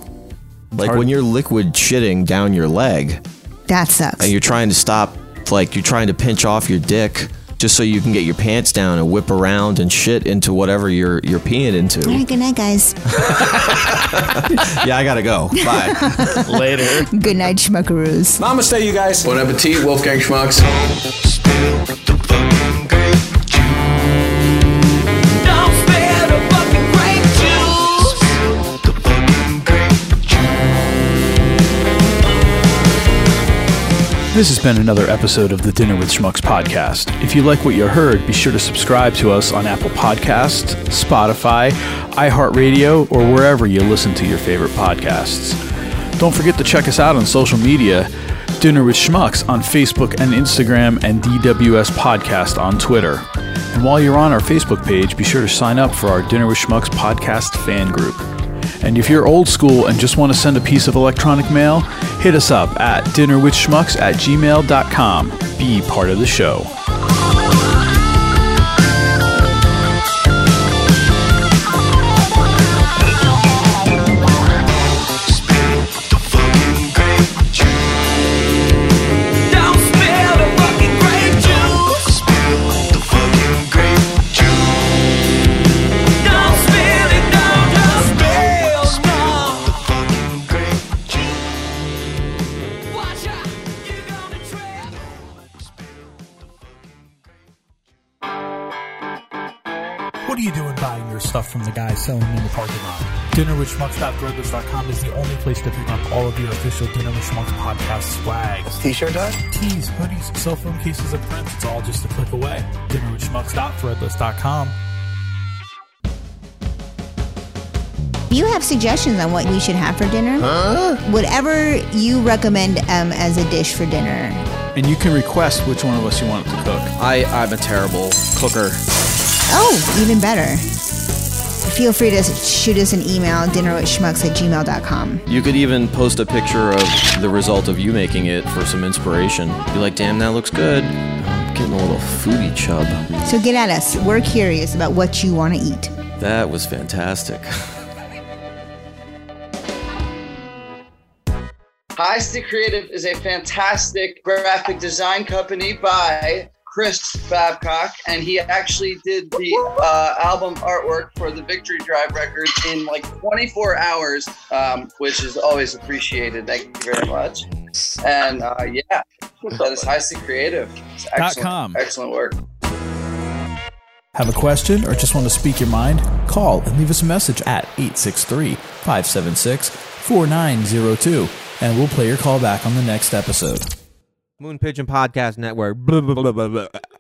S2: like
S4: hard-
S2: when you're liquid shitting down your leg
S3: That sucks.
S2: and you're trying to stop, like you're trying to pinch off your dick just so you can get your pants down and whip around and shit into whatever you're you're peeing into.
S3: All right, good night, guys.
S2: yeah, I gotta go. Bye.
S4: Later.
S3: good night, schmuckaroos.
S6: Namaste, you guys. Bon appetit, Wolfgang Schmucks.
S21: Don't spare the fucking grape juice.
S4: This has been another episode of the Dinner with Schmucks podcast. If you like what you heard, be sure to subscribe to us on Apple Podcasts, Spotify, iHeartRadio, or wherever you listen to your favorite podcasts. Don't forget to check us out on social media Dinner with Schmucks on Facebook and Instagram, and DWS Podcast on Twitter. And while you're on our Facebook page, be sure to sign up for our Dinner with Schmucks podcast fan group. And if you're old school and just want to send a piece of electronic mail, hit us up at dinnerwithschmucks at gmail.com. Be part of the show.
S10: What are you doing buying your stuff from the guy selling in the parking lot? DinnerWithSchmucks.threadless.com is the only place to pick up all of your official Dinner with Schmucks podcast swag.
S22: T-shirt does?
S10: Tees, hoodies, cell phone cases, and prints. It's all just a click away. DinnerWithSchmucks.threadless.com.
S15: If you have suggestions on what we should have for dinner, whatever you recommend um, as a dish for dinner,
S4: And you can request which one of us you want to cook.
S2: I, I'm a terrible cooker.
S15: oh, even better. Feel free to shoot us an email, dinner with schmucks at gmail.com.
S2: You could even post a picture of the result of you making it for some inspiration. Be like, damn, that looks good. I'm getting a little foodie chub.
S15: So get at us. We're curious about what you want to eat.
S2: That was fantastic.
S23: Heisty Creative is a fantastic graphic design company by Chris Babcock, and he actually did the uh, album artwork for the Victory Drive record in like 24 hours, um, which is always appreciated. Thank you very much. And uh, yeah, that is Heisty Creative. It's excellent,
S4: com.
S23: excellent work.
S4: Have a question or just want to speak your mind? Call and leave us a message at 863 576 4902 and we'll play your call back on the next episode.
S9: Moon Pigeon Podcast Network. Blah, blah, blah, blah, blah.